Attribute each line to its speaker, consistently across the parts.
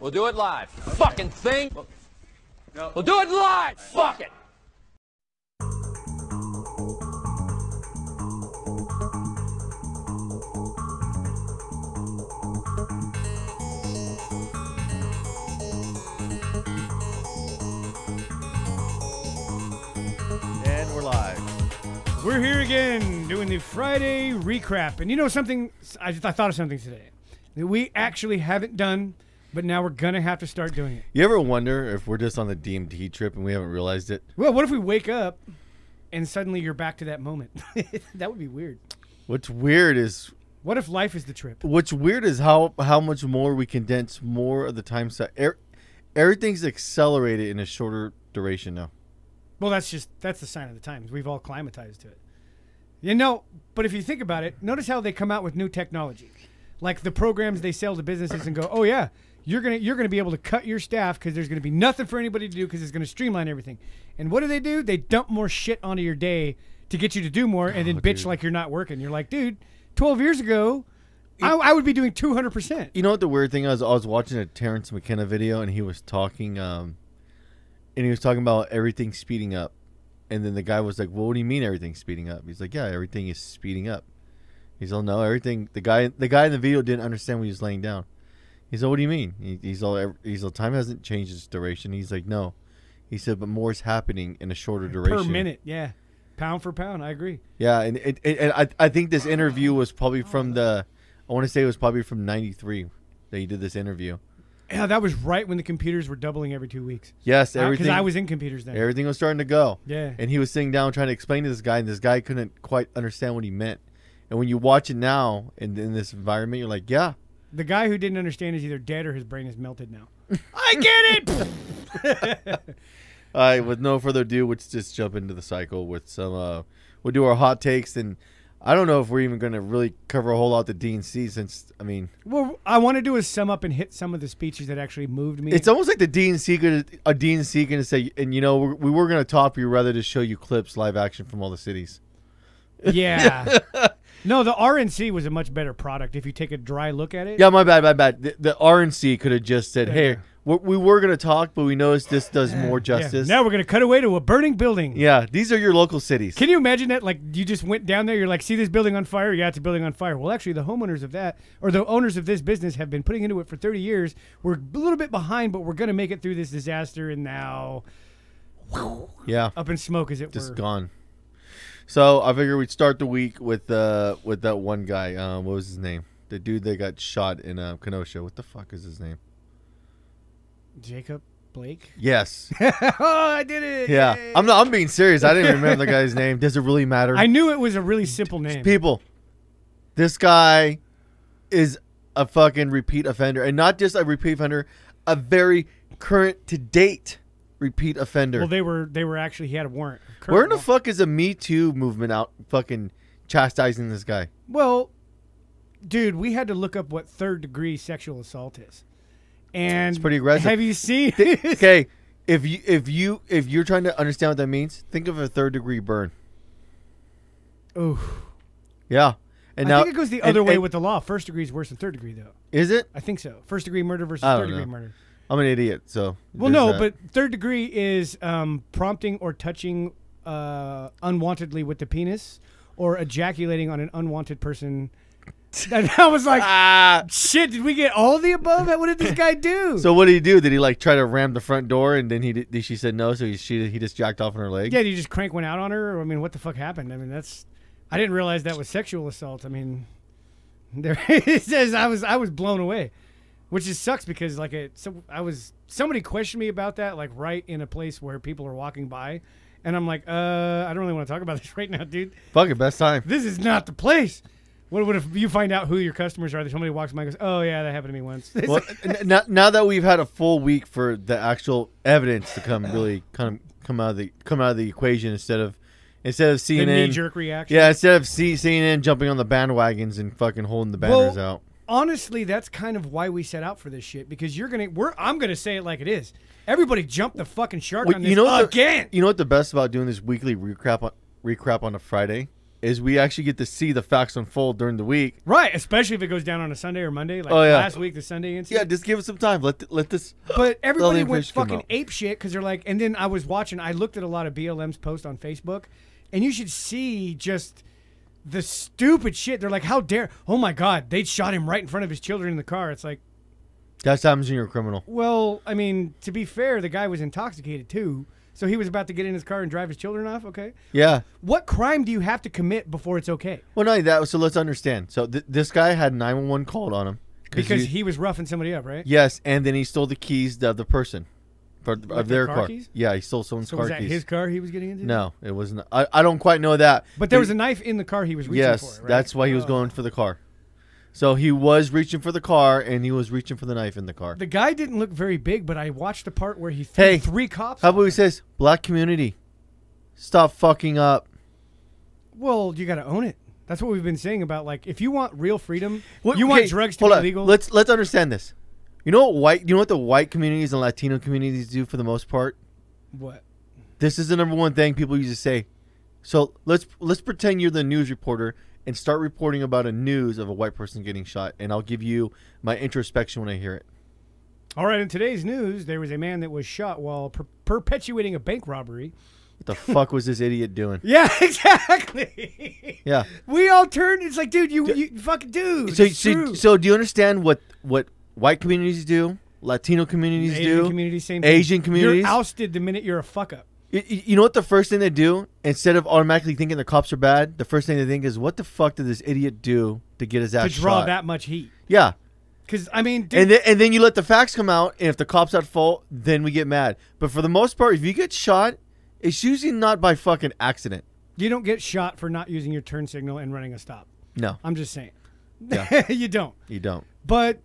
Speaker 1: We'll do it live. Fucking thing. We'll, we'll do it live. Fuck it.
Speaker 2: And we're live.
Speaker 3: We're here again doing the Friday recap. And you know something? I, just, I thought of something today that we actually haven't done, but now we're going to have to start doing it.
Speaker 2: You ever wonder if we're just on the DMT trip and we haven't realized it?
Speaker 3: Well, what if we wake up and suddenly you're back to that moment? that would be weird.
Speaker 2: What's weird is
Speaker 3: What if life is the trip?
Speaker 2: what's weird is how how much more we condense more of the time. So er, everything's accelerated in a shorter duration now.
Speaker 3: Well, that's just, that's the sign of the times. We've all climatized to it. You know, but if you think about it, notice how they come out with new technology. Like the programs they sell to businesses and go, oh, yeah. You're gonna you're gonna be able to cut your staff because there's gonna be nothing for anybody to do because it's gonna streamline everything. And what do they do? They dump more shit onto your day to get you to do more, and then bitch
Speaker 2: dude.
Speaker 3: like you're not working. You're like, dude, 12 years ago, I, I would be doing 200 percent.
Speaker 2: You know what the weird thing is? I was watching a Terrence McKenna video and he was talking, um, and he was talking about everything speeding up. And then the guy was like, "Well, what do you mean everything's speeding up?" He's like, "Yeah, everything is speeding up." He's all, "No, everything." The guy, the guy in the video didn't understand what he was laying down. He's all, "What do you mean?" He, he's all, ev- "He's all, time hasn't changed its duration." He's like, "No," he said, "But more is happening in a shorter duration
Speaker 3: per minute. Yeah, pound for pound, I agree.
Speaker 2: Yeah, and it, it, and I, I think this interview was probably from the, I want to say it was probably from '93 that he did this interview.
Speaker 3: Yeah, that was right when the computers were doubling every two weeks.
Speaker 2: Yes,
Speaker 3: Because
Speaker 2: everything.
Speaker 3: Uh, I was in computers then.
Speaker 2: Everything was starting to go.
Speaker 3: Yeah.
Speaker 2: And he was sitting down trying to explain to this guy, and this guy couldn't quite understand what he meant. And when you watch it now in, in this environment, you're like, yeah,
Speaker 3: The guy who didn't understand is either dead or his brain is melted now. I get it.
Speaker 2: All right, with no further ado, let's just jump into the cycle with some. Uh, we'll do our hot takes, and I don't know if we're even going to really cover a whole lot the DNC since I mean,
Speaker 3: well, I want to do is sum up and hit some of the speeches that actually moved me.
Speaker 2: it's almost like the DNC could a DNC going to say, and you know, we we were going to top you rather to show you clips live action from all the cities.
Speaker 3: yeah. no, the RNC was a much better product if you take a dry look at it.
Speaker 2: Yeah, my bad, my bad. The, the RNC could have just said, "Hey, we we were going to talk, but we noticed this does more
Speaker 3: Yeah.
Speaker 2: justice."
Speaker 3: Now we're gonna cut away to a burning building.
Speaker 2: Yeah, these are your local cities.
Speaker 3: Can you imagine that? Like you just went down there, you're like, see this building on fire? Yeah, it's a building on fire. Well, actually, the homeowners of that or the owners of this business have been putting into it for 30 years. We're a little bit behind, but we're gonna make it through this disaster. And now,
Speaker 2: yeah,
Speaker 3: up in smoke as it
Speaker 2: just
Speaker 3: were.
Speaker 2: gone. So I figure we'd start the week with uh with that one guy. Um, what was his name? The dude that got shot in uh, Kenosha. What the fuck is his name?
Speaker 3: Jacob Blake.
Speaker 2: Yes.
Speaker 3: oh, I did it!
Speaker 2: Yeah.
Speaker 3: Yay.
Speaker 2: I'm not, I'm being serious. I didn't remember the guy's name. Does it really matter?
Speaker 3: I knew it was a really simple name.
Speaker 2: People, this guy is a fucking repeat offender, and not just a repeat offender, a very current to date repeat offender.
Speaker 3: Well, they were they were actually he had a warrant. Current
Speaker 2: Where in the
Speaker 3: warrant.
Speaker 2: fuck is the Me Too movement out fucking chastising this guy?
Speaker 3: well, dude, we had to look up what third degree sexual assault is, and
Speaker 2: pretty aggressive.
Speaker 3: Have you seen?
Speaker 2: okay, if you if you if you're trying to understand what that means, think of a third degree burn.
Speaker 3: Oof.
Speaker 2: Yeah, and
Speaker 3: I
Speaker 2: now
Speaker 3: think it goes the
Speaker 2: and-
Speaker 3: other way
Speaker 2: and-
Speaker 3: with the law. First degree is worse than third degree, though.
Speaker 2: is it?
Speaker 3: I think so. First degree murder versus
Speaker 2: I
Speaker 3: third
Speaker 2: don't
Speaker 3: degree
Speaker 2: know.
Speaker 3: murder.
Speaker 2: I'm an idiot, so
Speaker 3: Well,
Speaker 2: there's
Speaker 3: no,
Speaker 2: that.
Speaker 3: but third degree is um, prompting or touching uh, unwantedly with the penis or ejaculating on an unwanted person. And I was like,
Speaker 2: ah.
Speaker 3: shit, did we get all the above? What did this guy do?
Speaker 2: So what did he do? Did he like try to ram the front door, and then he did, she said no, so he she, he just jacked off on her leg.
Speaker 3: yeah, did you just crank one out on her? Or, I mean, what the fuck happened? I mean, that's. I didn't realize that was sexual assault. I mean, there it says I was I was blown away, which just sucks because like it. So I was somebody questioned me about that like right in a place where people are walking by, and I'm like, uh, I don't really want to talk about this right now, dude.
Speaker 2: Fuck it, best time.
Speaker 3: This is not the place. What what if you find out who your customers are? That somebody walks by and goes, oh yeah, that happened to me once. It's
Speaker 2: Well,
Speaker 3: like-
Speaker 2: n- now, now that we've had a full week for the actual evidence to come, really kind of come out of the come out of the equation instead of instead of
Speaker 3: the
Speaker 2: CNN
Speaker 3: knee jerk reaction.
Speaker 2: Yeah, instead of C- CNN jumping on the bandwagons and fucking holding the banners
Speaker 3: Well,
Speaker 2: out.
Speaker 3: honestly, that's kind of why we set out for this shit because you're gonna. We're. I'm gonna say it like it is. Everybody jumped the fucking shark
Speaker 2: Well,
Speaker 3: on this
Speaker 2: you know what the-
Speaker 3: again.
Speaker 2: You know what the best about doing this weekly recap on, recap on a Friday is we actually get to see the facts unfold during the week.
Speaker 3: Right, especially if it goes down on a Sunday or Monday, like
Speaker 2: Oh, yeah.
Speaker 3: last week, the Sunday
Speaker 2: Yeah,
Speaker 3: incident.
Speaker 2: just give us some time. Let th- let this.
Speaker 3: But everybody
Speaker 2: Let the
Speaker 3: went
Speaker 2: information come
Speaker 3: fucking
Speaker 2: out.
Speaker 3: ape shit because they're like, and then I was watching, I looked at a lot of BLM's posts on Facebook, and you should see just the stupid shit. They're like, how dare, oh my God, they shot him right in front of his children in the car. It's like,
Speaker 2: That's happens when you're a criminal.
Speaker 3: well, I mean, to be fair, the guy was intoxicated too. So he was about to get in his car and drive his children off. Okay.
Speaker 2: Yeah.
Speaker 3: What crime do you have to commit before it's okay?
Speaker 2: Well, not only that. So let's understand. So th- this guy had 911 called on him
Speaker 3: Because he was roughing somebody up, right?
Speaker 2: yes, and then he stole the keys of the person, for, of
Speaker 3: Like
Speaker 2: their
Speaker 3: their car
Speaker 2: car.
Speaker 3: keys?
Speaker 2: Yeah, he stole someone's
Speaker 3: So
Speaker 2: car
Speaker 3: was that
Speaker 2: keys.
Speaker 3: his car he was getting into?
Speaker 2: No, it wasn't. I, I don't quite know that.
Speaker 3: But there was a knife in the car he was reaching
Speaker 2: yes,
Speaker 3: for. Right?
Speaker 2: that's why he was
Speaker 3: Oh.
Speaker 2: going for the car. So he was reaching for the car, and he was reaching for the knife in the car.
Speaker 3: Oh. The guy didn't look very big, but I watched the part where he threw
Speaker 2: Hey,
Speaker 3: three cops.
Speaker 2: How about we say this? Black community, stop fucking up.
Speaker 3: well, you got to own it. That's what we've been saying about like if you want real freedom,
Speaker 2: What-
Speaker 3: you want
Speaker 2: okay,
Speaker 3: drugs to
Speaker 2: hold
Speaker 3: be
Speaker 2: on.
Speaker 3: legal.
Speaker 2: Let's let's understand this. You know what white? You know what the white communities and Latino communities do for the most part.
Speaker 3: what?
Speaker 2: This is the number one thing people used to say. So let's let's pretend you're the news reporter and start reporting about a news of a white person getting shot, and I'll give you my introspection when I hear it.
Speaker 3: All right. In today's news, there was a man that was shot while per- perpetuating a bank robbery.
Speaker 2: What the fuck was this idiot doing?
Speaker 3: Yeah, exactly.
Speaker 2: Yeah.
Speaker 3: We all turned. It's like, dude, you, you fucking dude.
Speaker 2: So
Speaker 3: it's
Speaker 2: so,
Speaker 3: true.
Speaker 2: so do you understand what what white communities do? Latino communities
Speaker 3: Asian
Speaker 2: do.
Speaker 3: community, same thing.
Speaker 2: Asian communities.
Speaker 3: You're ousted the minute you're a fuck up.
Speaker 2: Y- y- You know what the first thing they do? Instead of automatically thinking the cops are bad, the first thing they think is, "What the fuck did this idiot do to get his ass
Speaker 3: To draw
Speaker 2: shot?"
Speaker 3: that much heat.
Speaker 2: yeah,
Speaker 3: Because I mean, dude,
Speaker 2: and then and then you let the facts come out, and if the cops at fault, then we get mad. But for the most part, if you get shot, it's usually not by fucking accident.
Speaker 3: you don't get shot for not using your turn signal and running a stop.
Speaker 2: No,
Speaker 3: I'm just saying.
Speaker 2: Yeah.
Speaker 3: you don't.
Speaker 2: you don't.
Speaker 3: But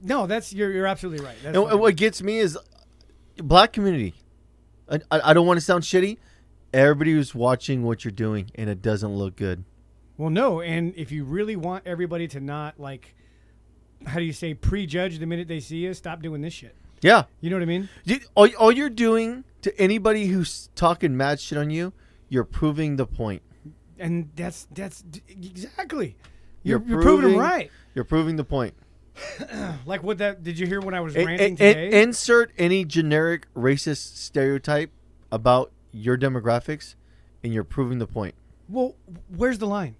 Speaker 3: no, that's you're you're absolutely right. That's
Speaker 2: And, and
Speaker 3: fine.
Speaker 2: what gets me is black community. I, I, I don't want to sound shitty. Everybody who's watching what you're doing, and it doesn't look good.
Speaker 3: well, no, and if you really want everybody to not like, how do you say, prejudge the minute they see you, stop doing this shit.
Speaker 2: Yeah,
Speaker 3: You know what I mean?
Speaker 2: You, all, all you're doing to anybody who's talking mad shit on you, you're proving the point.
Speaker 3: And that's that's d- exactly.
Speaker 2: You're,
Speaker 3: You're, you're, proving, them right.
Speaker 2: You're proving the point.
Speaker 3: Like what that? Did you hear when I was
Speaker 2: A-
Speaker 3: ranting
Speaker 2: a- a-
Speaker 3: today?
Speaker 2: insert any generic racist stereotype about your demographics, and you're proving the point.
Speaker 3: well, where's the line?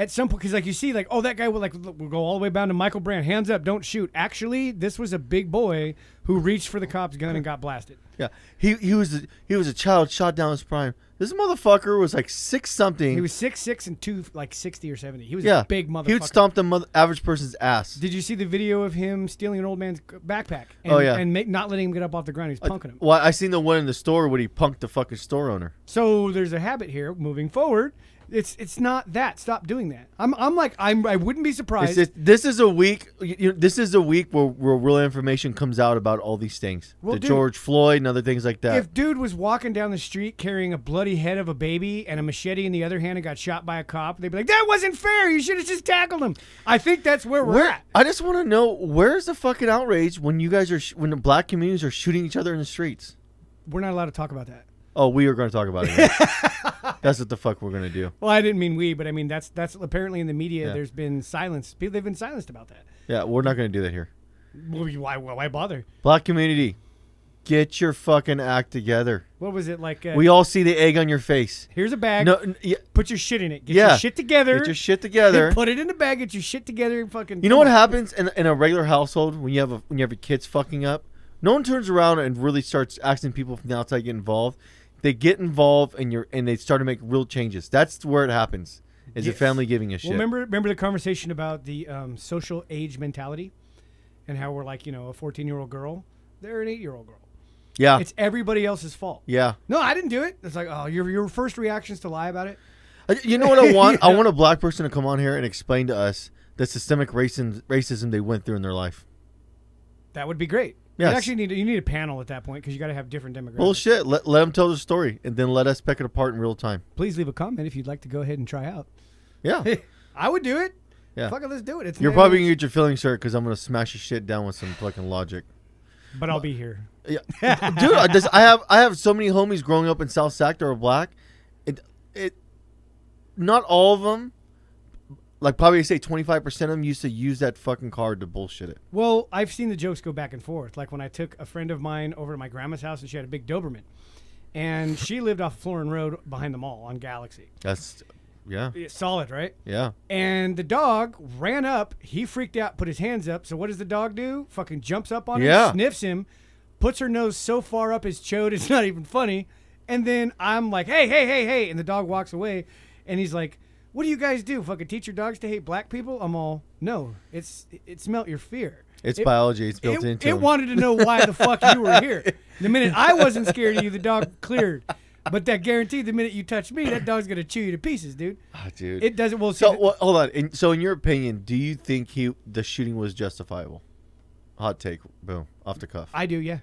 Speaker 3: At some point, because like you see, like oh, that guy will like l- will go all the way down to Michael Brand, hands up, don't shoot. Actually, this was a big boy who reached for the cop's gun and got blasted.
Speaker 2: Yeah, he he was a, he was a child shot down his prime. This motherfucker was like six something.
Speaker 3: He was six six and two like sixty or seventy. He was
Speaker 2: yeah
Speaker 3: a big motherfucker.
Speaker 2: He would stomp the mother, average person's ass.
Speaker 3: Did you see the video of him stealing an old man's backpack? And,
Speaker 2: Oh, yeah.
Speaker 3: and make, not letting him get up off the ground. He's punking him.
Speaker 2: well, I seen the one in the store where he punked the fucking store owner.
Speaker 3: So there's a habit here. Moving forward, it's it's not that. Stop doing that. I'm I'm like I'm I wouldn't be surprised.
Speaker 2: It's just- this is a week. You, you- this is a week where, where real information comes out about all these things,
Speaker 3: Well,
Speaker 2: the
Speaker 3: dude,
Speaker 2: George Floyd and other things like that.
Speaker 3: if dude was walking down the street carrying a bloody head of a baby and a machete in the other hand and got shot by a cop, they'd be like, "That wasn't fair. You should have just tackled him." I think that's where we're
Speaker 2: where
Speaker 3: at.
Speaker 2: I just want to know where's the fucking outrage when you guys are sh- when the black communities are shooting each other in the streets.
Speaker 3: We're not allowed to talk about that.
Speaker 2: Oh, we are going to talk about it. now. That's what the fuck we're going to do.
Speaker 3: Well, I didn't mean we, but I mean that's that's apparently in the media.
Speaker 2: Yeah.
Speaker 3: There's been silence. People they've been silenced about that.
Speaker 2: Yeah, we're not going to do that here.
Speaker 3: Well, we- Why why why bother?
Speaker 2: Black community, get your fucking act together.
Speaker 3: What was it like? Uh,
Speaker 2: We all see the egg on your face.
Speaker 3: here's a bag.
Speaker 2: No, n- yeah,
Speaker 3: put your shit in it. Get
Speaker 2: Yeah.
Speaker 3: your shit together.
Speaker 2: get your shit together.
Speaker 3: Put it in the bag. Get your shit together. And fucking.
Speaker 2: You know what happens in, in a regular household when you have a, when you have your kids fucking up? No one turns around and really starts asking people from the outside to get involved. They get involved and you're and they start to make real changes. That's where it happens. Is a
Speaker 3: Yes.
Speaker 2: family giving a shit?
Speaker 3: Well, remember remember the conversation about the um, social age mentality, and how we're like you know a 14 year old girl, they're an eight year old girl.
Speaker 2: yeah,
Speaker 3: It's everybody else's fault.
Speaker 2: yeah.
Speaker 3: No, I didn't do it. It's like oh your your first reactions to lie about it.
Speaker 2: I- You know what I want? I want a black person to come on here and explain to us the systemic racism racism they went through in their life.
Speaker 3: That would be great.
Speaker 2: Yes.
Speaker 3: You actually need you need a panel at that point because you got to have different demographics.
Speaker 2: Bullshit. Let let them tell their story and then let us pick it apart in real time.
Speaker 3: Please leave a comment if you'd like to go ahead and try out.
Speaker 2: Yeah,
Speaker 3: I would do it.
Speaker 2: yeah.
Speaker 3: Fuck it, let's do it. It's
Speaker 2: You're
Speaker 3: an
Speaker 2: probably gonna
Speaker 3: age,
Speaker 2: get your feelings hurt because I'm gonna smash your shit down with some fucking logic.
Speaker 3: but I'll be here.
Speaker 2: Yeah, dude. I, just, I have I have so many homies growing up in South Sac that are black. It it not all of them, like probably say twenty five percent of them used to use that fucking card to bullshit it.
Speaker 3: Well, I've seen the jokes go back and forth. Like when I took a friend of mine over to my grandma's house and she had a big Doberman. And she lived off Florin Road behind the mall on Galaxy.
Speaker 2: That's yeah,
Speaker 3: It's solid, right?
Speaker 2: yeah.
Speaker 3: And the dog ran up. He freaked out, put his hands up. So what does the dog do? Fucking jumps up on
Speaker 2: Yeah.
Speaker 3: him, sniffs him, puts her nose so far up his chode it's not even funny. And then I'm like, hey, hey, hey, hey, and the dog walks away, and he's like, what do you guys do? Fucking teach your dogs to hate black people? I'm all, no, it's it's melt your fear.
Speaker 2: It's
Speaker 3: It-
Speaker 2: biology. It's built
Speaker 3: it,
Speaker 2: into
Speaker 3: it
Speaker 2: them.
Speaker 3: wanted to know why the fuck you were here. The minute I wasn't scared of you, the dog cleared. But that guaranteed, the minute you touch me, that dog's gonna chew you to pieces, dude.
Speaker 2: Ah, dude.
Speaker 3: It doesn't. Well, see,
Speaker 2: so
Speaker 3: the-
Speaker 2: well, hold on. In, so in your opinion, do you think he the shooting was justifiable? Hot take. Boom. Off the cuff.
Speaker 3: I do, yeah.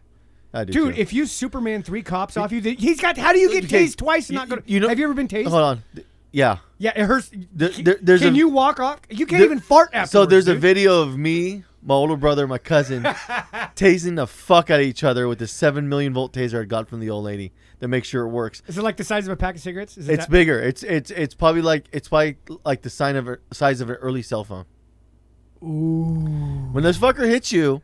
Speaker 2: I do.
Speaker 3: Dude,
Speaker 2: too.
Speaker 3: if you Superman three cops off you, th- he's got. How do you get
Speaker 2: Okay,
Speaker 3: tased twice and not go? To, you know, have you ever been tased?
Speaker 2: Hold on. Th- Yeah.
Speaker 3: Yeah, it hurts.
Speaker 2: there- there's
Speaker 3: Can
Speaker 2: a-
Speaker 3: you walk off? You can't
Speaker 2: There-
Speaker 3: even fart after.
Speaker 2: So there's a video of me, my older brother, my cousin, tasing the fuck out of each other with the seven million volt taser I got from the old lady to make sure it works.
Speaker 3: Is it like the size of a pack of cigarettes? Is it
Speaker 2: It's
Speaker 3: that-
Speaker 2: bigger. It's it's it's probably like it's probably like the sign of a, size of an early cell phone.
Speaker 3: Ooh.
Speaker 2: When this fucker hits you,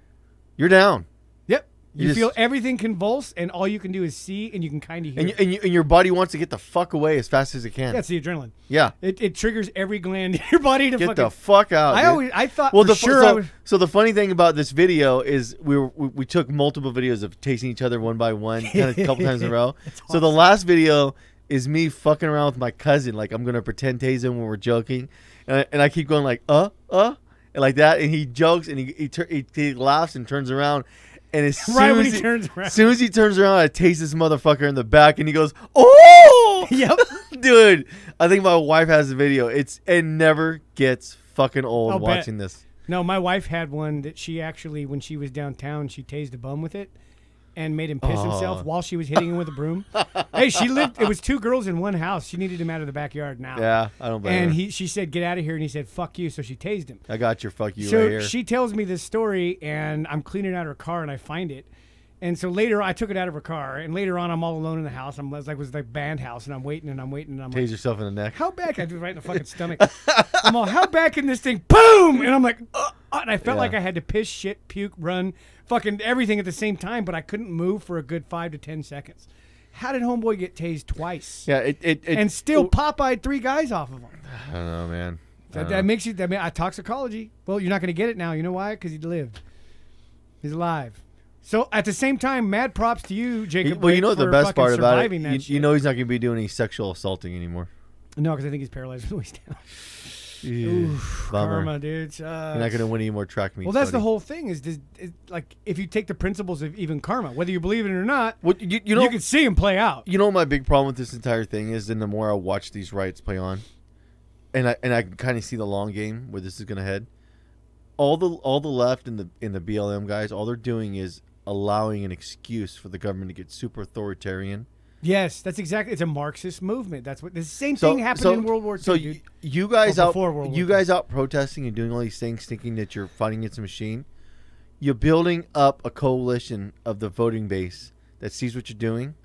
Speaker 2: you're down,
Speaker 3: Yep.
Speaker 2: You
Speaker 3: You,
Speaker 2: just-
Speaker 3: feel everything convulse, and all you can do is see, and you can kind of hear.
Speaker 2: and you, and, you, and your body wants to get the fuck away as fast as it can.
Speaker 3: That's the adrenaline.
Speaker 2: Yeah.
Speaker 3: It, it triggers every gland in your body to
Speaker 2: Get
Speaker 3: fucking.
Speaker 2: the fuck out.
Speaker 3: I
Speaker 2: dude.
Speaker 3: always I thought
Speaker 2: well,
Speaker 3: for
Speaker 2: the fu-
Speaker 3: sure. I
Speaker 2: so,
Speaker 3: was,
Speaker 2: so the funny thing about this video is we, were, we we took multiple videos of tasting each other one by one, kind of a couple times in a row. So the last video is me fucking around with my cousin, like I'm gonna pretend tase him when we're joking, and I, and I keep going like uh uh and like that, and he jokes and he he, tur- he, he laughs and turns around. And as soon
Speaker 3: Right when
Speaker 2: as
Speaker 3: he turns around.
Speaker 2: as soon as he turns around, I tase this motherfucker in the back, and he goes, "Oh,
Speaker 3: Yep.
Speaker 2: dude!" I think my wife has the video. It's it never gets fucking old
Speaker 3: I'll bet.
Speaker 2: watching this.
Speaker 3: No, my wife had one that she actually, when she was downtown, she tased a bum with it and made him piss
Speaker 2: Oh.
Speaker 3: himself while she was hitting him with a broom. hey, she lived. It was two girls in one house. She needed him out of the backyard now.
Speaker 2: Yeah, I don't blame
Speaker 3: And
Speaker 2: her.
Speaker 3: he, she said, "Get out of here," and he said, "Fuck you." So she tased him.
Speaker 2: I got your fuck you
Speaker 3: so
Speaker 2: right here.
Speaker 3: she tells me this story, and I'm cleaning out her car, and I find it. And so later, I took it out of her car, and later on, I'm all alone in the house. I'm it's like, was the band house, and I'm waiting, and I'm waiting, and I'm like,
Speaker 2: Tase yourself in the neck.
Speaker 3: how back? I do right in the fucking stomach. I'm all, how back in this thing? Boom! And I'm like, uh, uh, and I felt
Speaker 2: Yeah.
Speaker 3: like I had to piss, shit, puke, run, fucking everything at the same time, but I couldn't move for a good five to ten seconds. How did Homeboy get tased twice
Speaker 2: Yeah, it it, it Oh,
Speaker 3: and still Popeye three guys off of him?
Speaker 2: I don't know, man. I
Speaker 3: That,
Speaker 2: don't
Speaker 3: that
Speaker 2: know.
Speaker 3: makes you. That ma- uh, toxicology. Well, you're not going to get it now. You know why? Because he lived. He's alive. So at the same time, mad props to you, Jacob.
Speaker 2: well, you
Speaker 3: Blake,
Speaker 2: know the
Speaker 3: for
Speaker 2: best
Speaker 3: fucking
Speaker 2: part about it.
Speaker 3: surviving that
Speaker 2: You, you
Speaker 3: shit.
Speaker 2: know he's not gonna be doing any sexual assaulting anymore.
Speaker 3: no, because I think he's paralyzed from the waist down.
Speaker 2: Bummer.
Speaker 3: Karma, dude. sucks.
Speaker 2: You're not gonna win any more track meets.
Speaker 3: Well, that's the
Speaker 2: buddy.
Speaker 3: whole thing. Is, does, is like if you take the principles of even karma, whether you believe in it or not,
Speaker 2: What you, you
Speaker 3: you,
Speaker 2: know?
Speaker 3: can see him play out.
Speaker 2: you know my big problem with this entire thing is then the more I watch these riots play on, and I and I can kind of see the long game where this is gonna head. All the all the left and the and the BLM guys, all they're doing is allowing an excuse for the government to get super authoritarian.
Speaker 3: Yes, that's exactly. It's a Marxist movement. That's what the same
Speaker 2: So-
Speaker 3: thing happened
Speaker 2: so-
Speaker 3: in World War II.
Speaker 2: So
Speaker 3: dude.
Speaker 2: you, you guys
Speaker 3: Or
Speaker 2: out,
Speaker 3: before World War
Speaker 2: you
Speaker 3: II.
Speaker 2: guys out protesting and doing all these things, thinking that you're fighting against a machine. You're building up a coalition of the voting base that sees what you're doing,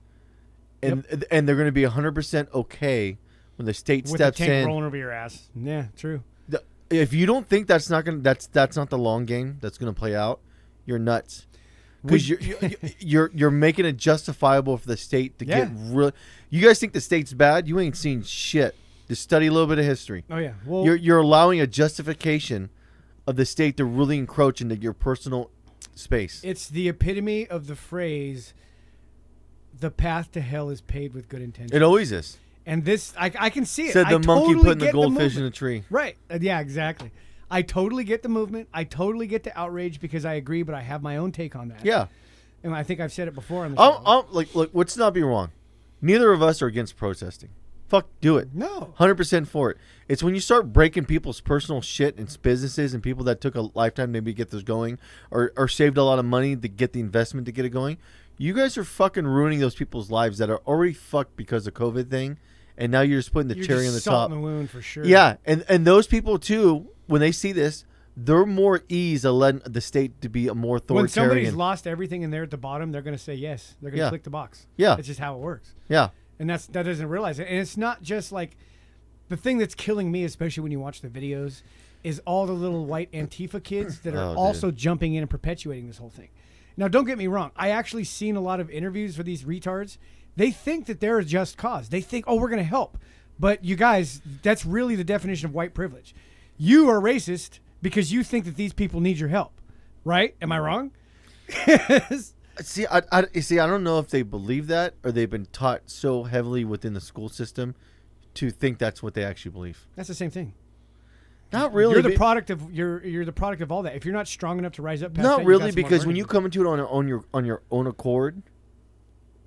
Speaker 2: and and they're going to be 100 percent okay when the state
Speaker 3: with a
Speaker 2: steps
Speaker 3: tank
Speaker 2: in.
Speaker 3: rolling over your ass. Yeah, true.
Speaker 2: The- if you don't think that's not going, to that's that's not the long game that's going to play out. You're nuts. Because you're, you're you're you're making it justifiable for the state to get
Speaker 3: Yeah.
Speaker 2: real. You guys think the state's bad? You ain't seen shit. Just study a little bit of history
Speaker 3: Oh yeah. Well,
Speaker 2: you're you're allowing a justification of the state to really encroach into your personal space.
Speaker 3: it's the epitome of the phrase. The path to hell is paved with good intentions,
Speaker 2: It always is.
Speaker 3: and this I, I can see it.
Speaker 2: Said
Speaker 3: I
Speaker 2: the monkey
Speaker 3: totally
Speaker 2: putting the
Speaker 3: get
Speaker 2: goldfish in
Speaker 3: movement.
Speaker 2: a tree.
Speaker 3: Right. Uh, Yeah, exactly. I totally get the movement. I totally get the outrage because I agree, but I have my own take on that.
Speaker 2: Yeah.
Speaker 3: And I think I've said it before on the
Speaker 2: I'm,
Speaker 3: show.
Speaker 2: I'm like look. Let's not be wrong. Neither of us are against protesting. Fuck, do it.
Speaker 3: no.
Speaker 2: Hundred percent for it. It's when you start breaking people's personal shit and businesses and people that took a lifetime maybe to get this going or, or saved a lot of money to get the investment to get it going. You guys are fucking ruining those people's lives that are already fucked because of COVID thing, and now you're just putting the
Speaker 3: You're
Speaker 2: cherry
Speaker 3: just
Speaker 2: on the
Speaker 3: salt
Speaker 2: top.
Speaker 3: in the wound for sure.
Speaker 2: Yeah, and and those people too, when they see this, they're more ease to letting the state to be a more
Speaker 3: When somebody's
Speaker 2: authoritarian.
Speaker 3: lost everything and they're at the bottom, they're going to say yes. They're going to
Speaker 2: Yeah.
Speaker 3: click the box.
Speaker 2: Yeah.
Speaker 3: That's just how it works.
Speaker 2: yeah,
Speaker 3: And that's that doesn't realize it. And it's not just like the thing that's killing me, especially when you watch the videos, is all the little white Antifa kids that
Speaker 2: Oh,
Speaker 3: are
Speaker 2: dude.
Speaker 3: also jumping in and perpetuating this whole thing. Now, don't get me wrong. I actually seen a lot of interviews for these retards. They think that they're a just cause. They think, oh, we're going to help. But you guys, that's really the definition of white privilege. You are racist because you think that these people need your help, right? Am
Speaker 2: Mm-hmm.
Speaker 3: I wrong?
Speaker 2: See, I, I you see. I don't know if they believe that or they've been taught so heavily within the school system to think that's what they actually believe.
Speaker 3: That's the same thing.
Speaker 2: Not really.
Speaker 3: you're the
Speaker 2: be-
Speaker 3: product of you're you're the product of all that. If you're not strong enough to rise up, past that,
Speaker 2: Not
Speaker 3: you
Speaker 2: really,
Speaker 3: got someone
Speaker 2: because when
Speaker 3: learning.
Speaker 2: you come into it on, on your on your own accord,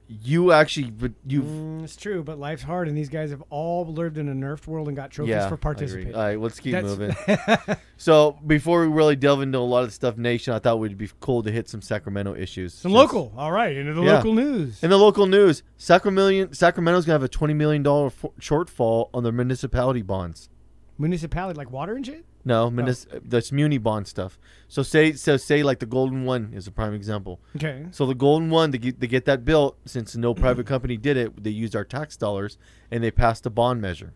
Speaker 2: you actually but you've
Speaker 3: Mm, it's true, but life's hard, and these guys have all lived in a nerfed world and got trophies
Speaker 2: yeah
Speaker 3: for
Speaker 2: I agree.
Speaker 3: participating.
Speaker 2: All right, let's keep
Speaker 3: That's-
Speaker 2: moving. so before we really delve into a lot of stuff, nation, I thought we'd be cool to hit some Sacramento issues.
Speaker 3: Some
Speaker 2: Since-
Speaker 3: local, all right, into the
Speaker 2: Yeah.
Speaker 3: local news.
Speaker 2: In the local news, Sacramento Sacramento's gonna have a twenty million dollar shortfall on their municipality bonds.
Speaker 3: Municipality like water and shit.
Speaker 2: No, munis- that's muni bond stuff. So say so say like the Golden One is a prime example.
Speaker 3: Okay,
Speaker 2: So the Golden One to get to get that built, since no private company did it, they used our tax dollars and they passed a bond measure.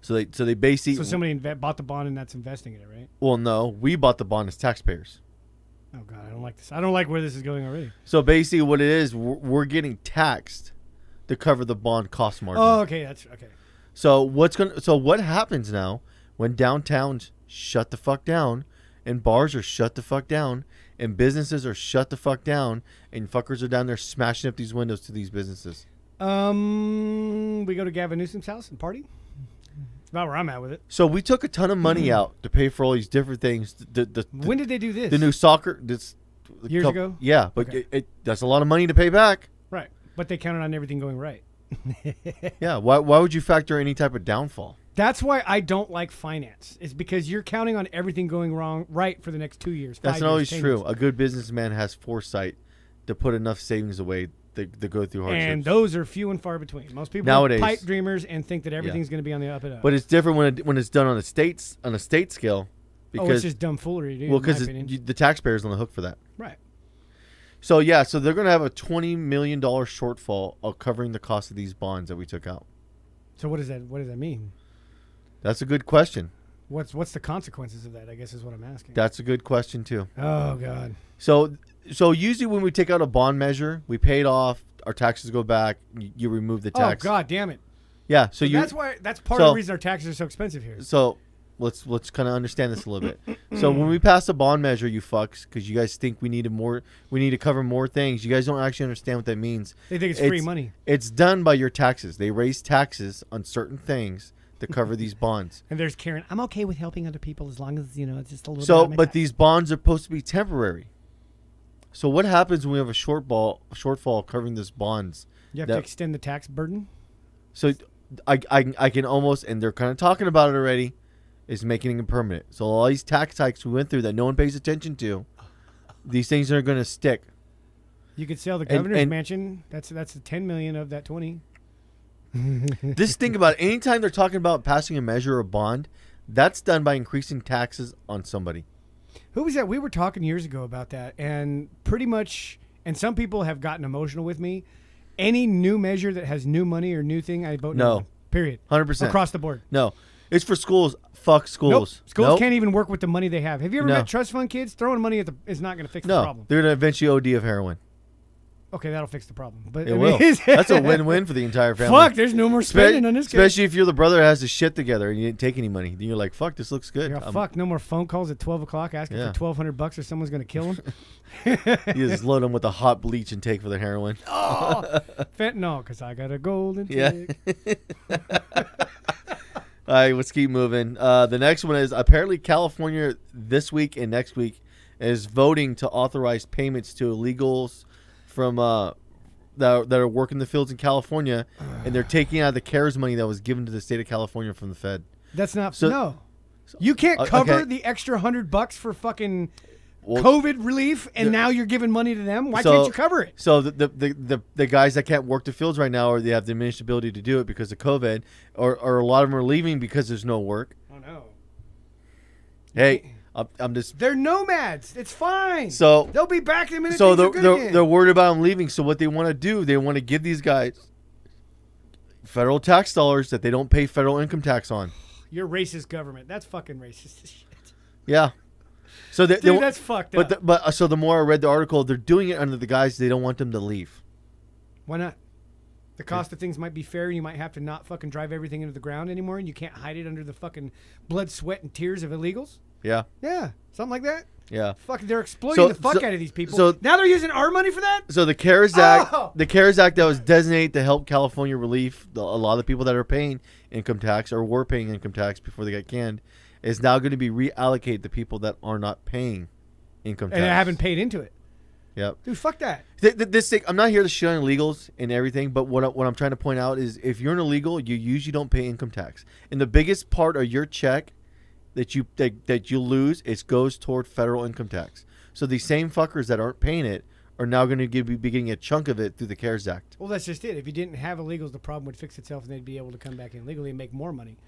Speaker 2: So they so they basically
Speaker 3: so somebody inve- bought the bond and that's investing in it, right?
Speaker 2: well no, we bought the bond as taxpayers.
Speaker 3: Oh god, I don't like this. I don't like where this is going already.
Speaker 2: So basically, what it is, we're, we're getting taxed to cover the bond cost margin.
Speaker 3: Oh, okay, that's okay.
Speaker 2: So what's gonna? So what happens now when downtowns shut the fuck down, and bars are shut the fuck down, and businesses are shut the fuck down, and fuckers are down there smashing up these windows to these businesses?
Speaker 3: Um, we go to Gavin Newsom's house and party. That's about where I'm at with it.
Speaker 2: So we took a ton of money out to pay for all these different things. The the, the,
Speaker 3: Mm-hmm. When did they do this?
Speaker 2: the new soccer this a
Speaker 3: Years
Speaker 2: couple-
Speaker 3: ago?
Speaker 2: Yeah, but
Speaker 3: Okay.
Speaker 2: it, it, that's a lot of money to pay back.
Speaker 3: right, but they counted on everything going right.
Speaker 2: Yeah, why why would you factor any type of downfall?
Speaker 3: That's why I don't like finance. Is because you're counting on everything going wrong right for the next two years.
Speaker 2: That's
Speaker 3: five
Speaker 2: not
Speaker 3: years,
Speaker 2: always
Speaker 3: 10
Speaker 2: true.
Speaker 3: years.
Speaker 2: A good businessman has foresight to put enough savings away to, to go through hardships.
Speaker 3: And those are few and far between. Most people
Speaker 2: Nowadays-
Speaker 3: are pipe dreamers and think that everything's going to be on the up and up.
Speaker 2: But it's different when it, when it's done on a states on a state scale because
Speaker 3: oh, it's just dumb foolery, dude.
Speaker 2: well
Speaker 3: in my
Speaker 2: because
Speaker 3: opinion.
Speaker 2: the taxpayers on the hook for that.
Speaker 3: right.
Speaker 2: So yeah, so they're gonna have a twenty million dollar shortfall of covering the cost of these bonds that we took out.
Speaker 3: So what does that? What does that mean?
Speaker 2: That's a good question.
Speaker 3: What's what's the consequences of that? I guess is what I'm asking.
Speaker 2: That's a good question too.
Speaker 3: oh God.
Speaker 2: So so usually when we take out a bond measure, we pay it off, our taxes go back, y- you remove the tax.
Speaker 3: Oh God, damn it.
Speaker 2: Yeah, so, you
Speaker 3: that's why. That's part
Speaker 2: so-
Speaker 3: of the reason our taxes are so expensive here.
Speaker 2: so let's let's kind of understand this a little bit. so when we pass a bond measure, you fucks, because you guys think we needed more, we need to cover more things. You guys don't actually understand what that means.
Speaker 3: They think it's, free money,
Speaker 2: It's done by your taxes. They raise taxes on certain things to cover these bonds.
Speaker 3: and there's Karen. I'm okay with helping other people as long as you know it's just a little.
Speaker 2: So,
Speaker 3: bit out of my
Speaker 2: but
Speaker 3: back.
Speaker 2: these bonds are supposed to be temporary. So what happens when we have a short ball, shortfall covering these bonds?
Speaker 3: you have
Speaker 2: that-
Speaker 3: to extend the tax burden.
Speaker 2: So I, I, I can almost, and they're kind of talking about it already, is making it permanent. So all these tax hikes we went through that no one pays attention to, these things are going to stick.
Speaker 3: You could sell the governor's
Speaker 2: and-
Speaker 3: mansion. That's that's the 10 million of that 20.
Speaker 2: Just think about it. Anytime they're talking about passing a measure or bond, that's done by increasing taxes on somebody.
Speaker 3: Who was that? We were talking years ago about that, and pretty much, and some people have gotten emotional with me. Any new measure that has new money or new thing, I vote
Speaker 2: No.
Speaker 3: no. on. Period.
Speaker 2: 100%.
Speaker 3: across the board.
Speaker 2: No, it's for schools. Fuck
Speaker 3: Nope.
Speaker 2: schools.
Speaker 3: Schools
Speaker 2: Nope.
Speaker 3: can't even work with the money they have. Have you ever
Speaker 2: No.
Speaker 3: met trust fund kids? Throwing money at the is not going to fix the
Speaker 2: No,
Speaker 3: problem.
Speaker 2: they're gonna eventually OD of heroin.
Speaker 3: Okay, that'll fix the problem. But I
Speaker 2: It
Speaker 3: mean,
Speaker 2: will.
Speaker 3: it's-
Speaker 2: That's a win-win for the entire family.
Speaker 3: Fuck, there's no more spending on this. kid.
Speaker 2: Especially if you're the brother that has his shit together and you didn't take any money. Then you're like, fuck, this looks good.
Speaker 3: Yeah,
Speaker 2: I'm-
Speaker 3: fuck, no more phone calls at 12 o'clock asking
Speaker 2: Um, Yeah.
Speaker 3: for 1200 bucks or someone's going to kill him.
Speaker 2: You just load them with a hot bleach and take for the heroin.
Speaker 3: Fentanyl, because I got a golden
Speaker 2: Yeah.
Speaker 3: ticket.
Speaker 2: All right, let's keep moving. Uh, the next one is apparently California this week and next week is voting to authorize payments to illegals from uh, that are, that are working the fields in California, and they're taking out the CARES money that was given to the state of California from the Fed.
Speaker 3: That's not
Speaker 2: So-
Speaker 3: no. You can't
Speaker 2: O-
Speaker 3: cover
Speaker 2: okay.
Speaker 3: the extra hundred bucks for fucking
Speaker 2: Well,
Speaker 3: COVID relief, and now you're giving money to them. Why
Speaker 2: so-
Speaker 3: can't you cover it?
Speaker 2: So the the, the the the guys that can't work the fields right now, or they have diminished ability to do it because of COVID, or or a lot of them are leaving because there's no work.
Speaker 3: Oh no,
Speaker 2: Hey, I'm, I'm just
Speaker 3: they're nomads. It's fine.
Speaker 2: So-
Speaker 3: they'll be back in a minute.
Speaker 2: so
Speaker 3: things are
Speaker 2: they're
Speaker 3: good
Speaker 2: they're,
Speaker 3: again.
Speaker 2: they're worried about them leaving. So what they want to do, they want to give these guys federal tax dollars that they don't pay federal income tax on.
Speaker 3: Your racist government. That's fucking racist. as shit.
Speaker 2: Yeah. So they, they
Speaker 3: Dude,
Speaker 2: won't-
Speaker 3: that's fucked
Speaker 2: But
Speaker 3: up.
Speaker 2: the, but uh, so the more I read the article, they're doing it under the guise they don't want them to leave.
Speaker 3: Why not? The cost of things might be fair, and you might have to not fucking drive everything into the ground anymore, and you can't hide it under the fucking blood, sweat, and tears of illegals.
Speaker 2: Yeah.
Speaker 3: Yeah, something like that.
Speaker 2: Yeah.
Speaker 3: Fuck, they're exploiting
Speaker 2: So-
Speaker 3: the fuck
Speaker 2: so-
Speaker 3: out of these people.
Speaker 2: so-
Speaker 3: now they're using our money for that.
Speaker 2: So the CARES Act,
Speaker 3: Oh!
Speaker 2: the CARES Act that was designated to help California relief the, a lot of people that are paying income tax or were paying income tax before they got canned, is now going to be reallocated to people that are not paying income tax.
Speaker 3: And I haven't paid into it.
Speaker 2: Yep.
Speaker 3: Dude, fuck that.
Speaker 2: Th- th- this thing, I'm not here to shit on illegals and everything, but what I, what I'm trying to point out is if you're an illegal, you usually don't pay income tax, and the biggest part of your check that you that, that you lose it goes toward federal income tax. So these same fuckers that aren't paying it are now going to give be getting a chunk of it through the CARES Act.
Speaker 3: Well, that's just it. If you didn't have illegals, the problem would fix itself, and they'd be able to come back in legally and make more money.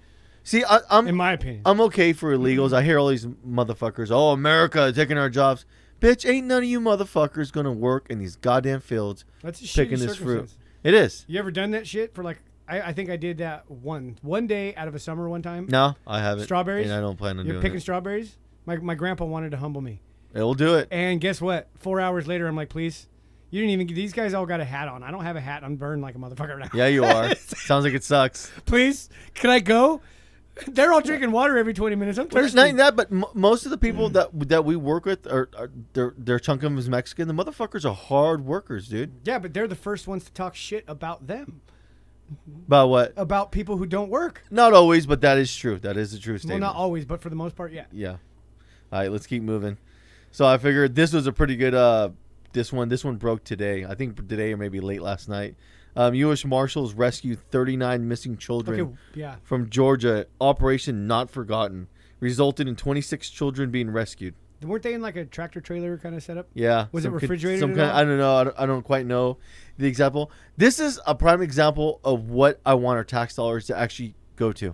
Speaker 2: See, I, I'm
Speaker 3: In my opinion,
Speaker 2: I'm okay for illegals. I hear all these motherfuckers, oh, America taking our jobs. Bitch, ain't none of you motherfuckers gonna work in these goddamn fields
Speaker 3: that's a shitty
Speaker 2: picking this fruit.
Speaker 3: circumstance.
Speaker 2: It is.
Speaker 3: You ever done that shit for like? I, I think I did that one one day out of a summer one time.
Speaker 2: No, I haven't.
Speaker 3: Strawberries?
Speaker 2: And I don't plan on
Speaker 3: You're
Speaker 2: doing
Speaker 3: picking
Speaker 2: it.
Speaker 3: strawberries. My my grandpa wanted to humble me,
Speaker 2: It'll do it.
Speaker 3: and guess what? Four hours later, I'm like, please. You didn't even. These guys all got a hat on. I don't have a hat. I'm burned like a motherfucker now.
Speaker 2: Yeah, you are. Sounds like it sucks.
Speaker 3: please, can I go? They're all drinking water every 20 minutes. I'm
Speaker 2: There's
Speaker 3: thirsty. Mm.
Speaker 2: not that, but m- most of the people that that we work with are, are their their chunk of them is Mexican. The motherfuckers are hard workers, dude.
Speaker 3: yeah, but they're the first ones to talk shit about them,
Speaker 2: By what?
Speaker 3: about people who don't work.
Speaker 2: Not always, but that is true. That is a true statement.
Speaker 3: Well, not always, but for the most part, yeah.
Speaker 2: Yeah. All right, let's keep moving. So I figured this was a pretty good uh this one this one broke today. I think today or maybe late last night. Um, U.S. Marshals rescued 39 missing children
Speaker 3: Okay, yeah.
Speaker 2: from Georgia. Operation Not Forgotten resulted in 26 children being rescued.
Speaker 3: Weren't they in like a tractor trailer kind of setup?
Speaker 2: Yeah.
Speaker 3: Was it
Speaker 2: some kid-
Speaker 3: refrigerated
Speaker 2: some
Speaker 3: at
Speaker 2: kind,
Speaker 3: all?
Speaker 2: I don't know. I don't, I don't quite know the example. This is a prime example of what I want our tax dollars to actually go to.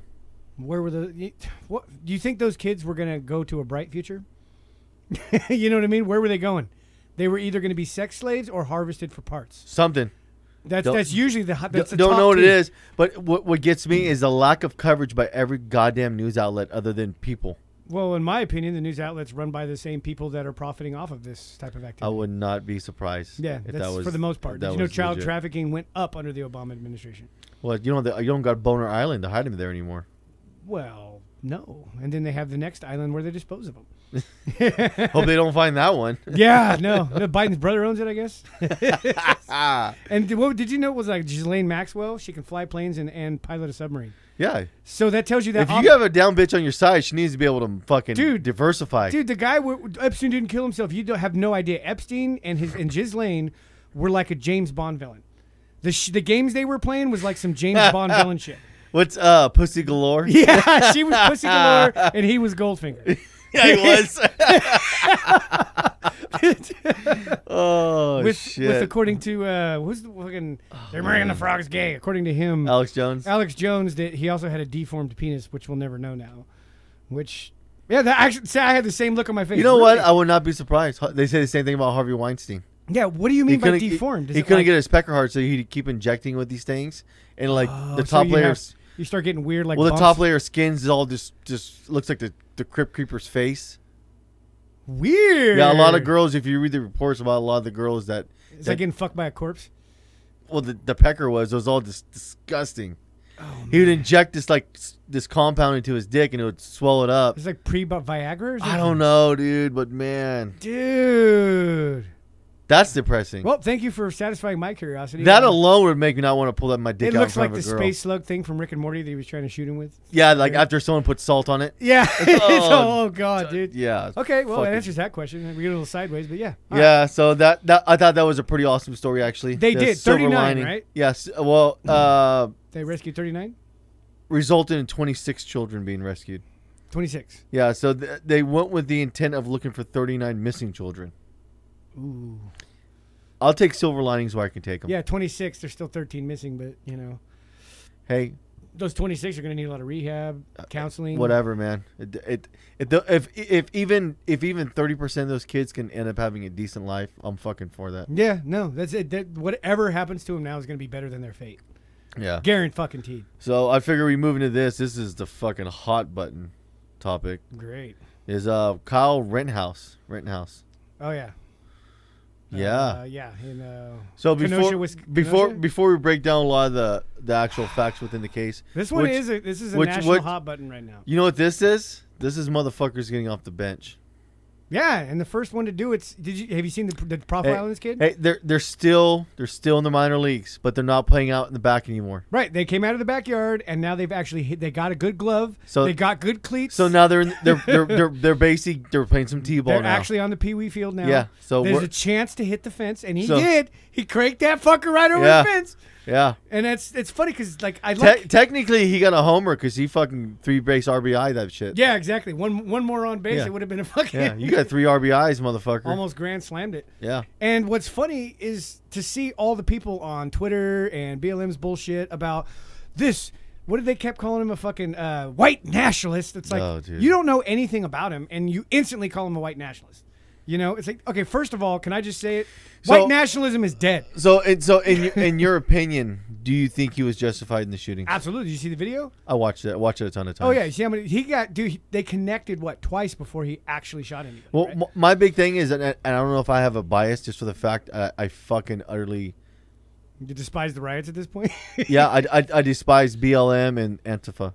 Speaker 3: Where were the? y- What do you think those kids were going to go to a bright future? you know what I mean? Where were they going? They were either going to be sex slaves or harvested for parts.
Speaker 2: Something.
Speaker 3: That's
Speaker 2: Don't-
Speaker 3: that's usually the hi-
Speaker 2: D-
Speaker 3: that's the
Speaker 2: don't
Speaker 3: top
Speaker 2: know what
Speaker 3: two.
Speaker 2: it is, but what, what gets me is the lack of coverage by every goddamn news outlet other than people.
Speaker 3: Well, in my opinion, the news outlets run by the same people that are profiting off of this type of activity.
Speaker 2: I would not be surprised.
Speaker 3: Yeah,
Speaker 2: if
Speaker 3: that's
Speaker 2: that was
Speaker 3: for the most part.
Speaker 2: if that
Speaker 3: Did you know
Speaker 2: was
Speaker 3: child
Speaker 2: legit.
Speaker 3: trafficking went up under the Obama administration?
Speaker 2: Well, you know, the, you don't got Boner Island to hide him there anymore.
Speaker 3: Well, no. And then they have the next island where they dispose of them.
Speaker 2: Hope they don't find that one.
Speaker 3: Yeah, no. no Biden's brother owns it, I guess.
Speaker 2: ah,
Speaker 3: and did, what did you know? It was like Ghislaine Maxwell. She can fly planes and, and pilot a submarine.
Speaker 2: yeah.
Speaker 3: So that tells you that.
Speaker 2: If
Speaker 3: Ob-
Speaker 2: you have a down bitch on your side, she needs to be able to fucking
Speaker 3: Dude.
Speaker 2: diversify.
Speaker 3: dude, the guy w- Epstein didn't kill himself. You don't have no idea. Epstein and his and Ghislaine were like a James Bond villain. The sh- the games they were playing was like some James Bond villain shit.
Speaker 2: What's uh, pussy galore?
Speaker 3: Yeah, she was Pussy Galore and he was Goldfinger.
Speaker 2: Yeah, he was. oh
Speaker 3: with,
Speaker 2: shit!
Speaker 3: with according to uh, who's the fucking they're marrying the frogs gay. According to him, Alex,
Speaker 2: Alex Jones.
Speaker 3: Jones did. He also had a deformed penis, which we'll never know now. Which, yeah, that actually, say I had the same look on my face.
Speaker 2: you know what?
Speaker 3: Really?
Speaker 2: I would not be surprised. They say the same thing about Harvey Weinstein.
Speaker 3: yeah, what do you mean by
Speaker 2: couldn't-
Speaker 3: deformed?
Speaker 2: He,
Speaker 3: Is
Speaker 2: he
Speaker 3: it
Speaker 2: couldn't
Speaker 3: like-
Speaker 2: get his pecker hard, so he'd keep injecting with these things, and like
Speaker 3: Oh,
Speaker 2: the
Speaker 3: so
Speaker 2: top
Speaker 3: you
Speaker 2: layer,
Speaker 3: have-
Speaker 2: of s-
Speaker 3: You start getting weird, like
Speaker 2: well, the
Speaker 3: bumps.
Speaker 2: top layer of skins is all just just looks like the the Crypt Creeper's face.
Speaker 3: Weird.
Speaker 2: Yeah, a lot of girls. If you read the reports about a lot of the girls that,
Speaker 3: It's
Speaker 2: that
Speaker 3: like getting fucked by a corpse.
Speaker 2: well, the, the pecker was it was all dis- disgusting.
Speaker 3: Oh,
Speaker 2: he would inject this like s- this compound into his dick, and it would swell it up.
Speaker 3: It's like pre Viagra. Or
Speaker 2: I
Speaker 3: something?
Speaker 2: don't know, dude, but man,
Speaker 3: dude.
Speaker 2: that's depressing.
Speaker 3: Well, thank you for satisfying my curiosity.
Speaker 2: that alone would make me not want to pull up my dick
Speaker 3: It
Speaker 2: out
Speaker 3: looks
Speaker 2: in
Speaker 3: like
Speaker 2: front
Speaker 3: the
Speaker 2: of a girl.
Speaker 3: space slug thing from Rick and Morty that he was trying to shoot him with.
Speaker 2: yeah, like after someone puts salt on it.
Speaker 3: Yeah. It's-
Speaker 2: Oh,
Speaker 3: oh, God, dude.
Speaker 2: Yeah.
Speaker 3: Okay, well, that
Speaker 2: fucking-
Speaker 3: answers that question. We get a little sideways, but yeah. All right.
Speaker 2: Yeah, so that, that I thought that was a pretty awesome story actually.
Speaker 3: They
Speaker 2: The
Speaker 3: did,
Speaker 2: silver
Speaker 3: 39,
Speaker 2: lining.
Speaker 3: right?
Speaker 2: Yes. Well, uh
Speaker 3: They rescued 39?
Speaker 2: resulted in 26 children being rescued.
Speaker 3: 26.
Speaker 2: Yeah, so th- they went with the intent of looking for 39 missing children.
Speaker 3: Ooh.
Speaker 2: I'll take silver linings where I can take them.
Speaker 3: Yeah, 26. There's still 13 missing, but, you know,
Speaker 2: Hey,
Speaker 3: those 26 are going to need a lot of rehab, counseling.
Speaker 2: Uh, whatever, man. It, it, it, if if even if even 30% of those kids can end up having a decent life, I'm fucking for that.
Speaker 3: Yeah, no, that's it. That, whatever happens to them now is going to be better than their fate.
Speaker 2: Yeah.
Speaker 3: Guaranteed fucking teed.
Speaker 2: So I figure we move into this. This is the fucking hot button topic.
Speaker 3: Great.
Speaker 2: Is uh Kyle Renthouse. Renthouse.
Speaker 3: Oh yeah.
Speaker 2: Yeah.
Speaker 3: Uh, yeah. In, uh,
Speaker 2: so
Speaker 3: Kenosha,
Speaker 2: before
Speaker 3: Wis-
Speaker 2: before
Speaker 3: Kenosha?
Speaker 2: before we break down a lot of the the actual facts within the case.
Speaker 3: this one
Speaker 2: which-
Speaker 3: is a, this is a
Speaker 2: which-
Speaker 3: national
Speaker 2: which-
Speaker 3: hot button right now.
Speaker 2: You know what this is? This is motherfuckers getting off the bench.
Speaker 3: Yeah, and the first one to do it's. Did you have you seen the, the profile
Speaker 2: Hey,
Speaker 3: on this kid?
Speaker 2: hey, they're they're still they're still in the minor leagues, but they're not playing out in the back anymore.
Speaker 3: Right, they came out of the backyard, and now they've actually hit, they got a good glove.
Speaker 2: So-
Speaker 3: they got good cleats.
Speaker 2: So now they're in, they're, they're they're they're basic. They're playing some t-ball
Speaker 3: they're
Speaker 2: now.
Speaker 3: actually on the pee wee field now.
Speaker 2: Yeah, so
Speaker 3: there's
Speaker 2: we're-
Speaker 3: a chance to hit the fence, and he
Speaker 2: So-
Speaker 3: did. He cranked that fucker right over
Speaker 2: Yeah.
Speaker 3: the fence,
Speaker 2: yeah.
Speaker 3: and that's it's funny because like I
Speaker 2: Te-
Speaker 3: like
Speaker 2: technically, he got a homer because he fucking three base RBI that shit.
Speaker 3: yeah exactly one one more on base
Speaker 2: Yeah.
Speaker 3: it would have been a fucking
Speaker 2: Yeah, you got three RBIs, motherfucker.
Speaker 3: almost grand slammed it.
Speaker 2: Yeah.
Speaker 3: And what's funny is to see all the people on Twitter and BLM's bullshit about this. What did they kept calling him a fucking uh, white nationalist? It's like
Speaker 2: Oh, dude.
Speaker 3: you don't know anything about him, and you instantly call him a white nationalist. You know, it's like okay, first of all, can I just say it?
Speaker 2: So-
Speaker 3: white nationalism is dead.
Speaker 2: So, and so, in your, in your opinion, do you think he was justified in the shooting?
Speaker 3: Absolutely. Did you see the video?
Speaker 2: I watched that. Watched it a ton of times.
Speaker 3: Oh yeah, you see how many he got? Dude, he, they connected what twice before he actually shot anybody.
Speaker 2: Well,
Speaker 3: right?
Speaker 2: m- my big thing is, and I, and I don't know if I have a bias, just for the fact I, I fucking utterly,
Speaker 3: you despise the riots at this point.
Speaker 2: yeah, I, I, I despise BLM and Antifa.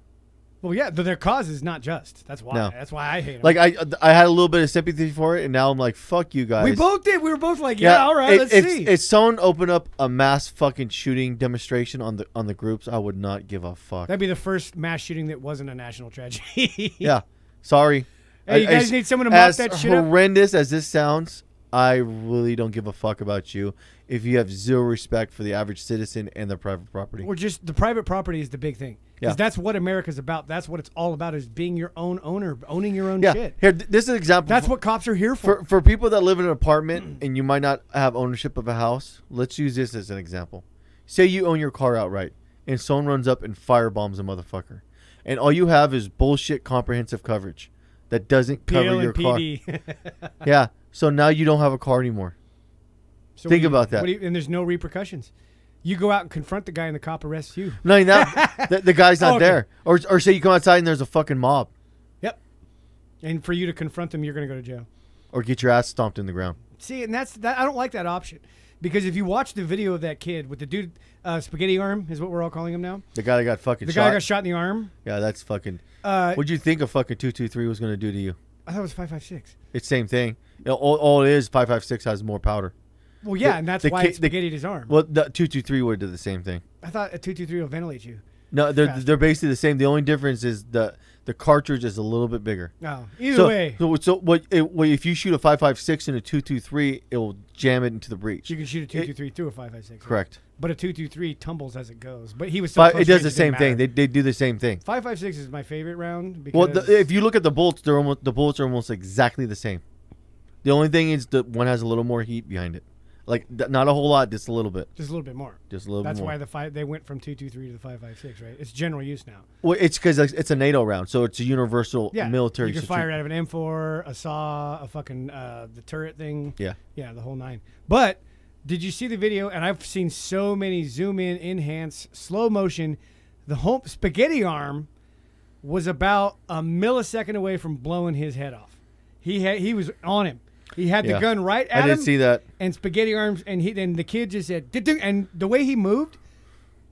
Speaker 3: well, yeah, th- their cause is not just. That's why.
Speaker 2: No.
Speaker 3: That's why I hate them.
Speaker 2: Like I, I had a little bit of sympathy for it, and now I'm like, fuck you guys.
Speaker 3: we both did. We were both like, yeah, all right,
Speaker 2: if-
Speaker 3: let's
Speaker 2: if,
Speaker 3: see.
Speaker 2: If someone opened up a mass fucking shooting demonstration on the on the groups, I would not give a fuck.
Speaker 3: That'd be the first mass shooting that wasn't a national tragedy.
Speaker 2: yeah, sorry.
Speaker 3: Hey, you
Speaker 2: I-
Speaker 3: guys
Speaker 2: as-
Speaker 3: need someone to mop
Speaker 2: as
Speaker 3: that shit up?
Speaker 2: horrendous as this sounds, I really don't give a fuck about you if you have zero respect for the average citizen and their private property.
Speaker 3: Or just the private property is the big thing.
Speaker 2: Yeah.
Speaker 3: Because that's what America's about. That's what it's all about is being your own owner, owning your own
Speaker 2: Yeah,
Speaker 3: shit.
Speaker 2: here th- this is an example.
Speaker 3: That's
Speaker 2: for,
Speaker 3: what cops are here for.
Speaker 2: for for people that live in an apartment and you might not have ownership of a house. Let's use this as an example. Say you own your car outright, and someone runs up and firebombs a motherfucker, and all you have is bullshit comprehensive coverage that doesn't cover
Speaker 3: PL
Speaker 2: your
Speaker 3: and
Speaker 2: car.
Speaker 3: PD.
Speaker 2: Yeah, so now you don't have a car anymore.
Speaker 3: So what
Speaker 2: Think
Speaker 3: do you-
Speaker 2: about that.
Speaker 3: what do you- and there's no repercussions. You go out and confront the guy and the cop arrests you.
Speaker 2: No, that the, the guy's not
Speaker 3: Oh, okay.
Speaker 2: there. Or or say you come outside and there's a fucking mob,
Speaker 3: Yep. And for you to confront them, you're going to go to jail.
Speaker 2: or get your ass stomped in the ground.
Speaker 3: See, and that's that. I don't like that option because if you watch the video of that kid with the dude, uh, spaghetti arm is what we're all calling him now.
Speaker 2: The guy that got fucking
Speaker 3: The
Speaker 2: shot.
Speaker 3: guy got shot in the arm.
Speaker 2: yeah, that's fucking.
Speaker 3: Uh,
Speaker 2: What'd you think a fucking two two three was gonna do to you?
Speaker 3: I thought it was five five six.
Speaker 2: It's same thing. You know, all, all it is, five five six has more powder.
Speaker 3: Well, yeah,
Speaker 2: The-
Speaker 3: and that's
Speaker 2: the
Speaker 3: why
Speaker 2: ki-
Speaker 3: it's
Speaker 2: the-
Speaker 3: spaghettied his arm.
Speaker 2: Well, the two two three would do the same thing.
Speaker 3: I thought a two two three will ventilate you.
Speaker 2: No, they're
Speaker 3: Faster.
Speaker 2: they're basically the same. The only difference is the the cartridge is a little bit bigger.
Speaker 3: No, either
Speaker 2: so,
Speaker 3: way,
Speaker 2: so so what? It, what if you shoot a five five six and a two two three, it will jam it into the breach.
Speaker 3: you can shoot a two two three through a five five six.
Speaker 2: Correct.
Speaker 3: but a two two three tumbles as it goes. But he was so
Speaker 2: But it does the same thing. They, they do the same thing.
Speaker 3: Five five six is my favorite round
Speaker 2: Well,
Speaker 3: because
Speaker 2: the, if you look at the bullets, they're almost the bullets are almost exactly the same. The only thing is that one has a little more heat behind it, like th- not a whole lot, just a little bit,
Speaker 3: just a little bit more.
Speaker 2: just a little
Speaker 3: That's
Speaker 2: bit more.
Speaker 3: why the five they went from two two three to the five five six. Right, it's general use now.
Speaker 2: well, it's because it's a NATO round, so it's a universal
Speaker 3: Yeah,
Speaker 2: military.
Speaker 3: You can
Speaker 2: situ-
Speaker 3: fire out of an M four, a saw, a fucking uh, the turret thing.
Speaker 2: Yeah,
Speaker 3: Yeah, the whole nine. But did you see the video? And I've seen so many zoom in, enhance, slow motion. The whole spaghetti arm was about a millisecond away from blowing his head off. He had, he was on him. He had
Speaker 2: Yeah.
Speaker 3: the gun right
Speaker 2: I
Speaker 3: at
Speaker 2: did
Speaker 3: him,
Speaker 2: see that.
Speaker 3: and spaghetti arms. And he then the kid just said, "Did-ding," and the way he moved,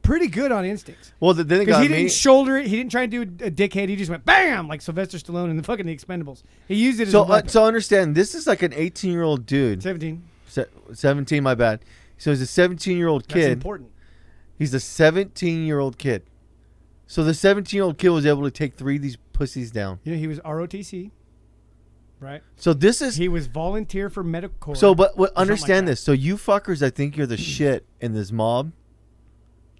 Speaker 3: pretty good on instincts.
Speaker 2: Well, the, then it
Speaker 3: Because
Speaker 2: got
Speaker 3: he
Speaker 2: me.
Speaker 3: didn't shoulder it, he didn't try to do a dickhead. He just went bam like Sylvester Stallone in the fucking The Expendables. He used it as
Speaker 2: so,
Speaker 3: a
Speaker 2: uh,
Speaker 3: weapon.
Speaker 2: so understand. This is like an 18 year old dude,
Speaker 3: Seventeen.
Speaker 2: se- 17. My bad. So he's a 17 year old
Speaker 3: That's
Speaker 2: kid.
Speaker 3: important.
Speaker 2: He's a 17 year old kid. So the 17 year old kid was able to take three of these pussies down.
Speaker 3: You know, he was ROTC, right?
Speaker 2: So this is
Speaker 3: He was volunteer for medical corps.
Speaker 2: So, but what,
Speaker 3: something like
Speaker 2: understand
Speaker 3: that.
Speaker 2: this. So, you fuckers that think you're the
Speaker 3: Hmm.
Speaker 2: shit in this mob,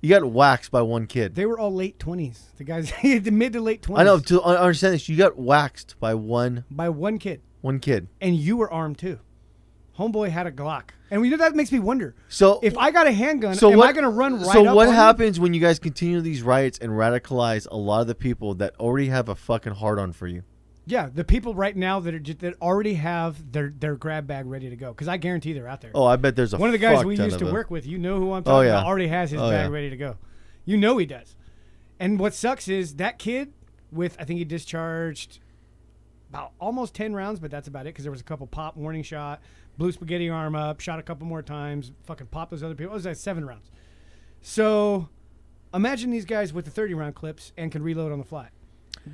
Speaker 2: you got waxed by one kid.
Speaker 3: they were all late twenties. The guys, the mid to late twenties.
Speaker 2: I know. To un- understand this, you got waxed by one
Speaker 3: by one kid,
Speaker 2: one kid.
Speaker 3: and you were armed too. Homeboy had a Glock, and you know that makes me wonder
Speaker 2: So,
Speaker 3: if I got a handgun,
Speaker 2: so
Speaker 3: am
Speaker 2: what,
Speaker 3: I going to run right?
Speaker 2: So,
Speaker 3: up
Speaker 2: what
Speaker 3: on you?
Speaker 2: happens when you guys continue these riots and radicalize a lot of the people that already have a fucking hard on for you?
Speaker 3: Yeah, the people right now that are just, that already have their their grab bag ready to go, because I guarantee they're out there.
Speaker 2: Oh, I bet there's a
Speaker 3: One of the guys
Speaker 2: fuck
Speaker 3: we
Speaker 2: ton
Speaker 3: used
Speaker 2: of
Speaker 3: to
Speaker 2: them. Oh,
Speaker 3: work with, you know who I'm talking
Speaker 2: yeah.
Speaker 3: about, already has his
Speaker 2: Oh,
Speaker 3: bag
Speaker 2: yeah.
Speaker 3: ready to go. You know he does. And what sucks is that kid with I think he discharged about almost 10 rounds, but that's about it because there was a couple pop warning shot, blue spaghetti arm up, shot a couple more times, fucking pop those other people. What was that? Seven rounds. So imagine these guys with the 30 round clips and can reload on the fly.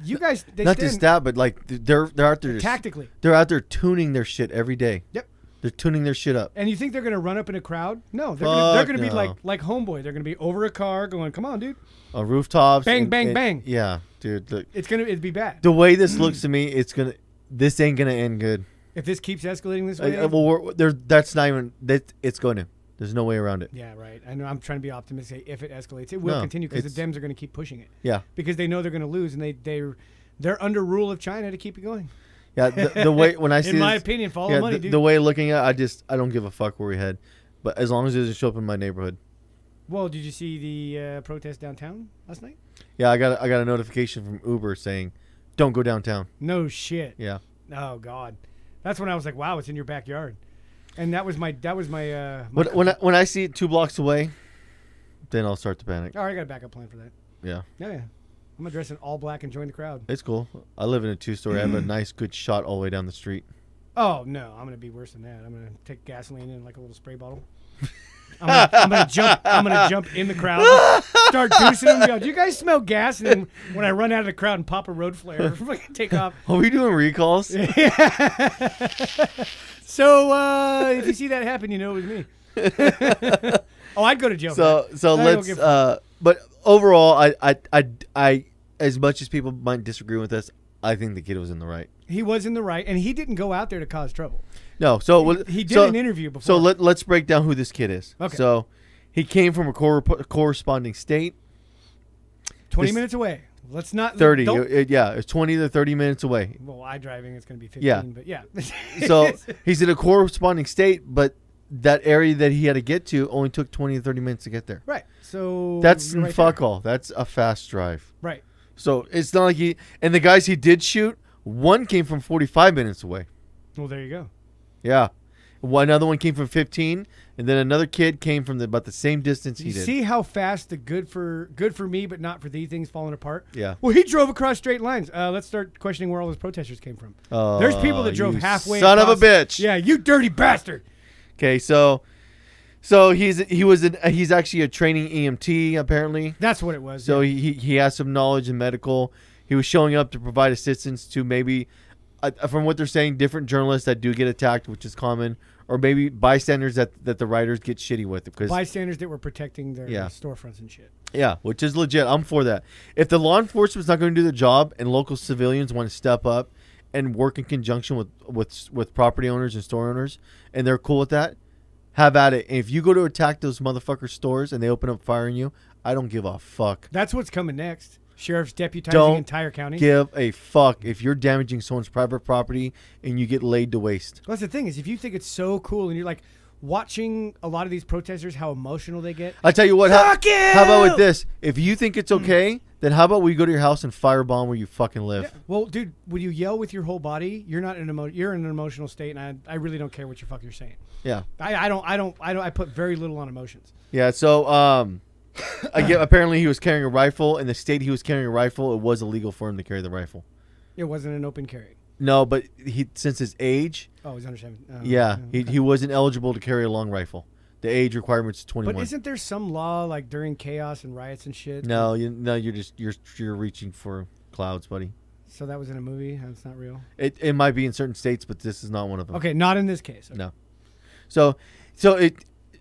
Speaker 3: You guys, they
Speaker 2: Not
Speaker 3: stand,
Speaker 2: just that, but like th- they're they're out there just-
Speaker 3: Tactically.
Speaker 2: They're out there tuning their shit every day.
Speaker 3: Yep.
Speaker 2: They're tuning their shit up.
Speaker 3: And you think they're gonna run up in a crowd? No, they're gonna, they're
Speaker 2: Fuck
Speaker 3: gonna be
Speaker 2: no.
Speaker 3: like like homeboy. They're gonna be over a car, going, "Come on, dude!"
Speaker 2: On rooftops.
Speaker 3: Bang,
Speaker 2: and-
Speaker 3: bang,
Speaker 2: and-
Speaker 3: bang.
Speaker 2: Yeah, dude. Look,
Speaker 3: It's gonna it'd be bad
Speaker 2: the way this looks to me, it's gonna. This ain't gonna end good.
Speaker 3: if this keeps escalating this
Speaker 2: Like,
Speaker 3: way.
Speaker 2: uh, well, we're, there. That's not even. That it's going to. There's no way around it.
Speaker 3: yeah, right. I know. I'm trying to be optimistic. If it escalates, it will
Speaker 2: No,
Speaker 3: continue because the
Speaker 2: it's-
Speaker 3: Dems are gonna keep pushing it
Speaker 2: Yeah,
Speaker 3: because they know they're gonna lose and they they they're under rule of China to keep it going.
Speaker 2: yeah. The, the way when I see
Speaker 3: In my
Speaker 2: this-
Speaker 3: opinion, follow
Speaker 2: yeah,
Speaker 3: money,
Speaker 2: the,
Speaker 3: dude.
Speaker 2: the way looking at, it, I just I don't give a fuck where we head, but as long as it doesn't show up in my neighborhood.
Speaker 3: well, did you see the uh, protest downtown last night?
Speaker 2: Yeah, I got a, I got a notification from Uber saying, "Don't go downtown."
Speaker 3: No shit.
Speaker 2: Yeah,
Speaker 3: Oh god, that's when I was like, "Wow, it's in your backyard," and that was my that was my. Uh, my
Speaker 2: but when I, when I see it two blocks away, then I'll start to panic.
Speaker 3: oh, I got a backup plan for that.
Speaker 2: Yeah,
Speaker 3: Oh, Yeah, yeah. I'm gonna dress in all black and join the crowd.
Speaker 2: it's cool. I live in a two story. I have a nice good shot all the way down the street.
Speaker 3: Oh no, I'm gonna be worse than that. I'm gonna take gasoline in like a little spray bottle. I'm gonna, I'm gonna jump. I'm gonna jump in the crowd, start deucing them. Go, Do you guys smell gas? And then when I run out of the crowd and pop a road flare, fucking take off.
Speaker 2: Are we doing recalls?
Speaker 3: So uh, if you see that happen, you know it was me. oh, I'd go to jail. for
Speaker 2: so so
Speaker 3: I don't
Speaker 2: let's
Speaker 3: give-
Speaker 2: uh but overall I, I i i as much as people might disagree with us i think the kid was in the right
Speaker 3: that. he was in the right, and he didn't go out there to cause trouble.
Speaker 2: no so what-
Speaker 3: He did
Speaker 2: so-
Speaker 3: an interview before.
Speaker 2: so let, let's break down who this kid is
Speaker 3: Okay.
Speaker 2: so he came from a cor- corresponding state
Speaker 3: Twenty
Speaker 2: this-
Speaker 3: minutes away. Let's not
Speaker 2: 30
Speaker 3: don't-
Speaker 2: it- it- Uh, yeah it's 20 to 30 minutes away
Speaker 3: Well, I driving, it's going to be 15,
Speaker 2: Yeah.
Speaker 3: but yeah.
Speaker 2: so he's in a corresponding state but that area that he had to get to only took 20 to 30 minutes to get there
Speaker 3: right. So
Speaker 2: that's
Speaker 3: you're right
Speaker 2: fuck
Speaker 3: there.
Speaker 2: all that's a fast drive
Speaker 3: Right.
Speaker 2: so it's not like he and the guys he did shoot one came from 45 minutes away
Speaker 3: Well, there you go.
Speaker 2: Yeah. One, another one came from 15, and then another kid came from the, about the same distance he
Speaker 3: you
Speaker 2: did.
Speaker 3: see how fast the good for good for me but not for thee things falling apart?
Speaker 2: Yeah.
Speaker 3: Well, he drove across straight lines. Uh, let's start questioning where all those protesters came from.
Speaker 2: Oh,
Speaker 3: There's people that drove
Speaker 2: you
Speaker 3: halfway.
Speaker 2: son of a
Speaker 3: across-
Speaker 2: bitch.
Speaker 3: Yeah, you dirty bastard.
Speaker 2: Okay, so so he's he was an, he's actually a training EMT apparently.
Speaker 3: That's what it was.
Speaker 2: So
Speaker 3: yeah.
Speaker 2: he he he has some knowledge in medical. He was showing up to provide assistance to maybe uh, from what they're saying different journalists that do get attacked, which is common, or maybe bystanders that that the writers get shitty with because
Speaker 3: bystanders that were protecting their
Speaker 2: Yeah.
Speaker 3: storefronts and shit.
Speaker 2: Yeah, which is legit. I'm for that. If the law enforcement's not going to do the job and local civilians want to step up and work in conjunction with with with property owners and store owners and they're cool with that, have at it. And if you go to attack those motherfucker stores and they open up fire on you, I don't give a fuck.
Speaker 3: That's what's coming next. Sheriff's deputizing
Speaker 2: Don't
Speaker 3: entire county.
Speaker 2: Give a fuck if you're damaging someone's private property and you get laid to waste.
Speaker 3: Well, that's the thing is if you think it's so cool and you're like watching a lot of these protesters, how emotional they get.
Speaker 2: I tell you what, how,
Speaker 3: Fuck you!
Speaker 2: how about with this? If you think it's okay, then how about we go to your house and firebomb where you fucking live?
Speaker 3: Well, dude, when you yell with your whole body, you're not in an emo- you're in an emotional state, and I, I really don't care what you fuck you're saying.
Speaker 2: yeah.
Speaker 3: I, I don't I don't I don't I put very little on emotions.
Speaker 2: Yeah, so um I get- apparently he was carrying a rifle in the state he was carrying a rifle, it was illegal for him to carry the rifle.
Speaker 3: It wasn't an open carry.
Speaker 2: No, but he since his age,
Speaker 3: Oh, he's under seven. oh,
Speaker 2: yeah,
Speaker 3: okay.
Speaker 2: he, he wasn't eligible to carry a long rifle. The age requirement's
Speaker 3: but
Speaker 2: 21.
Speaker 3: isn't there some law like during chaos and riots and shit?
Speaker 2: no, you no you're just you're you're reaching for clouds, buddy.
Speaker 3: So that was in a movie. That's not real.
Speaker 2: It it might be in certain states, but this is not one of them.
Speaker 3: Okay, not in this case.
Speaker 2: No. So so it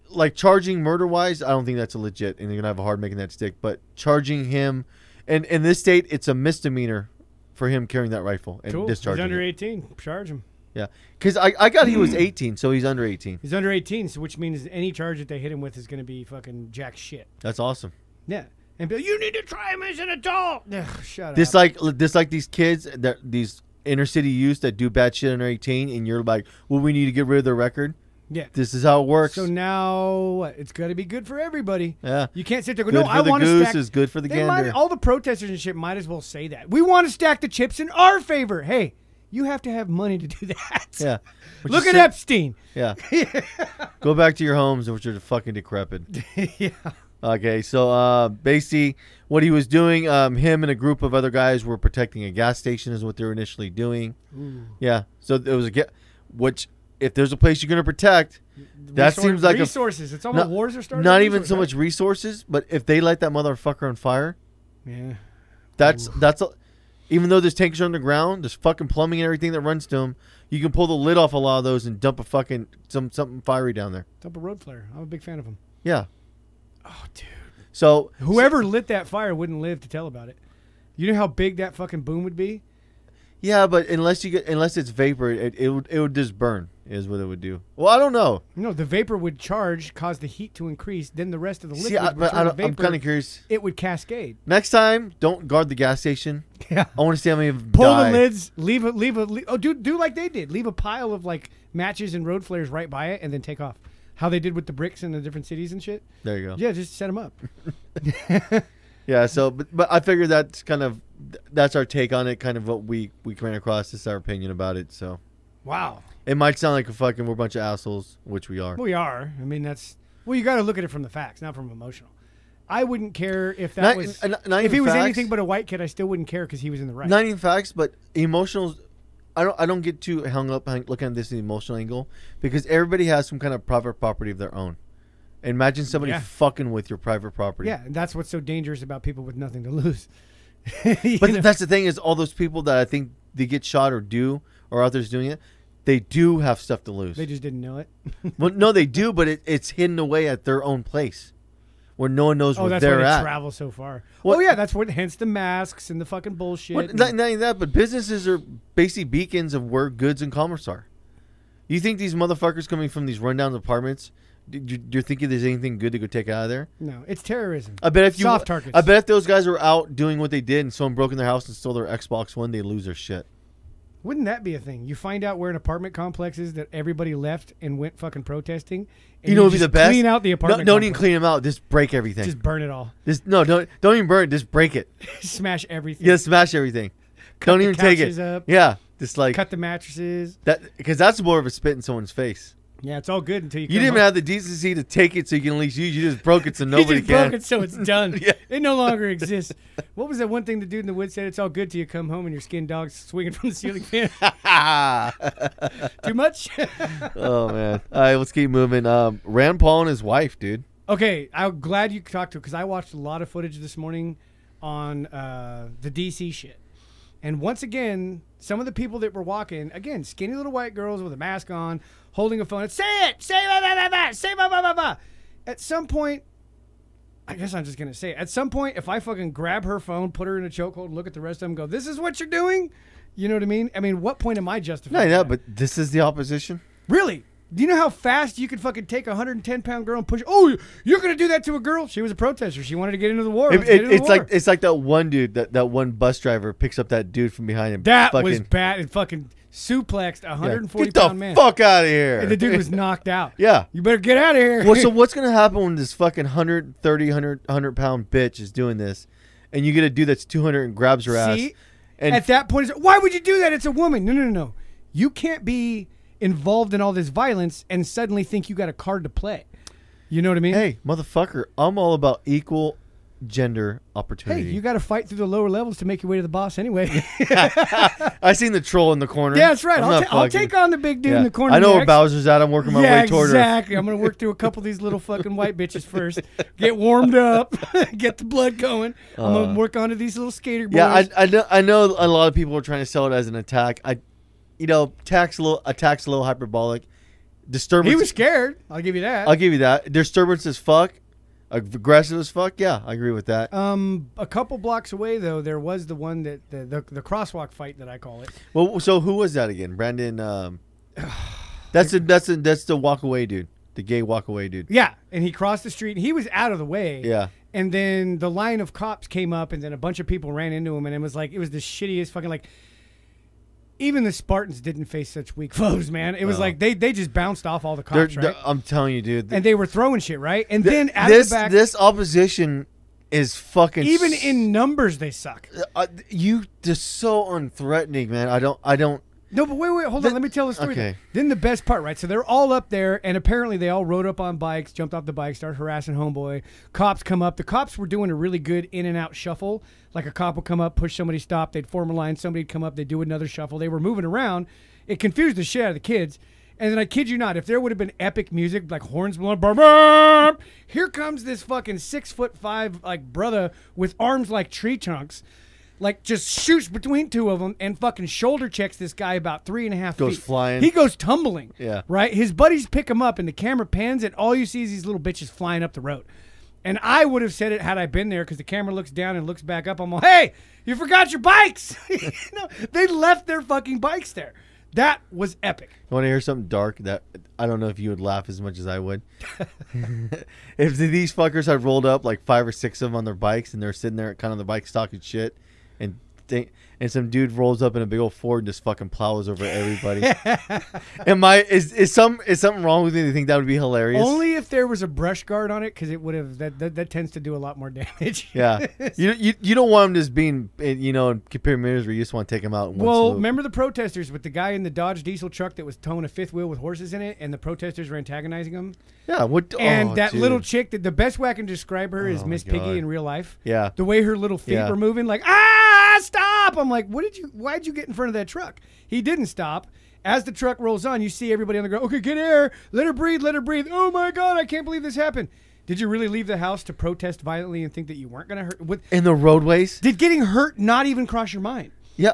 Speaker 2: like charging murder wise, I don't think that's a legit and you're gonna have a hard making that stick, but charging him and in this state it's a misdemeanor for him carrying that rifle and
Speaker 3: Cool. He's
Speaker 2: discharging.
Speaker 3: under
Speaker 2: it.
Speaker 3: 18. Charge him.
Speaker 2: Yeah. Cause I, I got he was eighteen, so he's under eighteen.
Speaker 3: He's under 18, so which means any charge that they hit him with is going to be fucking jack shit.
Speaker 2: That's awesome.
Speaker 3: Yeah. And be like, you need to try him as an adult. Ugh, shut
Speaker 2: This
Speaker 3: up.
Speaker 2: like this like these kids that these inner city youth that do bad shit under eighteen and you're like, Well, we need to get rid of their record.
Speaker 3: yeah.
Speaker 2: This is how it works.
Speaker 3: So now what? It's got to be good for everybody.
Speaker 2: Yeah.
Speaker 3: You can't sit there. and
Speaker 2: good
Speaker 3: go, no,
Speaker 2: for
Speaker 3: I
Speaker 2: the
Speaker 3: want to
Speaker 2: goose
Speaker 3: stack.
Speaker 2: is good for the
Speaker 3: They
Speaker 2: gander.
Speaker 3: might, all the protesters and shit might as well say that we want to stack the chips in our favor. Hey, you have to have money to do that.
Speaker 2: yeah. But you
Speaker 3: Look at
Speaker 2: sit-
Speaker 3: Epstein.
Speaker 2: Yeah. Go back to your homes, which are fucking decrepit.
Speaker 3: yeah.
Speaker 2: Okay, so uh, basically, what he was doing, um, him and a group of other guys were protecting a gas station, is what they were initially doing. Yeah, so there was a get, which if there's a place you're gonna protect, that
Speaker 3: Resor-
Speaker 2: seems like a
Speaker 3: resources. it's all the
Speaker 2: not-
Speaker 3: wars are starting.
Speaker 2: not
Speaker 3: with
Speaker 2: even so much
Speaker 3: resources,
Speaker 2: resources, but if they light that motherfucker on fire,
Speaker 3: right? Yeah.
Speaker 2: that's that's a, even though there's tanks underground, there's fucking plumbing and everything that runs to them. You can pull the lid off a lot of those and dump a fucking some something fiery down there.
Speaker 3: Dump a road flare. I'm a big fan of them.
Speaker 2: Yeah.
Speaker 3: Oh, dude.
Speaker 2: So
Speaker 3: Whoever lit that fire wouldn't live to tell about it. You know how big that fucking boom would be?
Speaker 2: yeah, but unless you get unless it's vapor, it it would, it would just burn is what it would do. Well, I don't know.
Speaker 3: No, the vapor would charge, cause the heat to increase, then the rest of the liquid
Speaker 2: See, I,
Speaker 3: would
Speaker 2: but I
Speaker 3: turn to
Speaker 2: don't, I'm
Speaker 3: vapor.
Speaker 2: kind of curious.
Speaker 3: It would cascade.
Speaker 2: Next time, don't guard the gas station.
Speaker 3: Yeah.
Speaker 2: I want to see how many
Speaker 3: Pull
Speaker 2: die.
Speaker 3: the lids, leave a leave a le- oh dude, do like they did. Leave a pile of like matches and road flares right by it and then take off. How they did with the bricks in the different cities and shit.
Speaker 2: There you go.
Speaker 3: Yeah, just set them up.
Speaker 2: Yeah, so but, but I figured that's kind of th- that's our take on it, kind of what we we ran across. This is our opinion about it. So
Speaker 3: Wow.
Speaker 2: it might sound like a fucking we're a bunch of assholes, which we are.
Speaker 3: We are. I mean, that's well. You got to look at it from the facts, not from emotional. I wouldn't care if that
Speaker 2: Not-
Speaker 3: was
Speaker 2: uh, not- not
Speaker 3: if he
Speaker 2: even
Speaker 3: was
Speaker 2: facts.
Speaker 3: anything but a white kid. I still wouldn't care because he was in the right.
Speaker 2: Not even facts, but emotional. I don't I don't get too hung up on looking at this in the emotional angle because everybody has some kind of private property of their own. Imagine somebody
Speaker 3: Yeah.
Speaker 2: fucking with your private property.
Speaker 3: yeah, and that's what's so dangerous about people with nothing to lose. You
Speaker 2: But
Speaker 3: know?
Speaker 2: that's the thing is all those people that I think they get shot or do or others doing it, they do have stuff to lose.
Speaker 3: they just didn't know it.
Speaker 2: Well, no, they do, but it, it's hidden away at their own place, where no one knows
Speaker 3: oh,
Speaker 2: where
Speaker 3: that's why
Speaker 2: they're
Speaker 3: they
Speaker 2: at.
Speaker 3: travel so far.
Speaker 2: Well-
Speaker 3: oh yeah, that's what. Hence the masks and the fucking bullshit.
Speaker 2: Well,
Speaker 3: and-
Speaker 2: not, not even that, but businesses are basically beacons of where goods and commerce are. You think these motherfuckers coming from these rundown apartments? Do you, you're thinking there's anything good to go take out of there?
Speaker 3: no, it's terrorism.
Speaker 2: I bet if you
Speaker 3: Soft targets.
Speaker 2: I bet if those guys were out doing what they did and someone broke in their house and stole their Xbox One, they lose their shit.
Speaker 3: Wouldn't that be a thing? You find out where an apartment complex is that everybody left and went fucking protesting. And
Speaker 2: You know, what'd be
Speaker 3: just
Speaker 2: the best.
Speaker 3: Clean out the
Speaker 2: No-
Speaker 3: apartment.
Speaker 2: don't even
Speaker 3: complex.
Speaker 2: clean them out. Just break everything.
Speaker 3: Just burn it all.
Speaker 2: Just- no, don't don't even burn it. Just break it.
Speaker 3: Smash everything.
Speaker 2: Yeah, smash everything. don't
Speaker 3: the
Speaker 2: even take
Speaker 3: couches
Speaker 2: it.
Speaker 3: up.
Speaker 2: Yeah, just like
Speaker 3: Cut the mattresses.
Speaker 2: That because that's more of a spit in someone's face.
Speaker 3: Yeah, it's all good until you.
Speaker 2: You didn't even have the decency to take it so you can at least use. Uh-huh. You just broke it so
Speaker 3: You
Speaker 2: nobody
Speaker 3: just
Speaker 2: can.
Speaker 3: broke it, so it's done.
Speaker 2: Yeah.
Speaker 3: It no longer exists. What was that one thing the dude in the woods said? It's all good till you come home and your skin dog's swinging from the ceiling fan. Too much.
Speaker 2: oh man! All right, let's keep moving. Um, Rand Paul and his wife, dude.
Speaker 3: okay, I'm glad you talked to because I watched a lot of footage this morning on uh, the DC shit, and once again, some of the people that were walking again, skinny little white girls with a mask on, holding a phone. Say it. Say blah blah blah blah. Say blah blah blah blah. At some point, I guess I'm just gonna say it. at some point if I fucking grab her phone, put her in a chokehold, look at the rest of them, go, "This is what you're doing," you know what I mean? I mean, what point am I justifying?
Speaker 2: No, no,
Speaker 3: that?
Speaker 2: but this is the opposition.
Speaker 3: really, do you know how fast you could fucking take a 110 pound girl and push? Oh, you're gonna do that to a girl? She was a protester. She wanted to get into the war.
Speaker 2: It-
Speaker 3: Let's get
Speaker 2: it-
Speaker 3: into the
Speaker 2: it's like
Speaker 3: war.
Speaker 2: it's like that one dude that that one bus driver picks up that dude from behind him.
Speaker 3: that
Speaker 2: fucking,
Speaker 3: was bad and fucking suplexed a
Speaker 2: yeah.
Speaker 3: 140
Speaker 2: Get the
Speaker 3: pound man.
Speaker 2: fuck out of here!
Speaker 3: And the dude was knocked out.
Speaker 2: Yeah.
Speaker 3: you better get out of here.
Speaker 2: well, so what's gonna happen when this fucking 130, 100, 100 pound bitch is doing this, and you get a dude that's two hundred and grabs her ass?
Speaker 3: See?
Speaker 2: And
Speaker 3: at that point, it's- why would you do that? It's a woman. No, no, no, no. You can't be involved in all this violence and suddenly think you got a card to play. You know what I mean?
Speaker 2: hey, motherfucker, I'm all about equal gender
Speaker 3: Hey,
Speaker 2: opportunity.
Speaker 3: you got to fight through the lower levels to make your way to the boss anyway. yeah,
Speaker 2: I seen the troll in the corner.
Speaker 3: that's right.
Speaker 2: I'm
Speaker 3: I'll,
Speaker 2: not
Speaker 3: ta- I'll
Speaker 2: fucking-
Speaker 3: take on the big dude
Speaker 2: Yeah.
Speaker 3: in the corner.
Speaker 2: I know where
Speaker 3: next.
Speaker 2: Bowser's at. I'm working my
Speaker 3: yeah,
Speaker 2: way toward
Speaker 3: exactly. I'm going to work through a couple of these little fucking white bitches first. Get warmed up. get the blood going. I'm going to work onto these little skater boys.
Speaker 2: her. Uh. Yeah, I, I know. I know a lot of people are trying to sell it as an attack. I, you know, tax a little, attacks a little hyperbolic. Disturbance.
Speaker 3: he was scared. I'll give you that.
Speaker 2: I'll give you that. Disturbance as fuck. Aggressive as fuck. Yeah, I agree with that.
Speaker 3: Um, a couple blocks away though, there was the one that the, the the crosswalk fight that I call it.
Speaker 2: well, so who was that again? Brandon. Um, that's the that's the that's the walk away dude. The gay walk away dude.
Speaker 3: Yeah, and he crossed the street. and He was out of the way.
Speaker 2: Yeah.
Speaker 3: and then the line of cops came up, and then a bunch of people ran into him, and it was like it was the shittiest fucking like. Even the Spartans didn't face such weak foes, man. It was like they they just bounced off all the
Speaker 2: They're-
Speaker 3: cops,
Speaker 2: Uh-huh. they're-
Speaker 3: right?
Speaker 2: I'm telling you, dude.
Speaker 3: and they were throwing shit, right? And then out
Speaker 2: this
Speaker 3: of the back,
Speaker 2: this opposition is fucking
Speaker 3: even
Speaker 2: s-
Speaker 3: in numbers, they suck.
Speaker 2: uh, you just so unthreatening, man. I don't, I don't.
Speaker 3: No, but wait, wait, hold on. Let me tell the story.
Speaker 2: okay.
Speaker 3: then. Then the best part, right? So they're all up there, and apparently they all rode up on bikes, jumped off the bike, started harassing homeboy. Cops come up. The cops were doing a really good in and out shuffle. Like a cop would come up, push somebody, stop. They'd form a line. Somebody'd come up. They'd do another shuffle. They were moving around. It confused the shit out of the kids. And then I kid you not, if there would have been epic music like horns blowing, burr, burr, here comes this fucking six foot five like brother with arms like tree trunks. Like just shoots between two of them and fucking shoulder checks this guy about three and a half
Speaker 2: Goes
Speaker 3: feet.
Speaker 2: flying.
Speaker 3: He goes tumbling.
Speaker 2: Yeah.
Speaker 3: Right? His buddies pick him up and the camera pans and all you see is these little bitches flying up the road. And I would have said it had I been there because the camera looks down and looks back up. I'm like, hey, you forgot your bikes. you know, they left their fucking bikes there. That was epic.
Speaker 2: You want to hear something dark? That I don't know if you would laugh as much as I would. if these fuckers had rolled up like five or six of them on their bikes and they're sitting there, kind of the bike stock and shit, and think, and some dude rolls up in a big old Ford and just fucking plows over everybody. Am I is is some is something wrong with me? to think that would be hilarious?
Speaker 3: Only if there was a brush guard on it because it would have, that, that, that tends to do a lot more damage.
Speaker 2: yeah. You, you you don't want him just being eh, you know in compared misery. You just want to take him out. In one
Speaker 3: Well,
Speaker 2: swoop.
Speaker 3: remember the protesters with the guy in the Dodge diesel truck that was towing a fifth wheel with horses in it, and the protesters were antagonizing him.
Speaker 2: yeah. What
Speaker 3: And
Speaker 2: oh,
Speaker 3: that
Speaker 2: dude.
Speaker 3: little chick, that the best way I can describe her is
Speaker 2: Oh my
Speaker 3: Miss Piggy
Speaker 2: God.
Speaker 3: in real life.
Speaker 2: Yeah.
Speaker 3: The way her little feet
Speaker 2: Yeah.
Speaker 3: were moving, like ah, stop! I'm like, what did you? Why'd you get in front of that truck? He didn't stop. As the truck rolls on, you see everybody on the ground. Okay, get air. Let her breathe. Let her breathe. Oh my God, I can't believe this happened. Did you really leave the house to protest violently and think that you weren't going to hurt? What,
Speaker 2: in the roadways.
Speaker 3: did getting hurt not even cross your mind?
Speaker 2: Yeah.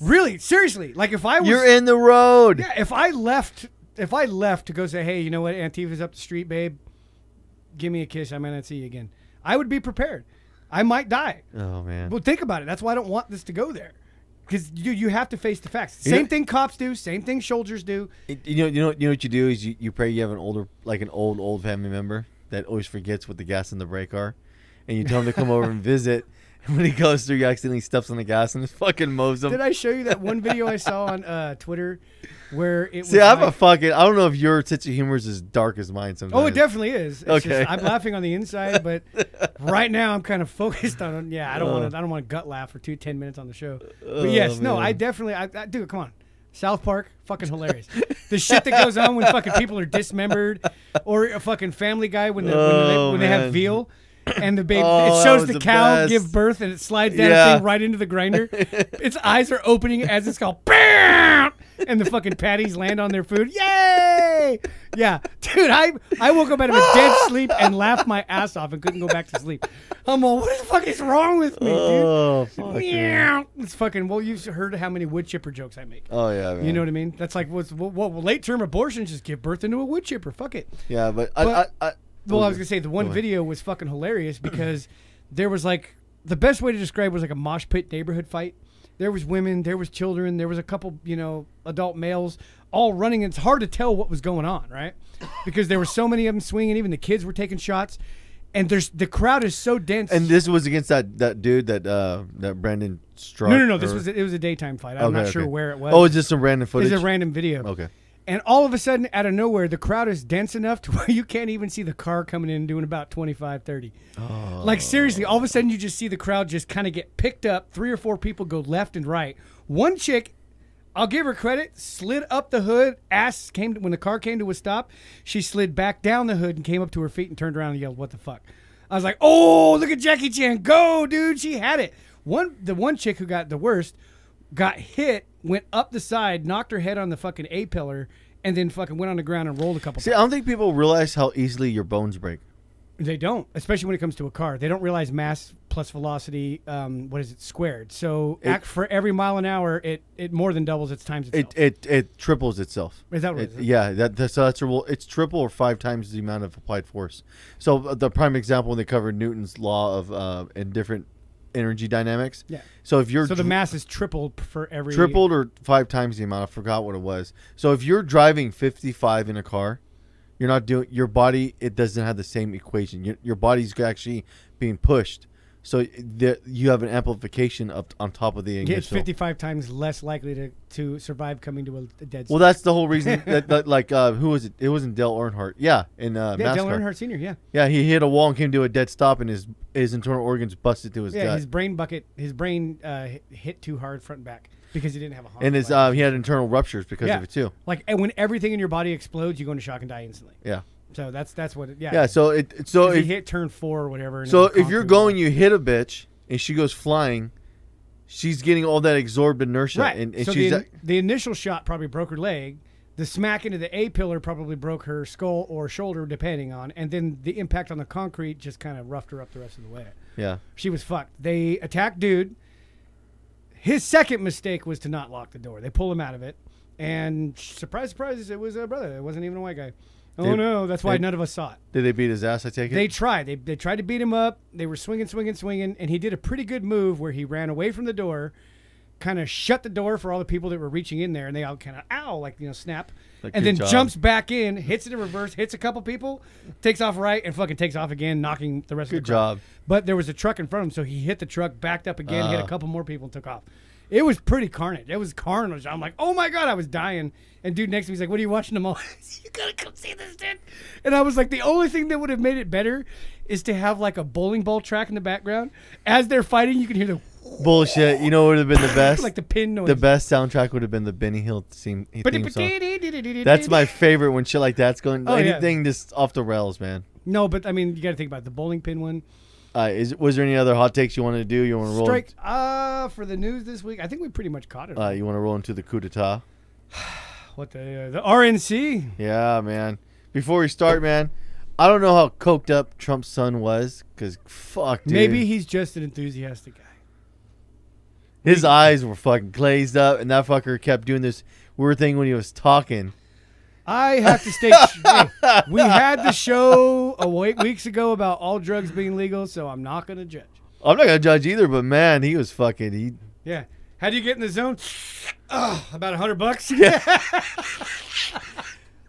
Speaker 3: Really, seriously? Like if I was
Speaker 2: You're in the road.
Speaker 3: Yeah, if I left, if I left to go say, hey, you know what, Antifa's up the street, babe, give me a kiss. I might not see you again. I would be prepared. I might die.
Speaker 2: Oh man.
Speaker 3: Well, think about it. That's why I don't want this to go there. Because you, you have to face the facts. Same
Speaker 2: Yeah.
Speaker 3: thing cops do. Same thing soldiers do.
Speaker 2: It- You know, you know, you know what you do is you, you pray you have an older, like an old, old family member that always forgets what the gas and the brake are, and you tell him to come over and visit. And when he goes through, he accidentally steps on the gas and just fucking mows him.
Speaker 3: Did I show you that one video I saw on uh, Twitter where it was?
Speaker 2: See, I'm a
Speaker 3: like-
Speaker 2: fucking. I don't know if your sense of humor is as dark as mine sometimes.
Speaker 3: Oh, it definitely is. It's
Speaker 2: Okay.
Speaker 3: just, I'm laughing on the inside, but right now I'm kind of focused on. Yeah, I don't want to. I don't want to gut laugh for two ten minutes on the show. But yes, no, I
Speaker 2: Uh. Oh, man.
Speaker 3: definitely. I, I dude, come on. South Park, fucking hilarious. the shit that goes on when fucking people are dismembered, or a fucking Family Guy when, the, when, they,
Speaker 2: Oh,
Speaker 3: when they have
Speaker 2: man.
Speaker 3: veal. And the baby,
Speaker 2: Oh,
Speaker 3: it
Speaker 2: that
Speaker 3: shows
Speaker 2: was
Speaker 3: the,
Speaker 2: the
Speaker 3: cow
Speaker 2: best.
Speaker 3: give birth, and it slides down
Speaker 2: Yeah.
Speaker 3: the thing right into the grinder. its eyes are opening as it's called, "Bam!" and the fucking patties land on their food. Yay! Yeah, dude, I I woke up out of a dead sleep and laughed my ass off and couldn't go back to sleep. I'm all, what the fuck is wrong with me, dude?
Speaker 2: Oh, fuck, man.
Speaker 3: Meow. It's fucking. Well, you've heard how many wood chipper jokes I make.
Speaker 2: Oh yeah, man.
Speaker 3: You know what I mean? That's like what's what, what late term abortions just give birth into a wood chipper. Fuck it.
Speaker 2: Yeah, but,
Speaker 3: But-
Speaker 2: I, I, I,
Speaker 3: Well, I was gonna say the one video was fucking hilarious because there was like the best way to describe it was like a mosh pit neighborhood fight. There was women, there was children, there was a couple, you know, adult males all running. It's hard to tell what was going on, right? Because there were so many of them swinging. Even the kids were taking shots, and there's the crowd is so dense.
Speaker 2: And this was against that that dude that uh that Brandon struck.
Speaker 3: no, no, no. This
Speaker 2: or-
Speaker 3: was a, it was a daytime fight. I'm
Speaker 2: Okay,
Speaker 3: not sure
Speaker 2: okay.
Speaker 3: where it was.
Speaker 2: Oh, it's just some random
Speaker 3: It's
Speaker 2: footage.
Speaker 3: a random video.
Speaker 2: Okay.
Speaker 3: And all of a sudden, out of nowhere, the crowd is dense enough to where you can't even see the car coming in doing about 25, 30. Like, seriously, all of a sudden, you just see the crowd just kind of get picked up. Three or four people go left and right. One chick, I'll give her credit, slid up the hood, ass came when the car came to a stop. She slid back down the hood and came up to her feet and turned around and yelled, What the fuck? I was like, Oh, look at Jackie Chan. Go, dude. She had it. One, the one chick who got the worst got hit, went up the side, knocked her head on the fucking A pillar, and then fucking went on the ground and rolled a couple
Speaker 2: See, I don't think people realize how easily your bones break.
Speaker 3: They don't, especially when it comes to a car. They don't realize mass plus velocity. Um, what is it squared? So act for every mile an hour, it it more than doubles its times
Speaker 2: It
Speaker 3: itself.
Speaker 2: it it triples itself.
Speaker 3: Is that what it is?
Speaker 2: Yeah, that that's, so that's a rule. It's triple or five times the amount of applied force. So uh, the prime example when they covered Newton's law of uh, and different energy dynamics.
Speaker 3: Yeah.
Speaker 2: So if you're
Speaker 3: so the
Speaker 2: dr-
Speaker 3: mass is tripled p- for every
Speaker 2: tripled or five times the amount, I forgot what it was. So if you're driving 55 in a car, you're not doing your body. It doesn't have the same equation. Your, your body's actually being pushed. So the, you have an amplification up on top of the
Speaker 3: Yeah, It's
Speaker 2: initial.
Speaker 3: fifty five times less likely to, to survive coming to a, a dead.
Speaker 2: Well,
Speaker 3: stop.
Speaker 2: that's the whole reason. That, that like, uh, who was it? It wasn't Dale Earnhardt. Yeah, in uh,
Speaker 3: yeah, Dale
Speaker 2: NASCAR.
Speaker 3: Earnhardt Senior. Yeah,
Speaker 2: Yeah, he hit a wall and came to a dead stop, and his his internal organs busted to his
Speaker 3: yeah.
Speaker 2: gut.
Speaker 3: His brain bucket, his brain uh, hit- hit too hard front and back. because he didn't have a Honda.
Speaker 2: and his
Speaker 3: license.
Speaker 2: uh, he had internal ruptures because
Speaker 3: yeah.
Speaker 2: of it too.
Speaker 3: Like and when everything in your body explodes, you go into shock and die instantly.
Speaker 2: Yeah,
Speaker 3: So that's that's what. It, yeah.
Speaker 2: yeah. So it so
Speaker 3: If you
Speaker 2: if,
Speaker 3: hit turn four or whatever. and
Speaker 2: so
Speaker 3: it was
Speaker 2: if you're
Speaker 3: concrete wall.
Speaker 2: going, you hit a bitch, and she goes flying. She's getting all that absorbed inertia,
Speaker 3: right.
Speaker 2: and, and
Speaker 3: so
Speaker 2: she's
Speaker 3: the, the initial shot probably broke her leg. The smack into the A pillar probably broke her skull or shoulder, depending on, and then the impact on the concrete just kind of roughed her up the rest of the way.
Speaker 2: yeah.
Speaker 3: She was fucked. They attacked dude. His second mistake was to not lock the door. They pull him out of it, and surprise, surprise, it was a brother. It wasn't even a white guy. Oh
Speaker 2: They-
Speaker 3: no, that's why
Speaker 2: they-
Speaker 3: none of us saw it.
Speaker 2: Did they beat his ass? I take it.
Speaker 3: They tried. They, they tried to beat him up. They were swinging, swinging, swinging, and he did a pretty good move where he ran away from the door, kind of shut the door for all the people that were reaching in there, and they all kind of ow, like you know, snap,
Speaker 2: Like,
Speaker 3: and
Speaker 2: good
Speaker 3: then
Speaker 2: job.
Speaker 3: jumps back in, hits it in reverse, hits a couple people, takes off right, and fucking takes off again, knocking the rest
Speaker 2: Good
Speaker 3: of the crowd.
Speaker 2: job.
Speaker 3: But there was a truck in front of him, so he hit the truck, backed up again,
Speaker 2: Uh.
Speaker 3: hit a couple more people, and took off. It was pretty carnage. It was carnage. I'm like, oh my god, I was dying. And dude next to me's like, what are you watching them all? you gotta come see this, dude. And I was like, the only thing that would have made it better is to have like a bowling ball track in the background. As they're fighting, you can hear the
Speaker 2: Bullshit. You know what would have been the best?
Speaker 3: like the pin noise.
Speaker 2: The best soundtrack would have been the Benny Hill theme, theme song. That's
Speaker 3: That's
Speaker 2: my favorite when shit like that's going.
Speaker 3: Oh, yeah.
Speaker 2: anything just off the rails, man.
Speaker 3: no, but I mean, you got to think about it. the bowling pin one.
Speaker 2: Uh, is, was there any other hot takes you wanted to do? You want to roll?
Speaker 3: Strike uh, for the news this week. I think we pretty much caught it.
Speaker 2: Uh, you want to roll into the coup d'état?
Speaker 3: what the uh, the RNC?
Speaker 2: Yeah, man. Before we start, man, I don't know how coked up Trump's son was, cause fuck, dude.
Speaker 3: Maybe he's just an enthusiastic guy.
Speaker 2: his eyes were fucking glazed up, and that fucker kept doing this weird thing when he was talking.
Speaker 3: I have to state hey, we had the show a week, weeks ago about all drugs being legal, so I'm not going to judge.
Speaker 2: I'm not gonna judge either, but man, he was fucking. He
Speaker 3: Yeah. How do you get in the zone? Oh, about a hundred bucks.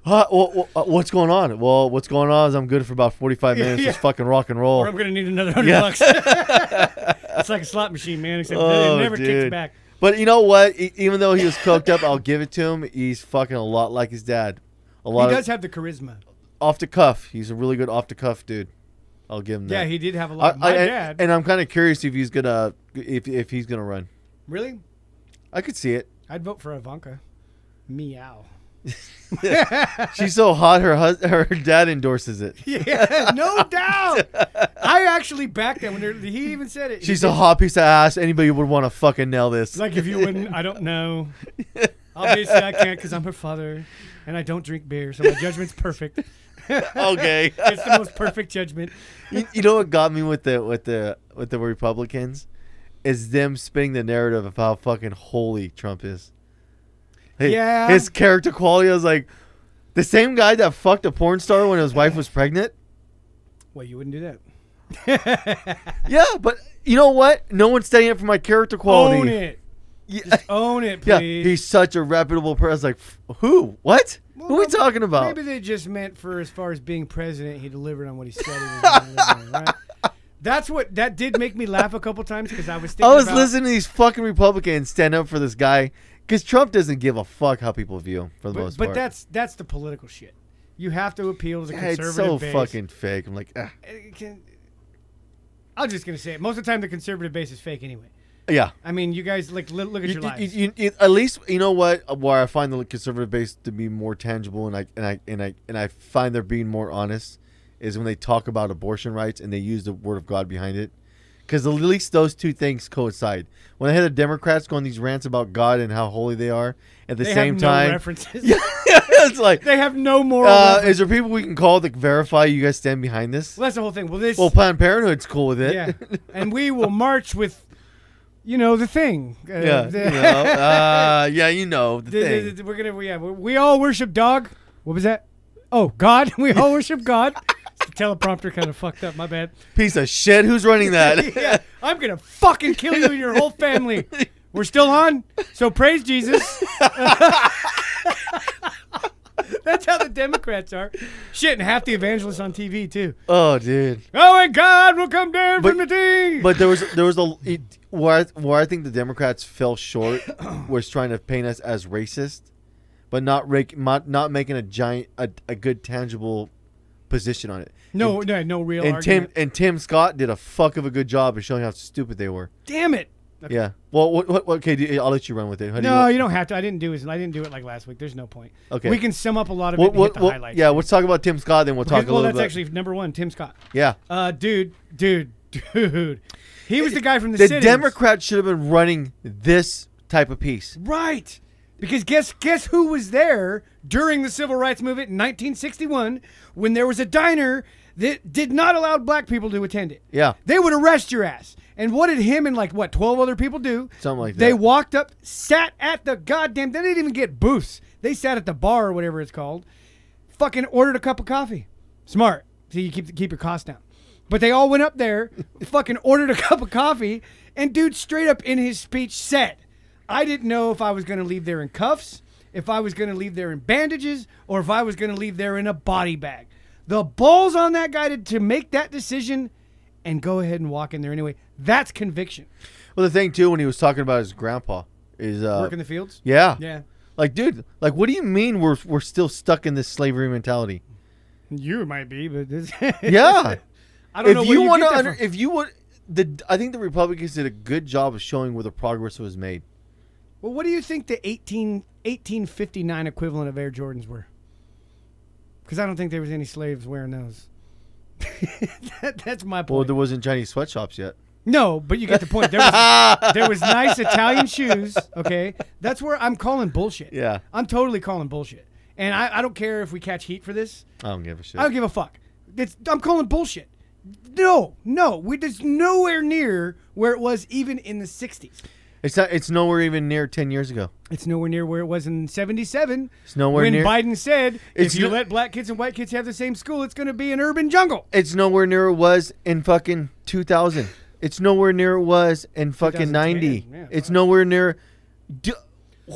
Speaker 2: Huh, wha- wha- uh, what's going on? Well, what's going on is I'm good for about 45 minutes.
Speaker 3: Yeah.
Speaker 2: Just fucking rock and roll.
Speaker 3: or I'm gonna need another hundred
Speaker 2: Yeah.
Speaker 3: bucks. it's like a slot machine, man. Except
Speaker 2: Oh,
Speaker 3: it never
Speaker 2: dude.
Speaker 3: kicks back.
Speaker 2: But you know what? E- even though he was coked up, I'll give it to him. He's fucking a lot like his dad. A
Speaker 3: He
Speaker 2: lot
Speaker 3: does
Speaker 2: of,
Speaker 3: have the charisma.
Speaker 2: off the cuff. He's a really good off the cuff dude. I'll give him
Speaker 3: Yeah,
Speaker 2: that.
Speaker 3: he did have a lot.
Speaker 2: I,
Speaker 3: My
Speaker 2: I-
Speaker 3: dad,
Speaker 2: and I'm kind of curious if he's gonna if if he's gonna run.
Speaker 3: really?
Speaker 2: I could see it.
Speaker 3: I'd vote for Ivanka. Meow.
Speaker 2: She's so hot. Her hus- her dad endorses it.
Speaker 3: Yeah, no doubt. I actually backed that when they're- he even said it. He
Speaker 2: She's a hot piece of ass. Anybody would want to fucking nail this.
Speaker 3: It's like if you wouldn't, I don't know. Obviously, I can't because I'm her father, and I don't drink beer, so my judgment's perfect.
Speaker 2: okay.
Speaker 3: It's the most perfect judgment.
Speaker 2: you, you know what got me with the with the with the Republicans is them spinning the narrative of how fucking holy Trump is. Hey,
Speaker 3: Yeah.
Speaker 2: his character quality I was like the same guy that fucked a porn star when his wife was pregnant.
Speaker 3: Well, you wouldn't do that.
Speaker 2: Yeah, but you know what? No one's standing up for my character quality.
Speaker 3: Own it.
Speaker 2: Yeah,
Speaker 3: Own it,
Speaker 2: yeah,
Speaker 3: please.
Speaker 2: he's such a reputable person. I was like, who? What?
Speaker 3: Well,
Speaker 2: who are we
Speaker 3: no,
Speaker 2: talking about?
Speaker 3: Maybe they just meant for as far as being president, he delivered on what he said. He was gonna deliver on, right? That's what that did make me laugh a couple times because I was thinking.
Speaker 2: I was
Speaker 3: about-
Speaker 2: listening to these fucking Republicans stand up for this guy because Trump doesn't give a fuck how people view him for the
Speaker 3: but,
Speaker 2: most
Speaker 3: but
Speaker 2: part.
Speaker 3: that's that's the political shit. You have to appeal to the
Speaker 2: Yeah,
Speaker 3: conservative
Speaker 2: it's so
Speaker 3: base.
Speaker 2: fucking fake. I'm like, ah.
Speaker 3: It can- I'm just gonna say it. Most of the time, the conservative base is fake anyway.
Speaker 2: yeah.
Speaker 3: I mean, you guys like li- look at
Speaker 2: You,
Speaker 3: your lives.
Speaker 2: you- you- you- at least you know what where I find the conservative base to be more tangible, and I and I and I and I find they're being more honest is when they talk about abortion rights and they use the word of God behind it, because at least those two things coincide. When I hear the Democrats go on these rants about God and how holy they are, at the
Speaker 3: they
Speaker 2: same
Speaker 3: have no
Speaker 2: time,
Speaker 3: references.
Speaker 2: it's like,
Speaker 3: they have no moral.
Speaker 2: uh,
Speaker 3: references.
Speaker 2: is there people we can call to verify you guys stand behind this?
Speaker 3: Well, that's the whole thing. Well, this
Speaker 2: Well, Planned Parenthood's cool with it.
Speaker 3: yeah, and we will march with, you know, the thing. Uh,
Speaker 2: yeah,
Speaker 3: the-
Speaker 2: you know, uh, yeah, you know the
Speaker 3: the- the-
Speaker 2: thing.
Speaker 3: the- we're gonna yeah, we, we all worship dog. What was that? Oh, God. We all worship God. The teleprompter kind of fucked up. My bad.
Speaker 2: Piece of shit. Who's running that?
Speaker 3: yeah, I'm gonna fucking kill you and your whole family. We're still on, so praise Jesus. That's how the Democrats are. Shit, and half the evangelists on TV too.
Speaker 2: oh, dude.
Speaker 3: Oh, and God will come down
Speaker 2: But-
Speaker 3: from the thing.
Speaker 2: But there was there was a it, where I, where I think the Democrats fell short was trying to paint us as racist, but not rake, not, not making a giant a, a good tangible position on it.
Speaker 3: no, no, no real
Speaker 2: And Tim
Speaker 3: argument.
Speaker 2: and Tim Scott did a fuck of a good job of showing how stupid they were.
Speaker 3: Damn it!
Speaker 2: Yeah. Well, what, what, what- okay, do you- I'll let you run with it. How do
Speaker 3: No,
Speaker 2: you,
Speaker 3: you don't have to. I didn't do it. I didn't do it like last week. There's no point.
Speaker 2: Okay.
Speaker 3: We can sum up a lot of it
Speaker 2: What,
Speaker 3: and
Speaker 2: what,
Speaker 3: hit the
Speaker 2: what-
Speaker 3: highlights.
Speaker 2: yeah, let's talk about Tim Scott. Then we'll talk
Speaker 3: Because-
Speaker 2: a little
Speaker 3: well, that's
Speaker 2: bit.
Speaker 3: actually number one, Tim Scott.
Speaker 2: yeah.
Speaker 3: Uh, dude, dude, dude. He was the guy from the,
Speaker 2: The
Speaker 3: Citizens.
Speaker 2: Democrats should have been running this type of piece.
Speaker 3: Right. Because guess guess who was there during the civil rights movement in 1961 when there was a diner that did not allow black people to attend it.
Speaker 2: Yeah.
Speaker 3: They would arrest your ass. And what did him and like what 12 other people do?
Speaker 2: Something like
Speaker 3: They
Speaker 2: that.
Speaker 3: walked up, sat at the goddamn they didn't even get booths. They sat at the bar or whatever it's called. Fucking ordered a cup of coffee. Smart. So you keep keep your costs down. But they all went up there, fucking ordered a cup of coffee, and dude straight up in his speech said, I didn't know if I was gonna leave there in cuffs, if I was gonna leave there in bandages, or if I was gonna leave there in a body bag. The balls on that guy to, to make that decision and go ahead and walk in there anyway. That's conviction.
Speaker 2: Well, the thing too, when he was talking about his grandpa, is uh,
Speaker 3: Work in the fields.
Speaker 2: yeah,
Speaker 3: Yeah.
Speaker 2: Like, dude, like, what do you mean we're we're still stuck in this slavery mentality?
Speaker 3: You might be, but this.
Speaker 2: Yeah.
Speaker 3: I don't know
Speaker 2: if
Speaker 3: where
Speaker 2: you,
Speaker 3: you,
Speaker 2: want to,
Speaker 3: get that
Speaker 2: under,
Speaker 3: from.
Speaker 2: if you would, the I think the Republicans did a good job of showing where the progress was made.
Speaker 3: Well, what do you think the 18, 1859 equivalent of Air Jordans were? Because I don't think there was any slaves wearing those. that, that's my
Speaker 2: Well,
Speaker 3: point.
Speaker 2: there wasn't Chinese sweatshops yet.
Speaker 3: no, but you get the point. There was, there was nice Italian shoes. Okay, that's where I'm calling bullshit.
Speaker 2: Yeah.
Speaker 3: I'm totally calling bullshit, and I, I don't care if we catch heat for this.
Speaker 2: I don't give a shit.
Speaker 3: I don't give a fuck. It's, I'm calling bullshit. No, no, we just nowhere near where it was even in the '60s.
Speaker 2: It's not. It's nowhere even near ten years ago.
Speaker 3: It's nowhere near where it was in '77.
Speaker 2: It's nowhere
Speaker 3: when
Speaker 2: near-
Speaker 3: Biden said,
Speaker 2: It's
Speaker 3: "If you
Speaker 2: no-
Speaker 3: let black kids and white kids have the same school, it's going to be an urban jungle."
Speaker 2: It's nowhere near it was in fucking two thousand. It's nowhere near it was in fucking ninety.
Speaker 3: 2010, yeah,
Speaker 2: it's nowhere near. Do,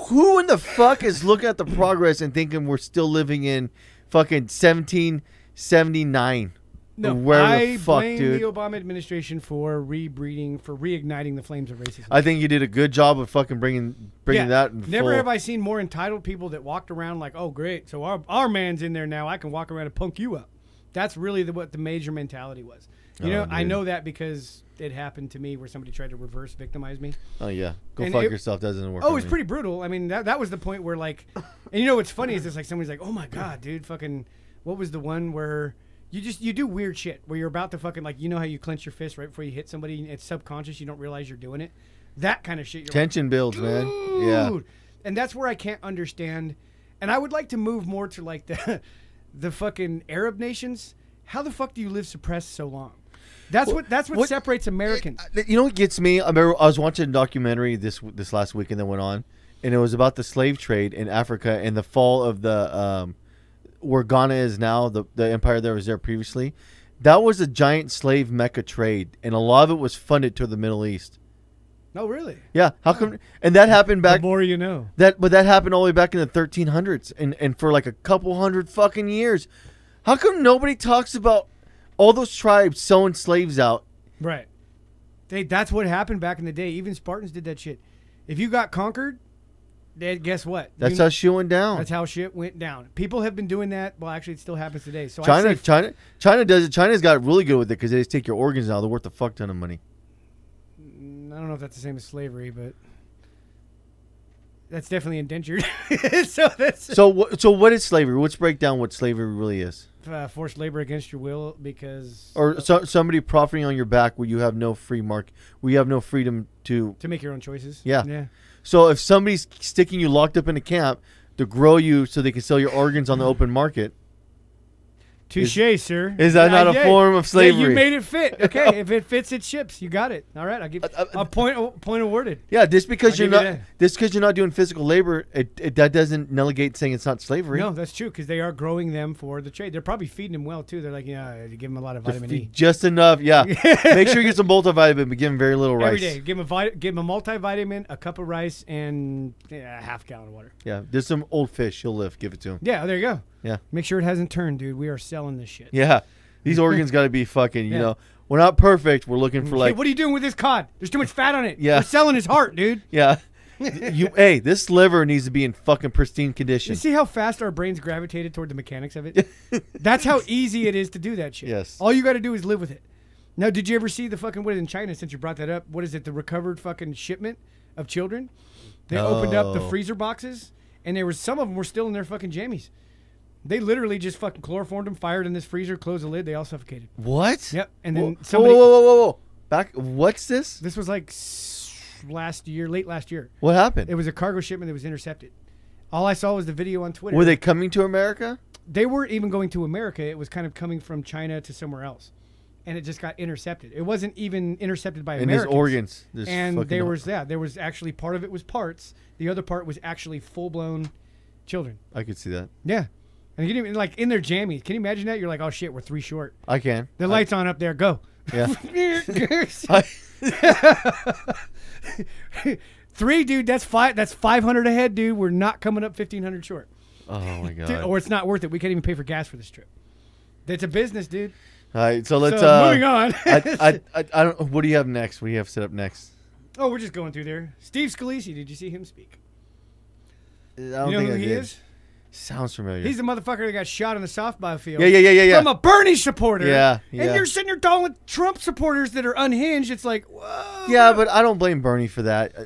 Speaker 2: who in the fuck is looking at the progress and thinking we're still living in fucking seventeen seventy nine?
Speaker 3: No,
Speaker 2: where
Speaker 3: I
Speaker 2: the fuck,
Speaker 3: blame
Speaker 2: dude?
Speaker 3: the Obama administration for rebreeding, for reigniting the flames of racism.
Speaker 2: I think you did a good job of fucking bringing bringing
Speaker 3: Yeah.
Speaker 2: that. In
Speaker 3: Never
Speaker 2: full.
Speaker 3: have I seen more entitled people that walked around like, "Oh, great, so our our man's in there now. I can walk around and punk you up." That's really the, what the major mentality was. You
Speaker 2: Oh,
Speaker 3: know, I
Speaker 2: dude.
Speaker 3: know that because it happened to me where somebody tried to reverse victimize me.
Speaker 2: Oh yeah, go
Speaker 3: And
Speaker 2: fuck
Speaker 3: it-
Speaker 2: yourself. Doesn't work.
Speaker 3: Oh,
Speaker 2: on
Speaker 3: it's
Speaker 2: me.
Speaker 3: pretty brutal. I mean, that that was the point where like, and you know what's funny is it's like somebody's like, "Oh my god, dude, fucking," what was the one where you just you do weird shit where you're about to fucking like you know how you clench your fist right before you hit somebody and it's subconscious you don't realize you're doing it, that kind of shit. You're like,
Speaker 2: Tension builds, man. Yeah.
Speaker 3: Dude. And that's where I can't understand. And I would like to move more to like the the fucking Arab nations. How the fuck do you live suppressed so long? That's what that's what,
Speaker 2: what-
Speaker 3: separates Americans.
Speaker 2: Th- You know what gets me? I remember I was watching a documentary this this last weekend that went on, and it was about the slave trade in Africa and the fall of the um, where Ghana is now, the the empire that was there previously. That was a giant slave mecca trade, and a lot of it was funded to the Middle East.
Speaker 3: no, Oh, really.
Speaker 2: Yeah, how come? And that happened
Speaker 3: The
Speaker 2: back
Speaker 3: more you know.
Speaker 2: that, but that happened all the way back in the 1300s, and and for like a couple hundred fucking years. How come nobody talks about all those tribes selling slaves out
Speaker 3: Right. They that's what happened back in the day. Even Spartans did that shit. If you got conquered, then guess what?
Speaker 2: That's
Speaker 3: You-
Speaker 2: how she went down.
Speaker 3: that's how shit went down. People have been doing that. Well, actually, it still happens today. So I
Speaker 2: China,
Speaker 3: say,
Speaker 2: China, China does it. China's got really good with it because they just take your organs now. They're worth a fuck ton of money.
Speaker 3: I don't know if that's the same as slavery, but that's definitely indentured. so that's
Speaker 2: So, wh- so what is slavery? Let's break down what slavery really is,
Speaker 3: uh, forced labor against your will because
Speaker 2: or so, somebody profiting on your back where you have no free market, where you have no freedom to.
Speaker 3: to make your own choices.
Speaker 2: Yeah.
Speaker 3: Yeah.
Speaker 2: So, if somebody's sticking you locked up in a camp to grow you so they can sell your organs on the open market,
Speaker 3: Touche, sir.
Speaker 2: is that not a
Speaker 3: yeah.
Speaker 2: form of
Speaker 3: Yeah, you
Speaker 2: slavery?
Speaker 3: made it fit. Okay, if it fits, it ships. You got it. All right, I'll give
Speaker 2: uh,
Speaker 3: a point. Point awarded.
Speaker 2: yeah, just because
Speaker 3: I'll
Speaker 2: you're
Speaker 3: give
Speaker 2: not
Speaker 3: you that.
Speaker 2: just because you're not doing physical labor, it, it that doesn't negate saying it's not slavery.
Speaker 3: No, that's true because they are growing them for the trade. They're probably feeding them well too. They're like, yeah, you give them a lot of vitamin E
Speaker 2: Just enough, yeah. Make sure you get some multivitamin, but give them very little rice.
Speaker 3: every day. Give them a vit- give them a multivitamin, a cup of rice, and yeah, a half gallon of water.
Speaker 2: Yeah, there's some old fish. He'll live. Give it to him.
Speaker 3: Yeah, there you go.
Speaker 2: Yeah.
Speaker 3: Make sure it hasn't turned, dude. We are selling this shit.
Speaker 2: Yeah. These organs got to be fucking, you
Speaker 3: Yeah.
Speaker 2: know, we're not perfect. We're looking for
Speaker 3: Hey,
Speaker 2: like,
Speaker 3: what are you doing with this cod? There's too much fat on it.
Speaker 2: Yeah.
Speaker 3: We're selling his heart, dude.
Speaker 2: yeah. you, hey, this liver needs to be in fucking pristine condition.
Speaker 3: You see how fast our brains gravitated toward the mechanics of it? That's how easy it is to do that shit.
Speaker 2: Yes.
Speaker 3: All you got to do is live with it. Now, did you ever see the fucking what in China? Since you brought that up, what is it? The recovered fucking shipment of children. They opened up the
Speaker 2: Oh.
Speaker 3: freezer boxes, and there was some of them were still in their fucking jammies. They literally just fucking chloroformed them, fired in this freezer, closed the lid. They all suffocated.
Speaker 2: What?
Speaker 3: Yep, and
Speaker 2: Whoa-
Speaker 3: then somebody-
Speaker 2: Whoa, whoa, whoa, whoa, whoa! Back. What's this?
Speaker 3: This was like s- last year, late last year.
Speaker 2: What happened?
Speaker 3: It was a cargo shipment that was intercepted. All I saw was the video on Twitter.
Speaker 2: Were they coming to America?
Speaker 3: they weren't even going to America. It was kind of coming from China to somewhere else, and it just got intercepted. It wasn't even intercepted by
Speaker 2: And there's
Speaker 3: Americans.
Speaker 2: organs. There's
Speaker 3: and
Speaker 2: fucking
Speaker 3: there
Speaker 2: or-
Speaker 3: was yeah, there was actually part of it was parts. The other part was actually full blown children.
Speaker 2: I could see that.
Speaker 3: Yeah, and you can even like in their jammies. Can you imagine that? You're like, oh shit, we're three short.
Speaker 2: I can.
Speaker 3: The lights on up there. Go.
Speaker 2: Yeah. I-
Speaker 3: three, dude. That's five. That's five hundred a head, dude. We're not coming up fifteen hundred short.
Speaker 2: oh my god.
Speaker 3: Dude, or it's not worth it. We can't even pay for gas for this trip. That's a business, dude.
Speaker 2: All right, so let's.
Speaker 3: So,
Speaker 2: uh,
Speaker 3: moving on.
Speaker 2: I, I, I, I don't. What do you have next? What do you have set up next?
Speaker 3: Oh, we're just going through there. Steve Scalisi. Did you see him speak?
Speaker 2: I don't
Speaker 3: You know
Speaker 2: think
Speaker 3: who
Speaker 2: I
Speaker 3: he
Speaker 2: did.
Speaker 3: is?
Speaker 2: Sounds familiar.
Speaker 3: He's the motherfucker that got shot in the softball field.
Speaker 2: yeah, yeah, yeah, yeah, yeah.
Speaker 3: I'm a Bernie supporter.
Speaker 2: Yeah,
Speaker 3: And
Speaker 2: yeah.
Speaker 3: you're sitting there calling Trump supporters that are unhinged. It's like, whoa.
Speaker 2: yeah, but I don't blame Bernie for that. Uh,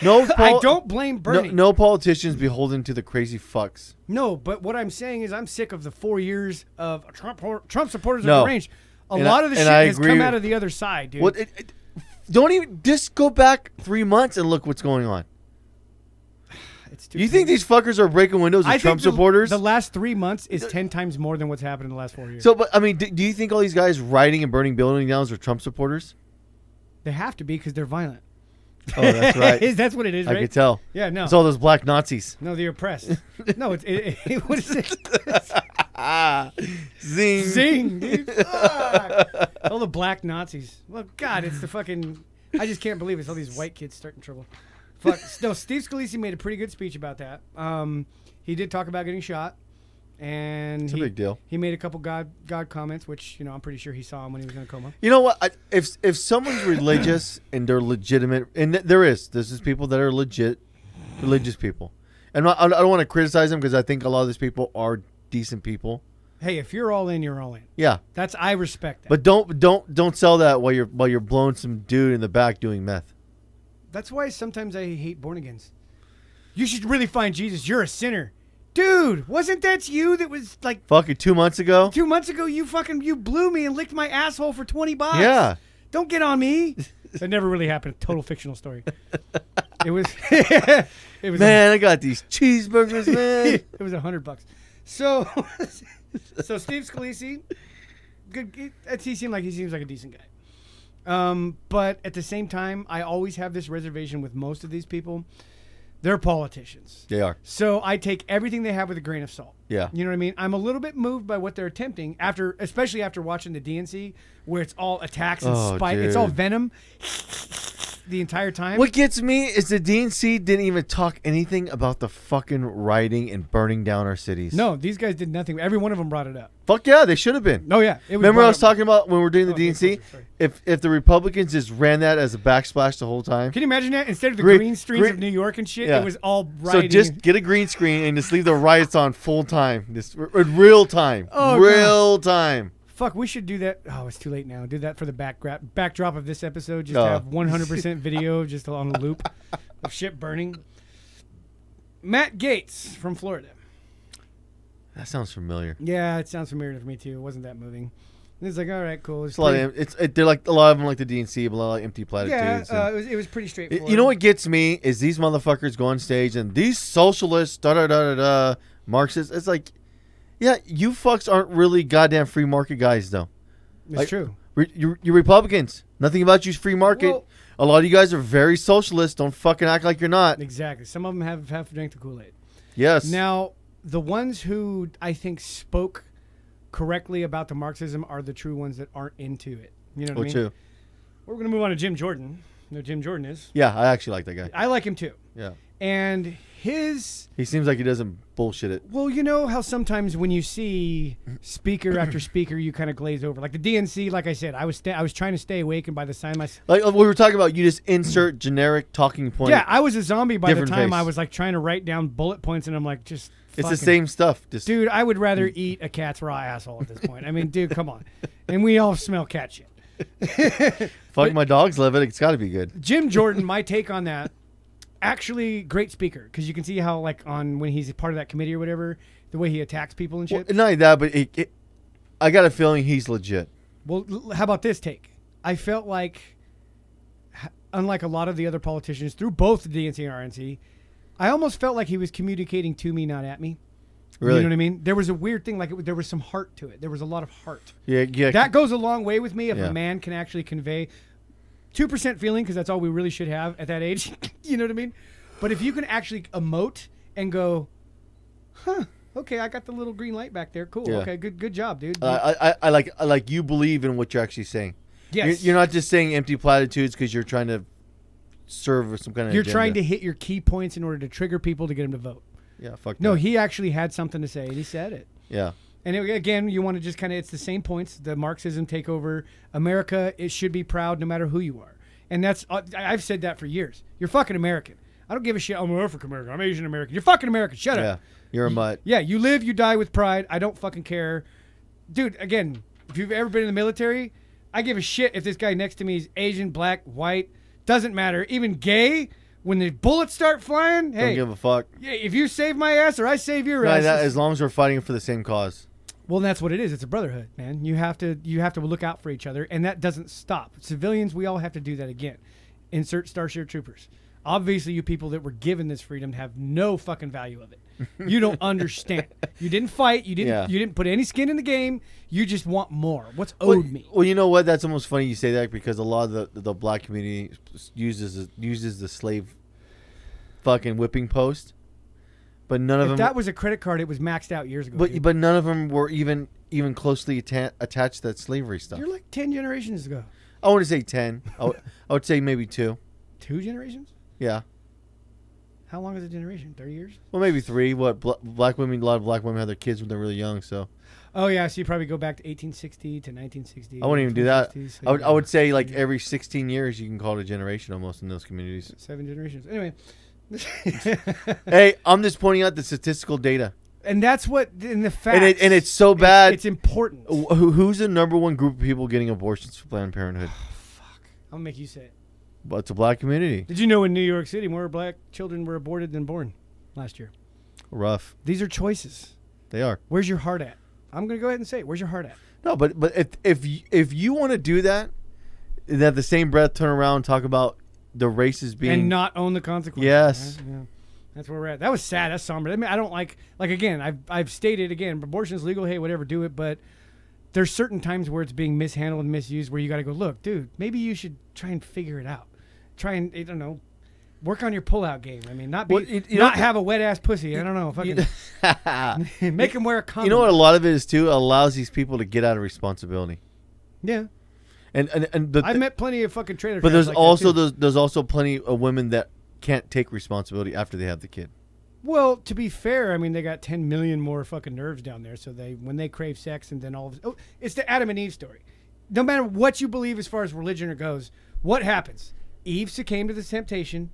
Speaker 2: No,
Speaker 3: I
Speaker 2: pol-
Speaker 3: don't blame
Speaker 2: No,
Speaker 3: Bernie.
Speaker 2: no politicians beholden to the crazy fucks.
Speaker 3: No, but what I'm saying is I'm sick of the four years of Trump Trump supporters
Speaker 2: No.
Speaker 3: are deranged. A
Speaker 2: And I-
Speaker 3: lot of the
Speaker 2: and
Speaker 3: shit
Speaker 2: I
Speaker 3: has
Speaker 2: agree
Speaker 3: come
Speaker 2: with-
Speaker 3: out of the other side, dude.
Speaker 2: What? It, it, don't even just go back three months and look what's going on.
Speaker 3: It's too
Speaker 2: You think
Speaker 3: crazy.
Speaker 2: these fuckers are breaking windows with
Speaker 3: I
Speaker 2: Trump
Speaker 3: think the-
Speaker 2: supporters?
Speaker 3: The last three months is ten times more than what's happened in the last four years.
Speaker 2: so, but I mean, do, do you think all these guys rioting and burning building downs are Trump supporters?
Speaker 3: they have to be because they're violent.
Speaker 2: Oh, that's right.
Speaker 3: Is- that's what it is,
Speaker 2: I
Speaker 3: right?
Speaker 2: could tell.
Speaker 3: Yeah, no.
Speaker 2: It's all those black Nazis.
Speaker 3: No, the oppressed. no, it's it, it, what is it?
Speaker 2: Zing.
Speaker 3: Zing, dude. Fuck. All the black Nazis. Well, God, it's the fucking. I just can't believe it's all these white kids starting trouble. Fuck. No, Steve Scalise made a pretty good speech about that. Um, he did talk about getting shot, and
Speaker 2: a
Speaker 3: he,
Speaker 2: big deal.
Speaker 3: He made a couple god god comments, which you know I'm pretty sure he saw him when he was in a coma.
Speaker 2: You know what? I, if if someone's religious and they're legitimate, and th- there is, this is people that are legit, religious people. And I, I don't want to criticize them because I think a lot of these people are decent people.
Speaker 3: Hey, if you're all in, you're all in.
Speaker 2: Yeah,
Speaker 3: That's I respect that.
Speaker 2: but don't don't don't sell that while you're while you're blowing some dude in the back doing meth.
Speaker 3: That's why sometimes I hate born agains. You should really find Jesus. You're a sinner. Dude, wasn't that you that was like
Speaker 2: Fucking two months ago.
Speaker 3: two months ago you fucking you blew me and licked my asshole for twenty bucks?
Speaker 2: Yeah.
Speaker 3: Don't get on me. that never really happened. Total fictional story. It was it was
Speaker 2: Man, I got these cheeseburgers, man.
Speaker 3: it was a hundred bucks. So so Steve Scalise, good. He, uh, he seemed like he seems like a decent guy. Um, but at the same time, I always have this reservation with most of these people. They're politicians.
Speaker 2: they are.
Speaker 3: So I take everything they have with a grain of salt.
Speaker 2: Yeah.
Speaker 3: You know what I mean? I'm a little bit moved by what they're attempting after, especially after watching the DNC, where it's all attacks and
Speaker 2: Oh,
Speaker 3: spite. It's all
Speaker 2: dude.
Speaker 3: venom the entire time.
Speaker 2: What gets me is the DNC didn't even talk anything about the fucking rioting and burning down our cities.
Speaker 3: No, these guys did nothing. Every one of them brought it up.
Speaker 2: Fuck yeah, they should have been.
Speaker 3: No, yeah. It was
Speaker 2: Remember,
Speaker 3: brought
Speaker 2: I was
Speaker 3: up-
Speaker 2: talking about when we were doing the
Speaker 3: Oh, okay,
Speaker 2: DNC.
Speaker 3: closer, sorry.
Speaker 2: If if the Republicans just ran that as a backsplash the whole time,
Speaker 3: Can you imagine that? Instead of the
Speaker 2: Green-
Speaker 3: green, streets
Speaker 2: green-
Speaker 3: of New York and shit,
Speaker 2: Yeah.
Speaker 3: it was all
Speaker 2: so
Speaker 3: rioting.
Speaker 2: just get a green screen and just leave the riots on full time, this r- in real time,
Speaker 3: Oh,
Speaker 2: real time.
Speaker 3: Fuck, we should do that. Oh, it's too late now. Do that for the backdrop backdrop of this episode. Just
Speaker 2: Oh.
Speaker 3: have 100% video just on a loop of shit burning. Matt Gates from Florida.
Speaker 2: That sounds familiar.
Speaker 3: Yeah, it sounds familiar to me too. It wasn't that moving. And it's like, all right, cool. It's
Speaker 2: It's a lot
Speaker 3: pretty-
Speaker 2: of em- it's it, they're like a lot of them like the DNC, but a lot of empty
Speaker 3: yeah,
Speaker 2: platitudes. and-
Speaker 3: uh, it, was, it was pretty
Speaker 2: Y-
Speaker 3: straightforward.
Speaker 2: you know what gets me is these motherfuckers go on stage and these socialists, da da da da da, Marxists. It's like, yeah, you fucks aren't really goddamn free market guys though.
Speaker 3: It's
Speaker 2: Like,
Speaker 3: true.
Speaker 2: Re- you, you Republicans. Nothing about you free market.
Speaker 3: Well-
Speaker 2: a lot of you guys are very socialist. Don't fucking act like you're not.
Speaker 3: Exactly. Some of them have half drank the Kool Aid.
Speaker 2: Yes.
Speaker 3: Now, the ones who I think spoke correctly about the Marxism are the true ones that aren't into it. You know what
Speaker 2: oh,
Speaker 3: I mean?
Speaker 2: too.
Speaker 3: We're going to move on to Jim Jordan. No, Jim Jordan is.
Speaker 2: Yeah, I actually like that guy.
Speaker 3: I like him too.
Speaker 2: Yeah.
Speaker 3: And his
Speaker 2: He seems like he doesn't bullshit it.
Speaker 3: well, you know how sometimes when you see speaker after speaker, you kind of glaze over. Like the DNC, like I said, I was sta- I was trying to stay awake, and by the time I s-
Speaker 2: Like uh, we were talking about, you just insert generic talking point.
Speaker 3: yeah, I was a zombie by the
Speaker 2: Different
Speaker 3: time
Speaker 2: face.
Speaker 3: I was like trying to write down bullet points, and I'm like, just
Speaker 2: it's the
Speaker 3: fucking-
Speaker 2: same stuff. Just
Speaker 3: dude. I would rather eat a cat's raw asshole at this point. I mean, dude, come on, and we all smell cat shit.
Speaker 2: Fuck my dogs love it. It's got to be good.
Speaker 3: Jim Jordan, my take on that, actually great speaker because you can see how like on when he's a part of that committee or whatever, the way he attacks people and
Speaker 2: Well,
Speaker 3: shit.
Speaker 2: not like that, but it, it, I got a feeling he's legit.
Speaker 3: Well, l- how about this take? I felt like, h- unlike a lot of the other politicians through both the DNC and RNC, I almost felt like he was communicating to me, not at me.
Speaker 2: Really?
Speaker 3: You know what I mean? There was a weird thing, like it, there was some heart to it. There was a lot of heart.
Speaker 2: Yeah, yeah.
Speaker 3: That goes a long way with me if
Speaker 2: Yeah.
Speaker 3: a man can actually convey 2% feeling, because that's all we really should have at that age. you know what I mean? But if you can actually emote and go, huh, okay, I got the little green light back there. Cool.
Speaker 2: Yeah.
Speaker 3: Okay, good good job, dude.
Speaker 2: Uh, I, I, I like I like you believe in what you're actually saying.
Speaker 3: yes.
Speaker 2: You're, you're not just saying empty platitudes because you're trying to serve some kind of.
Speaker 3: You're
Speaker 2: agenda.
Speaker 3: trying to hit your key points in order to trigger people to get them to vote.
Speaker 2: Yeah, fuck.
Speaker 3: No,
Speaker 2: that.
Speaker 3: he actually had something to say, and he said it.
Speaker 2: Yeah,
Speaker 3: And it, again, you want to just kind of, it's the same points. The Marxism take over America. It should be proud no matter who you are. And that's, uh, I- I've said that for years. You're fucking American. I don't give a shit. I'm African American. I'm Asian American. You're fucking American. Shut
Speaker 2: yeah.
Speaker 3: up.
Speaker 2: You're a mutt.
Speaker 3: Yeah, you live, you die with pride. I don't fucking care. Dude, again, if you've ever been in the military, I give a shit if this guy next to me is Asian, black, white, doesn't matter, even gay. When the bullets start flying,
Speaker 2: Don't
Speaker 3: hey,
Speaker 2: give a fuck.
Speaker 3: yeah, if you save my ass or I save your
Speaker 2: No,
Speaker 3: ass,
Speaker 2: that- as long as we're fighting for the same cause.
Speaker 3: well, that's what it is. It's a brotherhood, man. You have to you have to look out for each other, and that doesn't stop. Civilians, we all have to do that again. Insert Starship Troopers. Obviously, you people that were given this freedom have no fucking value of it. You don't understand. You didn't fight. You didn't.
Speaker 2: Yeah.
Speaker 3: You didn't put any skin in the game. You just want more. What's owed
Speaker 2: well,
Speaker 3: me?
Speaker 2: well, you know what? That's almost funny you say that because a lot of the, the black community uses uses the slave fucking whipping post, but none of
Speaker 3: If
Speaker 2: them.
Speaker 3: that was a credit card, it was maxed out years ago.
Speaker 2: but
Speaker 3: dude.
Speaker 2: but none of them were even even closely atta- attached to that slavery stuff.
Speaker 3: you're like ten generations ago,
Speaker 2: I want to say ten. I would- I would say maybe two.
Speaker 3: two generations.
Speaker 2: Yeah.
Speaker 3: How long is a generation? Thirty years?
Speaker 2: Well, maybe three. What bl- black women? A lot of black women have their kids when they're really young. So
Speaker 3: Oh yeah, so you probably go back to 1860 to 1960.
Speaker 2: I wouldn't even do that.
Speaker 3: 1960s, so
Speaker 2: I would,
Speaker 3: yeah.
Speaker 2: I would say like every 16 years you can call it a generation almost in those communities.
Speaker 3: seven generations. Anyway,
Speaker 2: hey, I'm just pointing out the statistical data,
Speaker 3: and that's what in the fact
Speaker 2: and it, and it's so bad. Oh.
Speaker 3: It's, important. I'm
Speaker 2: Wh- who- Who's the number one group of people getting abortions for Planned Parenthood?
Speaker 3: gonna make you say it.
Speaker 2: Well, it's a black community.
Speaker 3: Did you know in New York City more black children were aborted than born last year?
Speaker 2: Rough.
Speaker 3: These are choices.
Speaker 2: They are.
Speaker 3: Where's your heart at? I'm gonna go ahead and say, it. where's your heart at?
Speaker 2: No, but but if if y- if you want to do that, and at the same breath turn around and talk about the races being
Speaker 3: and not own the consequences.
Speaker 2: Yes.
Speaker 3: right? Yeah. That's where we're at. That was sad. That's somber. I mean, I don't like like again. I've I've stated again, abortion's legal. Hey, whatever, do it. But there's certain times where it's being mishandled and misused, where you got to go look, dude. Maybe you should try and figure it out. Try and I don't know, work on your pullout game. I mean, not be
Speaker 2: Well, you- you
Speaker 3: not
Speaker 2: know-
Speaker 3: have a wet ass pussy. I don't know. Fucking make him wear a condom.
Speaker 2: you know what? A lot of it is too allows these people to get out of responsibility.
Speaker 3: Yeah,
Speaker 2: And and, and the
Speaker 3: I've met plenty of fucking trailer.
Speaker 2: But
Speaker 3: trash
Speaker 2: there's
Speaker 3: like that,
Speaker 2: also
Speaker 3: too.
Speaker 2: those, there's also plenty of women that can't take responsibility after they have the kid.
Speaker 3: Well, to be fair, I mean they got 10 million more fucking nerves down there, so they when they crave sex and then all of oh, it's the Adam and Eve story. No matter what you believe as far as religion goes, what happens? Eve succumbed to this temptation,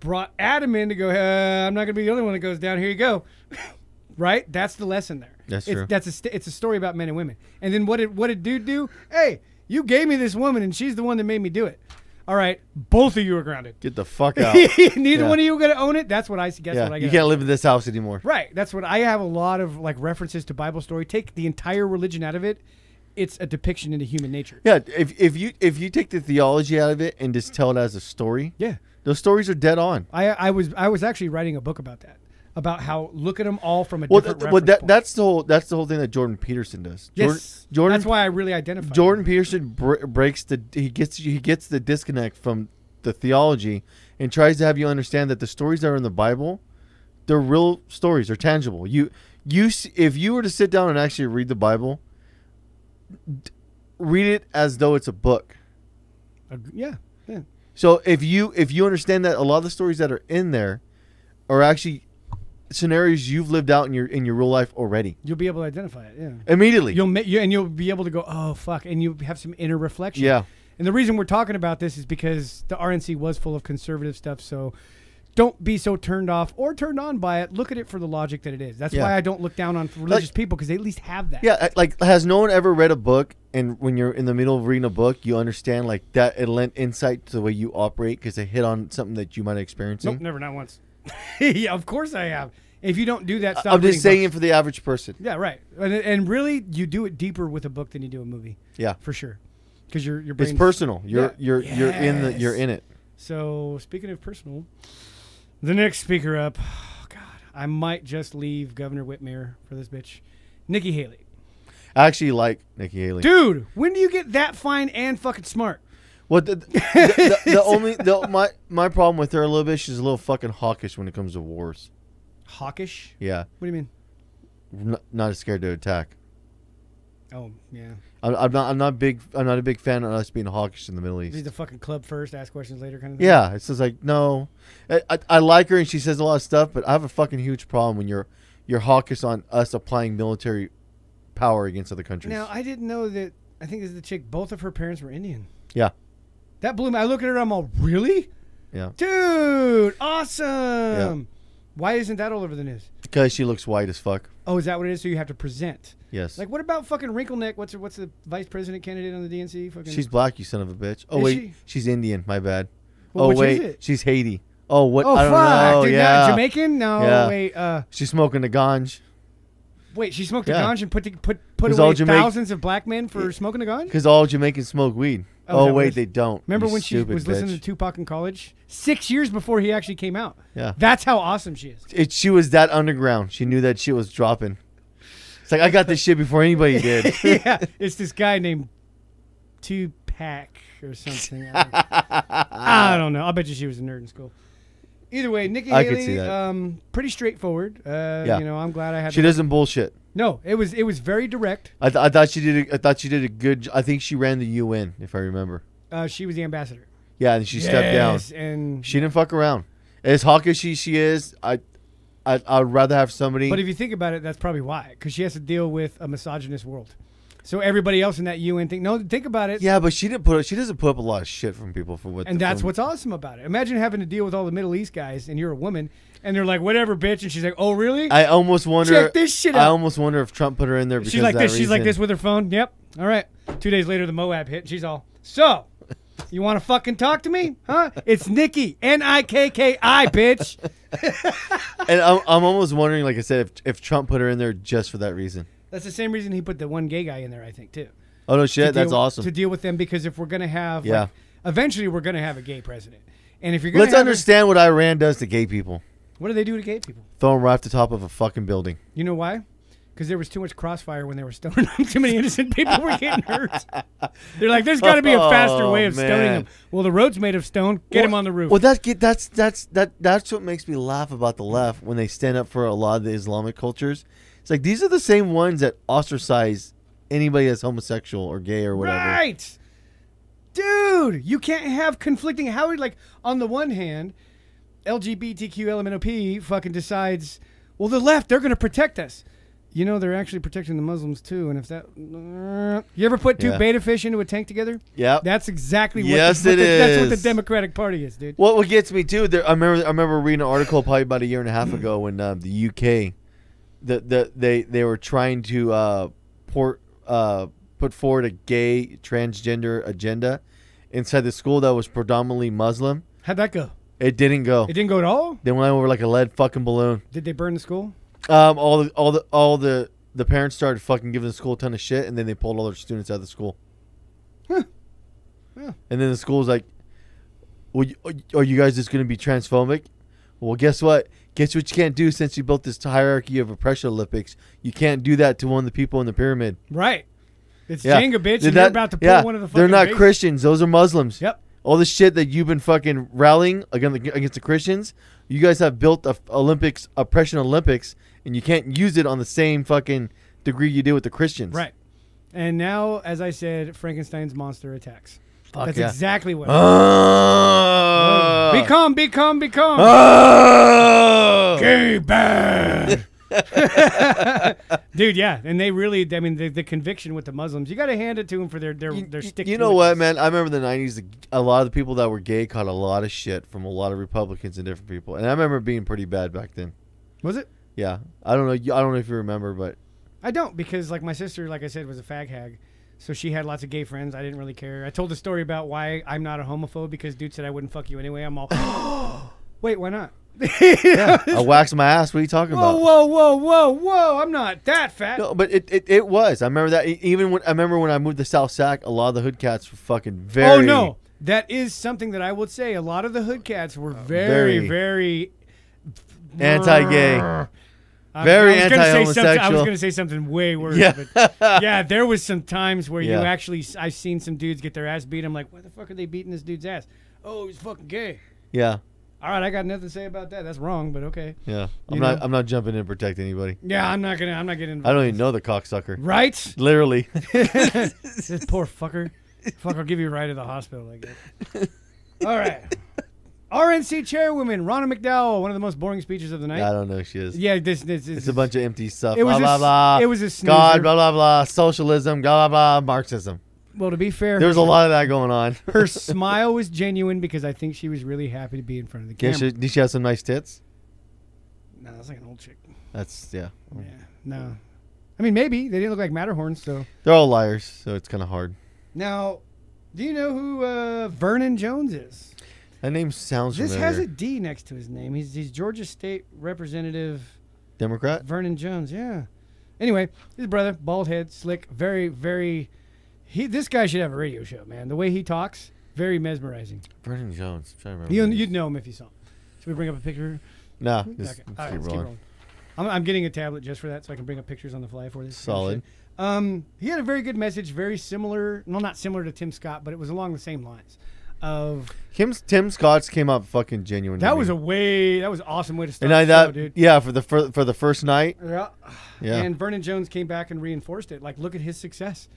Speaker 3: brought Adam in to go. Uh, I'm not gonna be the only one that goes down. Here you go. right? That's the lesson there.
Speaker 2: That's
Speaker 3: it's,
Speaker 2: true.
Speaker 3: That's a st- it's a story about men and women. And then what did what did dude do? Hey, you gave me this woman, and she's the one that made me do it. All right, both of you are grounded.
Speaker 2: Get the fuck out.
Speaker 3: Neither
Speaker 2: Yeah.
Speaker 3: one of you are gonna own it. That's what I suggest.
Speaker 2: yeah,
Speaker 3: what I
Speaker 2: you
Speaker 3: got.
Speaker 2: can't live in this house anymore.
Speaker 3: Right. That's what I have a lot of like references to Bible story. Take the entire religion out of it. It's a depiction into human nature.
Speaker 2: Yeah, if if you if you take the theology out of it and just tell it as a story,
Speaker 3: Yeah.
Speaker 2: those stories are dead on.
Speaker 3: I I was I was actually writing a book about that. About how look at them all from a
Speaker 2: Well,
Speaker 3: different
Speaker 2: th- well
Speaker 3: reference
Speaker 2: that,
Speaker 3: point.
Speaker 2: that's the whole that's the whole thing that Jordan Peterson does. Jordan,
Speaker 3: yes,
Speaker 2: Jordan
Speaker 3: that's why I really identify.
Speaker 2: Jordan Peterson br- breaks the he gets he gets the disconnect from the theology and tries to have you understand that the stories that are in the Bible, they're real stories. They're tangible. You you s- if you were to sit down and actually read the Bible, d- read it as though it's a book.
Speaker 3: Uh, yeah, yeah.
Speaker 2: So if you if you understand that a lot of the stories that are in there are actually scenarios you've lived out in your in your real life already
Speaker 3: You'll be able to identify it. Yeah.
Speaker 2: immediately.
Speaker 3: You'll ma- you, and you'll be able to go, oh fuck, and you have some inner reflection.
Speaker 2: Yeah.
Speaker 3: And the reason we're talking about this is because the RNC was full of conservative stuff. So don't be so turned off or turned on by it. Look at it for the logic that it is. That's
Speaker 2: Yeah.
Speaker 3: why I don't look down on religious people because they at least have that.
Speaker 2: Yeah, I- like has no one ever read a book and when you're in the middle of reading a book, you understand like that it lent insight to the way you operate because it hit on something that you might have experienced.
Speaker 3: Nope, never, not once. yeah, of course I have. If you don't do that, stop.
Speaker 2: I'm
Speaker 3: reading
Speaker 2: just saying it
Speaker 3: books.
Speaker 2: for the average person.
Speaker 3: Yeah, right. And, and really, you do it deeper with a book than you do a movie,
Speaker 2: Yeah,
Speaker 3: for sure, because your your
Speaker 2: it's
Speaker 3: brain.
Speaker 2: personal. You're
Speaker 3: Yeah.
Speaker 2: you're you're in the you're
Speaker 3: Yes.
Speaker 2: in it.
Speaker 3: So speaking of personal, the next speaker up, oh God, I might just leave Governor Whitmer for this bitch, Nikki Haley.
Speaker 2: I actually like Nikki Haley.
Speaker 3: Dude, when do you get that fine and fucking smart?
Speaker 2: What the, the, the, the only the, my my problem with her a little bit, she's a little fucking hawkish when it comes to wars.
Speaker 3: Hawkish?
Speaker 2: Yeah,
Speaker 3: What do you mean?
Speaker 2: N- not as scared to attack.
Speaker 3: Oh yeah,
Speaker 2: I'm, I'm not I'm not big I'm not a big fan of us being hawkish in the Middle East.
Speaker 3: leave the fucking club first, ask questions later, kind of. thing?
Speaker 2: Yeah, it's just like no, I, I, I like her and she says a lot of stuff, but I have a fucking huge problem when you're you're hawkish on us applying military power against other countries.
Speaker 3: Now I didn't know that. I think this is the chick. Both of her parents were Indian.
Speaker 2: yeah,
Speaker 3: That blew me. I look at her. I'm all really,
Speaker 2: yeah,
Speaker 3: dude, awesome. Why isn't that all over the news?
Speaker 2: because she looks white as fuck.
Speaker 3: Oh, is that what it is? So you have to present.
Speaker 2: Yes,
Speaker 3: Like, what about fucking wrinkle neck? What's her, what's the vice president candidate on the DNC? Fucking
Speaker 2: she's black, you son of a bitch. Oh
Speaker 3: Is
Speaker 2: wait,
Speaker 3: she?
Speaker 2: she's Indian. My bad.
Speaker 3: Well,
Speaker 2: oh
Speaker 3: which is
Speaker 2: wait,
Speaker 3: it?
Speaker 2: she's Haiti. Oh what?
Speaker 3: oh
Speaker 2: I don't
Speaker 3: fuck,
Speaker 2: know.
Speaker 3: dude,
Speaker 2: yeah,
Speaker 3: not Jamaican? No,
Speaker 2: Yeah.
Speaker 3: wait, uh,
Speaker 2: She's smoking the ganj
Speaker 3: wait. She smoked a
Speaker 2: Yeah.
Speaker 3: ganj and put the, put put
Speaker 2: It was
Speaker 3: away
Speaker 2: all Jamaic-
Speaker 3: thousands of black men for smoking a ganj.
Speaker 2: because all Jamaicans smoke weed.
Speaker 3: Oh, is
Speaker 2: Oh,
Speaker 3: that what it
Speaker 2: wait,
Speaker 3: is?
Speaker 2: they don't.
Speaker 3: Remember
Speaker 2: you
Speaker 3: when she
Speaker 2: stupid
Speaker 3: was listening to
Speaker 2: bitch.
Speaker 3: Tupac in college? Six years before he actually came out.
Speaker 2: Yeah.
Speaker 3: That's how awesome she is.
Speaker 2: it, she was that underground. She knew that shit was dropping. It's like I got this shit before anybody did.
Speaker 3: yeah, it's this guy named Tupac or something. I don't, I don't know. I bet you she was a nerd in school. Either way, Nikki
Speaker 2: I could see
Speaker 3: Haley,
Speaker 2: that.
Speaker 3: um, pretty straightforward. Uh,
Speaker 2: Yeah.
Speaker 3: You know, I'm glad I had.
Speaker 2: She
Speaker 3: the-
Speaker 2: doesn't bullshit.
Speaker 3: no, it was it was very direct.
Speaker 2: I, th- I thought she did. A, I thought she did a good. j- I think she ran the UN, if I remember.
Speaker 3: Uh, she was the ambassador.
Speaker 2: Yeah, and she stepped down.
Speaker 3: Yes, and
Speaker 2: She didn't fuck around. As hawkish as she is, I, I, I'd rather have somebody.
Speaker 3: but if you think about it, that's probably why, because she has to deal with a misogynist world. So everybody else in that UN thing. No, think about it.
Speaker 2: yeah, but she didn't put. up- She doesn't put up a lot of shit from people for what.
Speaker 3: And
Speaker 2: the-
Speaker 3: that's
Speaker 2: from-
Speaker 3: what's awesome about it. Imagine having to deal with all the Middle East guys, and you're a woman, and they're like, "Whatever, bitch," and she's like, "Oh, really?"
Speaker 2: I almost wonder.
Speaker 3: Check this shit
Speaker 2: I
Speaker 3: out.
Speaker 2: almost wonder if Trump put her in there. Because
Speaker 3: She's like
Speaker 2: of
Speaker 3: this.
Speaker 2: that
Speaker 3: She's like
Speaker 2: reason.
Speaker 3: this with her phone. Yep. All right. Two days later, the Moab hit. and She's all, so you want to fucking talk to me, huh? It's Nikki, N I K K I, bitch.
Speaker 2: And I'm, I'm almost wondering, like I said, if, if Trump put her in there just for that reason.
Speaker 3: That's the same reason he put the one gay guy in there, I think, too.
Speaker 2: Oh no, shit,
Speaker 3: To
Speaker 2: that's
Speaker 3: deal-
Speaker 2: awesome.
Speaker 3: to deal with them because if we're gonna have,
Speaker 2: Yeah.
Speaker 3: like, eventually we're gonna have a gay president, and if you're gonna
Speaker 2: Let's
Speaker 3: have a-
Speaker 2: understand what Iran does to gay people.
Speaker 3: what do they do to gay people?
Speaker 2: Throw them right off the top of a fucking building.
Speaker 3: You know why? Because there was too much crossfire when they were stoning them. too many innocent people were getting hurt. They're like, there's got to be a faster way
Speaker 2: Oh,
Speaker 3: of stoning
Speaker 2: man.
Speaker 3: them. Well, the road's made of stone. Get him
Speaker 2: Well-
Speaker 3: on the roof.
Speaker 2: Well, that get that's that's that that's what makes me laugh about the left when they stand up for a lot of the Islamic cultures. It's like these are the same ones that ostracize anybody that's homosexual or gay or whatever.
Speaker 3: Right. Dude, you can't have conflicting how would like on the one hand, LGBTQ LMNOP fucking decides, well the left, they're gonna protect us. You know they're actually protecting the Muslims too, and if that you ever put two
Speaker 2: Yeah.
Speaker 3: beta fish into a tank together,
Speaker 2: Yep.
Speaker 3: that's exactly what,
Speaker 2: Yes,
Speaker 3: what
Speaker 2: it
Speaker 3: the, that's what the
Speaker 2: is.
Speaker 3: Democratic Party is, dude.
Speaker 2: What what gets me too? There, I remember I remember reading an article probably about a year and a half ago when um, the UK, the, the they they were trying to uh, port uh, put forward a gay transgender agenda inside the school that was predominantly Muslim.
Speaker 3: How'd that go?
Speaker 2: It didn't go.
Speaker 3: It didn't go at all?
Speaker 2: They went over like a lead fucking balloon.
Speaker 3: Did they burn the school?
Speaker 2: Um, all the all the all the the parents started fucking giving the school a ton of shit, and then they pulled all their students out of the school.
Speaker 3: Yeah.
Speaker 2: And then the school's like, well, you- "Are you guys just going to be transphobic?" Well, guess what? Guess what you can't do since you built this hierarchy of oppression Olympics. You can't do that to one of the people in the pyramid.
Speaker 3: Right. It's
Speaker 2: Yeah,
Speaker 3: Jenga bitch,
Speaker 2: They're
Speaker 3: and they're
Speaker 2: not-
Speaker 3: about to pull
Speaker 2: yeah,
Speaker 3: one of the fucking
Speaker 2: They're not
Speaker 3: base-
Speaker 2: Christians. Those are Muslims.
Speaker 3: Yep.
Speaker 2: All the shit that you've been fucking rallying against the, against the Christians, you guys have built a f- Olympics oppression Olympics, and you can't use it on the same fucking degree you do with the Christians.
Speaker 3: Right. And now, as I said, Frankenstein's monster attacks.
Speaker 2: Fuck
Speaker 3: That's
Speaker 2: yeah.
Speaker 3: exactly what.
Speaker 2: Ah!
Speaker 3: Uh,
Speaker 2: Uh.
Speaker 3: Become, become, become.
Speaker 2: Ah!
Speaker 3: Gay bad. dude. Yeah, and they really. I mean, the, the conviction with the Muslims. You got to hand it to them for their their
Speaker 2: You,
Speaker 3: their
Speaker 2: you-
Speaker 3: stick.
Speaker 2: you know what, man? I remember the '90s. the- A lot of the people that were gay caught a lot of shit from a lot of Republicans and different people, and I remember being pretty bad back then.
Speaker 3: Was it?
Speaker 2: Yeah, I don't know. you- I don't know if you remember, but
Speaker 3: I don't because like my sister, like I said, was a fag hag, so she had lots of gay friends. I didn't really care. I told the story about why I'm not a homophobe because dude said I wouldn't fuck you anyway. I'm all. Wait, why not?
Speaker 2: I waxed my ass. What are you talking
Speaker 3: Whoa,
Speaker 2: about?
Speaker 3: whoa, whoa, whoa, whoa! I'm not that fat.
Speaker 2: No, but it, it, it was. I remember that. E- Even when I remember when I moved to South Sac, a lot of the hood cats were fucking very.
Speaker 3: Oh no, that is something that I would say. A lot of the hood cats were very,
Speaker 2: Uh, very.
Speaker 3: very,
Speaker 2: anti-gay.
Speaker 3: I-
Speaker 2: Very
Speaker 3: I was gonna say something- I was
Speaker 2: anti-homosexual.
Speaker 3: going to say something way worse.
Speaker 2: Yeah.
Speaker 3: but yeah. There was some times where
Speaker 2: Yeah.
Speaker 3: you actually, I've seen some dudes get their ass beat. I'm like, why the fuck are they beating this dude's ass? Oh, he's fucking gay.
Speaker 2: Yeah,
Speaker 3: All right, I got nothing to say about that. That's wrong, but okay.
Speaker 2: yeah. I'm
Speaker 3: You
Speaker 2: not.
Speaker 3: know?
Speaker 2: I'm not jumping in to protect anybody.
Speaker 3: Yeah, I'm not gonna. I'm not getting
Speaker 2: I
Speaker 3: involved.
Speaker 2: don't even know the cocksucker.
Speaker 3: Right?
Speaker 2: Literally.
Speaker 3: This poor fucker. Fuck, I'll give you a ride to the hospital, I guess. All right. RNC chairwoman Ronna McDowell, one of the most boring speeches of the night.
Speaker 2: I don't know. who She is.
Speaker 3: Yeah, this, this, this
Speaker 2: It's a bunch of empty stuff.
Speaker 3: It was
Speaker 2: blah,
Speaker 3: a
Speaker 2: blah,
Speaker 3: s-
Speaker 2: blah.
Speaker 3: it was a snoozer.
Speaker 2: God, blah, blah, blah. Socialism, blah, blah, blah. Marxism.
Speaker 3: Well, to be fair,
Speaker 2: There's a lot of that going on.
Speaker 3: her smile was genuine because I think she was really happy to be in front of the
Speaker 2: Yeah,
Speaker 3: camera.
Speaker 2: she, did she have some nice tits?
Speaker 3: No, that's like an old chick.
Speaker 2: That's, yeah.
Speaker 3: Yeah, no. I mean, maybe they didn't look like Matterhorns. So
Speaker 2: They're all liars, so it's kind of hard.
Speaker 3: now, do you know who uh, Vernon Jones is?
Speaker 2: That name sounds
Speaker 3: This
Speaker 2: familiar.
Speaker 3: has a D next to his name. He's he's Georgia State Representative
Speaker 2: Democrat?
Speaker 3: Vernon Jones. Yeah. Anyway, his brother, bald head, slick, very very. He this guy should have a radio show, man. The way he talks, very mesmerizing.
Speaker 2: Vernon Jones. I'm trying to remember.
Speaker 3: You
Speaker 2: who he is.
Speaker 3: you'd know him if you saw him. Should we bring up a picture?
Speaker 2: Nah, just,
Speaker 3: Okay.
Speaker 2: just
Speaker 3: All right,
Speaker 2: keep
Speaker 3: let's keep
Speaker 2: rolling.
Speaker 3: rolling. I'm, I'm getting a tablet just for that, so I can bring up pictures on the fly for this.
Speaker 2: Solid.
Speaker 3: Um, he had a very good message, very similar. Well, not similar to Tim Scott, but it was along the same lines. Of
Speaker 2: Kim, Tim Scott's came up fucking genuine. to
Speaker 3: that
Speaker 2: me.
Speaker 3: was a way that was an awesome way to start
Speaker 2: And I
Speaker 3: the show,
Speaker 2: that,
Speaker 3: dude.
Speaker 2: yeah, for the for, for the first night,
Speaker 3: Yeah.
Speaker 2: yeah,
Speaker 3: And Vernon Jones came back and reinforced it. Like, look at his success,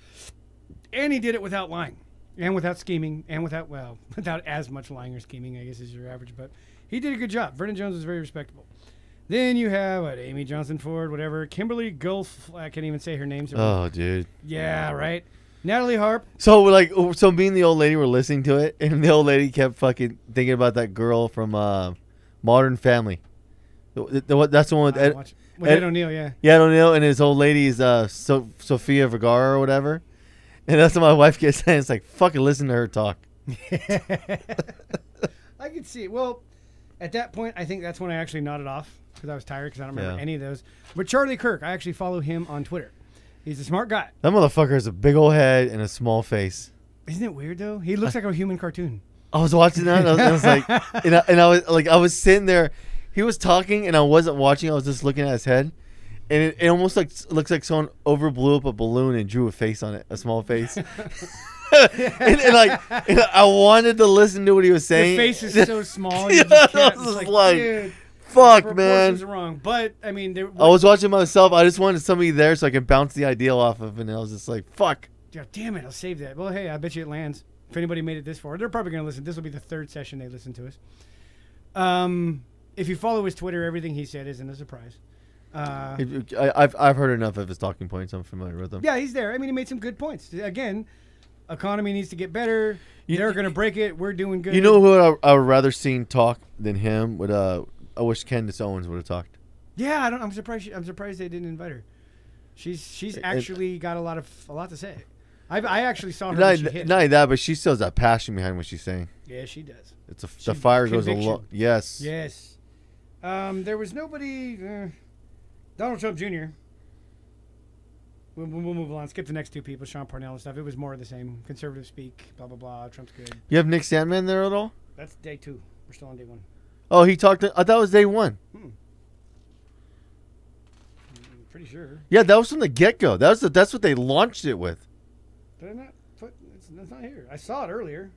Speaker 3: and he did it without lying, and without scheming, and without well, without as much lying or scheming, I guess is your average. But he did a good job. Vernon Jones was very respectable. Then you have what Amy Johnson Ford, whatever Kimberly Gulf. I can't even say her name. so-
Speaker 2: oh, dude.
Speaker 3: Yeah, right. Natalie Harp.
Speaker 2: So like, oh, so me and the old lady were listening to it, and the old lady kept fucking thinking about that girl from uh, Modern Family. The- the one- that's the one with
Speaker 3: I
Speaker 2: Ed,
Speaker 3: watch- with Ed,
Speaker 2: Ed-
Speaker 3: O'Neill, yeah.
Speaker 2: yeah, I don't know, and his old lady is uh, so- Sophia Vergara or whatever. And that's what my wife gets saying. It's like fucking listen to her talk.
Speaker 3: I could see. it. Well, at that point, I think that's when I actually nodded off because I was tired because I don't remember
Speaker 2: Yeah.
Speaker 3: any of those. But Charlie Kirk, I actually follow him on Twitter. He's a smart guy.
Speaker 2: That motherfucker has a big old head and a small face.
Speaker 3: Isn't it weird though? He looks like a human cartoon.
Speaker 2: I was watching that, and I was, I was like, and I, and I was like, I was sitting there. He was talking, and I wasn't watching. I was just looking at his head, and it, it almost like looks like someone over blew up a balloon and drew a face on it, a small face. and, and like, and I wanted to listen to what he was
Speaker 3: The
Speaker 2: saying.
Speaker 3: face is so small. You
Speaker 2: Yeah, I
Speaker 3: just can't.
Speaker 2: was
Speaker 3: It's like,
Speaker 2: like,
Speaker 3: dude,
Speaker 2: Fuck,
Speaker 3: proportions
Speaker 2: man.
Speaker 3: are wrong. But I mean, there.
Speaker 2: I was watching myself. I just wanted somebody there so I could bounce the idea off of, and I was just like, fuck.
Speaker 3: Yeah, damn it, I'll save that. Well, hey, I bet you it lands. If anybody made it this far, they're probably going to listen. This will be the third session they listen to us. Um, if you follow his Twitter, everything he said isn't a surprise. Uh,
Speaker 2: It- I, have I've heard enough of his talking points. I'm familiar with them.
Speaker 3: yeah, he's there. I mean, he made some good points. Again, economy needs to get better.
Speaker 2: You-
Speaker 3: they're going to break it. We're doing good.
Speaker 2: You know who I, I would rather seen talk than him? Would uh, I wish Candace Owens would have talked.
Speaker 3: Yeah, I don't. I'm surprised. She, I'm surprised they didn't invite her. She's she's actually got a lot of a lot to say. I I actually saw her. when
Speaker 2: Not,
Speaker 3: she hit.
Speaker 2: not only that, but she still has that passion behind what she's saying.
Speaker 3: Yeah, she does.
Speaker 2: It's a,
Speaker 3: She-
Speaker 2: the fire goes a
Speaker 3: conviction.
Speaker 2: long. Yes.
Speaker 3: Yes. Um, there was nobody. Uh, Donald Trump Jr. We'll, we'll we'll move on. Skip the next two people, Sean Parnell and stuff. It was more of the same. Conservative speak, blah blah blah. Trump's good.
Speaker 2: You have Nick Sandman there at all?
Speaker 3: That's day two. We're still on day one.
Speaker 2: Oh, he talked. I thought it was day one.
Speaker 3: I'm pretty sure.
Speaker 2: Yeah, that was from the get go. That was the, that's what they launched it with.
Speaker 3: Did I not put? It's, it's not here. I saw it earlier.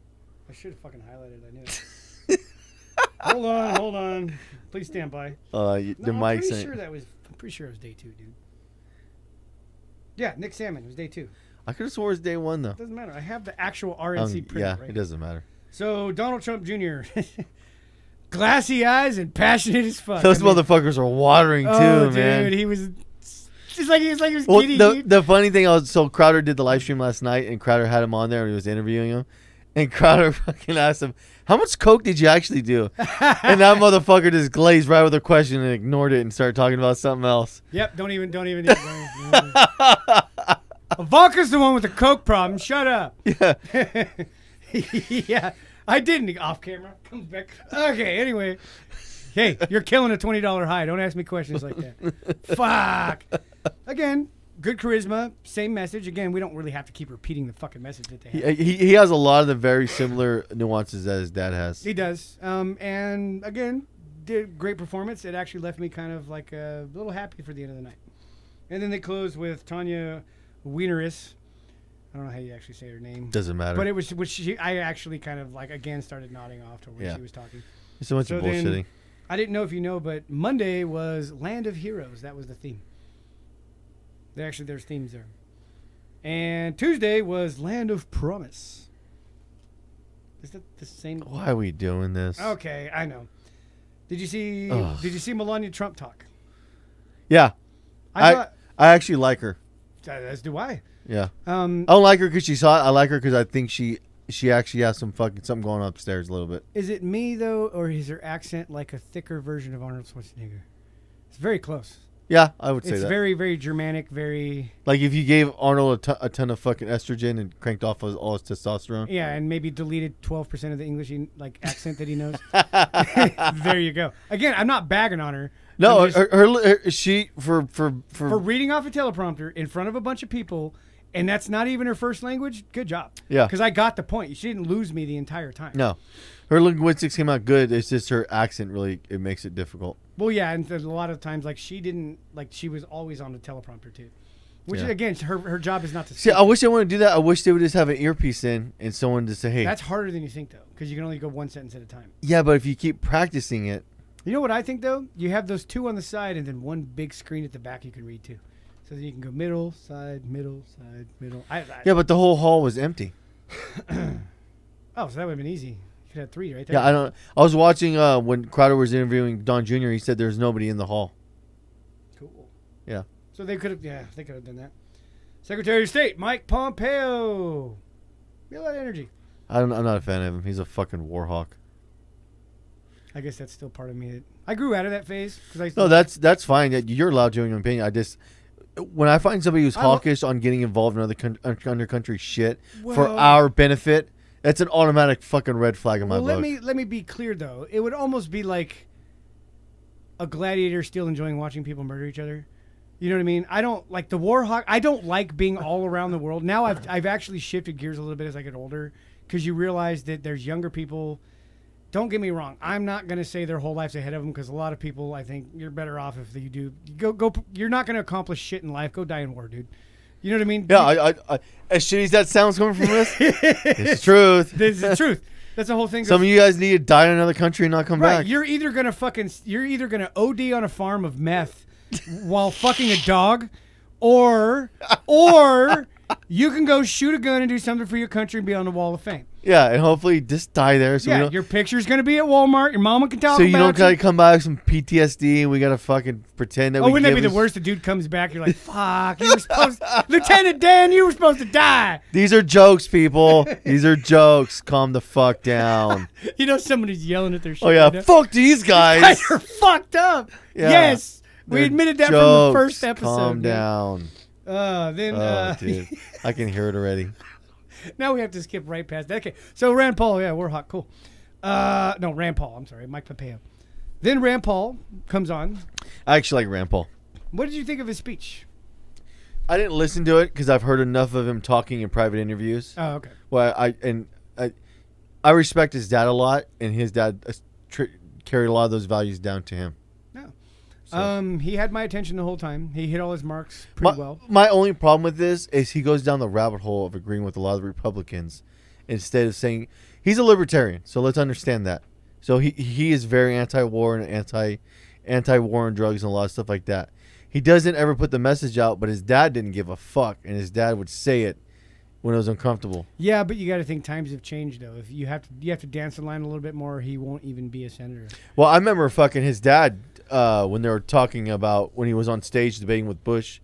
Speaker 3: I should have fucking highlighted. it. I knew it. hold on, hold on. Please stand by.
Speaker 2: Uh, y-
Speaker 3: No,
Speaker 2: the
Speaker 3: I'm
Speaker 2: mic
Speaker 3: pretty
Speaker 2: saying.
Speaker 3: sure that was. I'm pretty sure it was day two, dude. Yeah, Nick Salmon was day two.
Speaker 2: I could have swore it was day one though.
Speaker 3: Doesn't matter. I have the actual
Speaker 2: Um,
Speaker 3: RNC print.
Speaker 2: yeah,
Speaker 3: right
Speaker 2: it
Speaker 3: now.
Speaker 2: doesn't matter.
Speaker 3: So Donald Trump Jr. glassy eyes and passionate as fuck.
Speaker 2: Those
Speaker 3: Uh, I mean,
Speaker 2: motherfuckers are watering
Speaker 3: oh,
Speaker 2: too,
Speaker 3: dude,
Speaker 2: man.
Speaker 3: He was just like he was like he was
Speaker 2: Well,
Speaker 3: giddy.
Speaker 2: the,
Speaker 3: dude.
Speaker 2: the funny thing, I was so Crowder did the live stream last night, and Crowder had him on there, and he was interviewing him, and Crowder fucking asked him, "How much coke did you actually do?" and that motherfucker just glazed right with a question and ignored it and started talking about something else.
Speaker 3: Yep, don't even, don't even. don't even- don't even. Ivanka's the one with the coke problem. Shut up.
Speaker 2: Yeah,
Speaker 3: yeah, I didn't off camera. Comes back. Okay, anyway. Hey, you're killing a twenty dollar high. Don't ask me questions like that. Fuck. Again, good charisma, same message. Again, we don't really have to keep repeating the fucking message that they have.
Speaker 2: he, he he has a lot of the very similar nuances that his dad has.
Speaker 3: He does. Um, and again, did great performance. It actually left me kind of like a little happy for the end of the night. And then they closed with Tanya Wieneris. I don't know how you actually say her name.
Speaker 2: Doesn't matter.
Speaker 3: But it was which she, I actually kind of like again started nodding off to when
Speaker 2: Yeah.
Speaker 3: she was talking.
Speaker 2: so much
Speaker 3: so then-
Speaker 2: bullshitting.
Speaker 3: I didn't know if you know, but Monday was Land of Heroes. That was the theme. They actually there's themes there. And Tuesday was Land of Promise. Is that the same?
Speaker 2: Why are we doing this?
Speaker 3: Okay, I know. Did you see?
Speaker 2: Ugh.
Speaker 3: Did you see Melania Trump talk?
Speaker 2: Yeah,
Speaker 3: I,
Speaker 2: I
Speaker 3: thought, uh,
Speaker 2: I actually like her.
Speaker 3: as do I.
Speaker 2: Yeah.
Speaker 3: Um,
Speaker 2: I don't like her because she saw it. I like her because I think she she actually has some fucking something going on upstairs a little bit.
Speaker 3: Is it me though, or is her accent like a thicker version of Arnold Schwarzenegger? It's very close.
Speaker 2: Yeah, I would say
Speaker 3: it's
Speaker 2: that.
Speaker 3: very, very Germanic. Very
Speaker 2: like if you gave Arnold a ton, a ton of fucking estrogen and cranked off his, all his testosterone.
Speaker 3: yeah, and maybe deleted twelve percent of the English he- like accent that he knows. there you go. Again, I'm not bagging on her.
Speaker 2: No,
Speaker 3: I'm just-
Speaker 2: her, her, her- she for for for,
Speaker 3: for reading off a teleprompter in front of a bunch of people, and that's not even her first language. Good job.
Speaker 2: Yeah.
Speaker 3: because I got the point. She didn't lose me the entire time.
Speaker 2: no, her linguistics came out good. It's just her accent really it makes it difficult.
Speaker 3: Well, yeah, and there's a lot of times like she didn't like she was always on the teleprompter too, which
Speaker 2: Yeah.
Speaker 3: again her her job is not to
Speaker 2: See,
Speaker 3: speak.
Speaker 2: I wish I want to do that. I wish they would just have an earpiece in and someone just say, "Hey,
Speaker 3: That's harder than you think though, because you can only go one sentence at a time.
Speaker 2: yeah." But if you keep practicing it,
Speaker 3: You know what I think though? You have those two on the side and then one big screen at the back you can read too, so then you can go middle side, middle side, middle. I, I,
Speaker 2: yeah. But the whole hall was empty.
Speaker 3: Oh, so that would have been easy. You could have three right there.
Speaker 2: Yeah, I don't. I was watching uh, when Crowder was interviewing Don Jr. He said there's nobody in the hall.
Speaker 3: Cool.
Speaker 2: Yeah.
Speaker 3: So they could have, yeah, they could have done that. Secretary of State Mike Pompeo. Be a lot of energy.
Speaker 2: I don't, I'm not a fan of him. He's a fucking war hawk.
Speaker 3: I guess that's still part of me. That I grew out of that phase because I.
Speaker 2: No, that's that's fine. That you're allowed to have your opinion. I just when I find somebody who's
Speaker 3: I lo-
Speaker 2: hawkish on getting involved in other con- under country shit for
Speaker 3: Well-
Speaker 2: our benefit, that's an automatic fucking red flag in my
Speaker 3: Well, let
Speaker 2: book.
Speaker 3: me let me be clear though. It would almost be like a gladiator still enjoying watching people murder each other. You know what I mean? I don't like the war hawk. I don't like being all around the world. Now I've I've actually shifted gears a little bit as I get older because you realize that there's younger people. Don't get me wrong. I'm not going to say their whole life's ahead of them because a lot of people, I think, you're better off if you do. Go, go. You're not going to accomplish shit in life. Go die in war, dude. You know what I mean?
Speaker 2: yeah, I, I, I, as shitty as that sounds coming from this, it's the truth.
Speaker 3: This is the truth. That's the whole thing.
Speaker 2: Some of you guys need to die in another country and not come
Speaker 3: Right,
Speaker 2: back.
Speaker 3: you're either gonna fucking you're either gonna OD on a farm of meth while fucking a dog, or or you can go shoot a gun and do something for your country and be on the Wall of Fame.
Speaker 2: yeah, and hopefully just die there. So we
Speaker 3: yeah,
Speaker 2: don't,
Speaker 3: your picture's gonna be at Walmart. Your mama can talk
Speaker 2: so
Speaker 3: about
Speaker 2: you don't gotta
Speaker 3: it.
Speaker 2: come back with some PTSD and we gotta fucking pretend that.
Speaker 3: Oh,
Speaker 2: we
Speaker 3: wouldn't that
Speaker 2: give
Speaker 3: be the
Speaker 2: us-
Speaker 3: worst? The dude comes back. You're like, fuck. You were supposed, Lieutenant Dan. You were supposed to die.
Speaker 2: These are jokes, people. These are jokes. Calm the fuck down.
Speaker 3: You know somebody's yelling at their shit.
Speaker 2: Oh yeah,
Speaker 3: right now.
Speaker 2: fuck these guys.
Speaker 3: You're fucked up.
Speaker 2: Yeah.
Speaker 3: Yes, we
Speaker 2: They're
Speaker 3: admitted that from the
Speaker 2: jokes.
Speaker 3: first episode.
Speaker 2: Calm
Speaker 3: dude.
Speaker 2: down.
Speaker 3: Uh, then
Speaker 2: Oh,
Speaker 3: uh,
Speaker 2: dude, I can hear it already.
Speaker 3: Now we have to skip right past that. Okay, so Rand Paul, yeah, we're hot, cool. Uh, no, Rand Paul. I'm sorry, Mike Pompeo. Then Rand Paul comes on.
Speaker 2: I actually like Rand Paul.
Speaker 3: What did you think of his speech?
Speaker 2: I didn't listen to it because I've heard enough of him talking in private interviews.
Speaker 3: Oh, okay.
Speaker 2: Well, I and I, I respect his dad a lot, and his dad uh, tr- carried a lot of those values down to him.
Speaker 3: No, um, he had my attention the whole time. He hit all his marks
Speaker 2: My,
Speaker 3: pretty well.
Speaker 2: my only problem with this is he goes down the rabbit hole of agreeing with a lot of the Republicans instead of saying he's a libertarian. So let's understand that. So he he is very anti-war and anti anti-war and drugs and a lot of stuff like that. He doesn't ever put the message out, but his dad didn't give a fuck, and his dad would say it when it was uncomfortable.
Speaker 3: Yeah, but you got to think times have changed though. If you have to, you have to dance the line a little bit more. He won't even be a senator.
Speaker 2: Well, I remember fucking his dad uh, when they were talking about when he was on stage debating with Bush,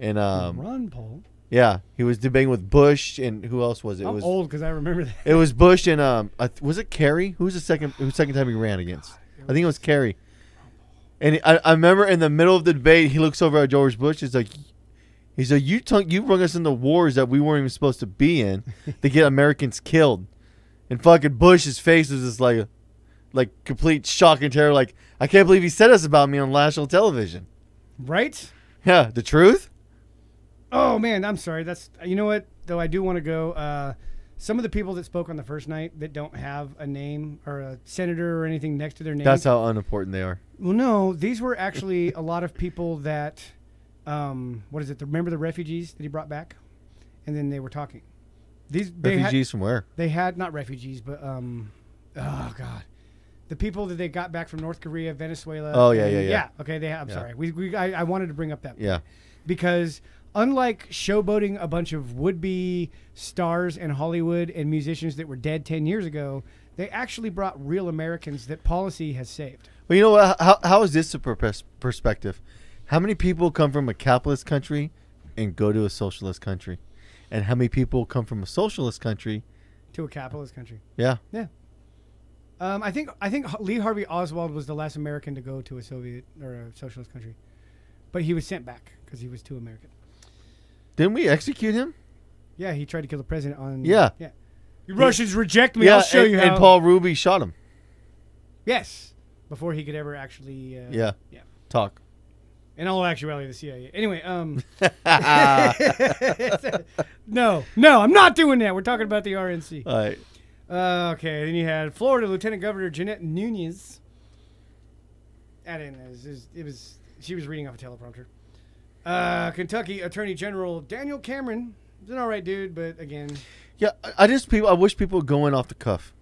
Speaker 2: and um,
Speaker 3: Ron Paul.
Speaker 2: yeah, he was debating with Bush and who else was it? It
Speaker 3: I'm
Speaker 2: was
Speaker 3: old because I remember that.
Speaker 2: it was Bush and um, I th- was it Kerry? Who was the second? Who was the second time he ran against? I think it was Kerry. And I, I remember in the middle of the debate, he looks over at George Bush. He's like, he's like, you tunk, you brung us into wars that we weren't even supposed to be in to get Americans killed. And fucking Bush's face was just like, like complete shock and terror. Like I can't believe he said us about me on national television.
Speaker 3: Right?
Speaker 2: Yeah, the truth.
Speaker 3: Oh man, I'm sorry. That's you know what though. I do want to go. Uh, some of the people that spoke on the first night that don't have a name or a senator or anything next to their name.
Speaker 2: That's how unimportant they are.
Speaker 3: well, no, these were actually a lot of people that, um, what is it? the- Remember the refugees that he brought back, and then they were talking. These they had-
Speaker 2: Refugees from where?
Speaker 3: they had not refugees, but um, oh god, the people that they got back from North Korea, Venezuela.
Speaker 2: Oh, yeah, yeah, yeah.
Speaker 3: okay, they. I'm
Speaker 2: Yeah.
Speaker 3: sorry. We, we I, I wanted to bring up that.
Speaker 2: Yeah.
Speaker 3: Because unlike showboating a bunch of would-be stars in Hollywood and musicians that were dead ten years ago, they actually brought real Americans that policy has saved.
Speaker 2: Well, you know what? How, how is this a purpos- perspective? How many people come from a capitalist country and go to a socialist country? And how many people come from a socialist country?
Speaker 3: to a capitalist country.
Speaker 2: Yeah.
Speaker 3: Yeah. Um, I think I think H- Lee Harvey Oswald was the last American to go to a Soviet or a socialist country, but he was sent back because he was too American.
Speaker 2: Didn't we execute him?
Speaker 3: Yeah, he tried to kill the president on.
Speaker 2: Yeah.
Speaker 3: yeah. You Russians reject me.
Speaker 2: yeah.
Speaker 3: I'll show
Speaker 2: and,
Speaker 3: you how.
Speaker 2: and Paul Ruby shot him.
Speaker 3: Yes, before he could ever actually. Uh,
Speaker 2: Yeah.
Speaker 3: Yeah.
Speaker 2: Talk.
Speaker 3: In all actuality, the CIA. Anyway, um. no, no, I'm not doing that. We're talking about the RNC.
Speaker 2: All right.
Speaker 3: Uh, okay, then you had Florida Lieutenant Governor Jeanette Nunez. I didn't know. It was, it was, it was- she was reading off a teleprompter. Uh, Kentucky Attorney General Daniel Cameron. He's an all right dude, but again,
Speaker 2: Yeah. I, I just people. I wish people were going off the cuff.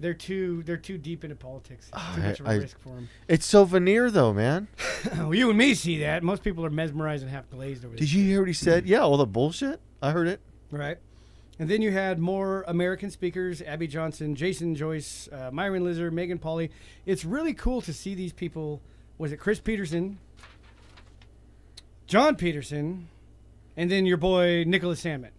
Speaker 3: they're too they're too deep into politics. It's too
Speaker 2: I-
Speaker 3: much of a
Speaker 2: I-
Speaker 3: risk for them.
Speaker 2: It's so veneer though, man.
Speaker 3: well, you and me see that. Most people are mesmerized and half glazed over this.
Speaker 2: Did you hear what he said? Yeah. All the bullshit. I heard it.
Speaker 3: Right. And then you had more American speakers Abby Johnson, Jason Joyce, uh, Myron Lizer, Megan Polly. It's really cool to see these people. Was it Chris Peterson, John Peterson, and then your boy Nicholas Salmon?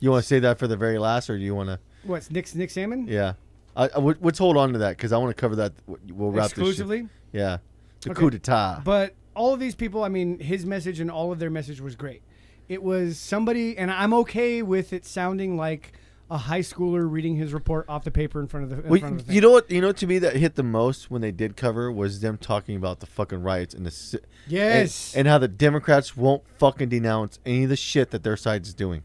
Speaker 2: You want to say that for the very last, or do you want to?
Speaker 3: What's Nick, Nick Salmon?
Speaker 2: Yeah. I, I, w- let's hold on to that because I want to cover that. We'll wrap
Speaker 3: Exclusively.
Speaker 2: This shit. Yeah. The
Speaker 3: Okay.
Speaker 2: coup d'état.
Speaker 3: But all of these people, I mean, his message and all of their message was great. It was somebody, and I'm okay with it sounding like a high schooler reading his report off the paper in front of the. In front
Speaker 2: Well,
Speaker 3: of the
Speaker 2: you
Speaker 3: thing.
Speaker 2: know what? You know to me that hit the most when they did cover was them talking about the fucking riots and the si-
Speaker 3: Yes.
Speaker 2: and, and how the Democrats won't fucking denounce any of the shit that their side's doing.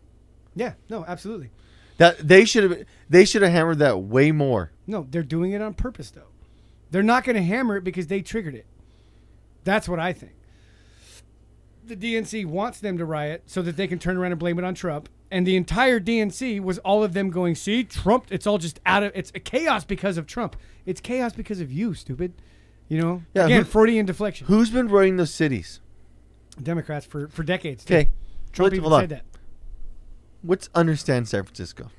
Speaker 3: yeah, no, absolutely.
Speaker 2: That they should have they should have hammered that way more.
Speaker 3: No, they're doing it on purpose, though. They're not going to hammer it because they triggered it. That's what I think. The DNC wants them to riot so that they can turn around and blame it on Trump. And the entire DNC was all of them going, see, Trump, it's all just out of, it's a chaos because of Trump. It's chaos because of you, stupid. You know?
Speaker 2: Yeah,
Speaker 3: Again,
Speaker 2: who-
Speaker 3: Freudian deflection.
Speaker 2: Who's been running those cities?
Speaker 3: Democrats for, for decades. too.
Speaker 2: Okay,
Speaker 3: Trump
Speaker 2: let's-
Speaker 3: even
Speaker 2: hold on.
Speaker 3: said that.
Speaker 2: let's understand San Francisco.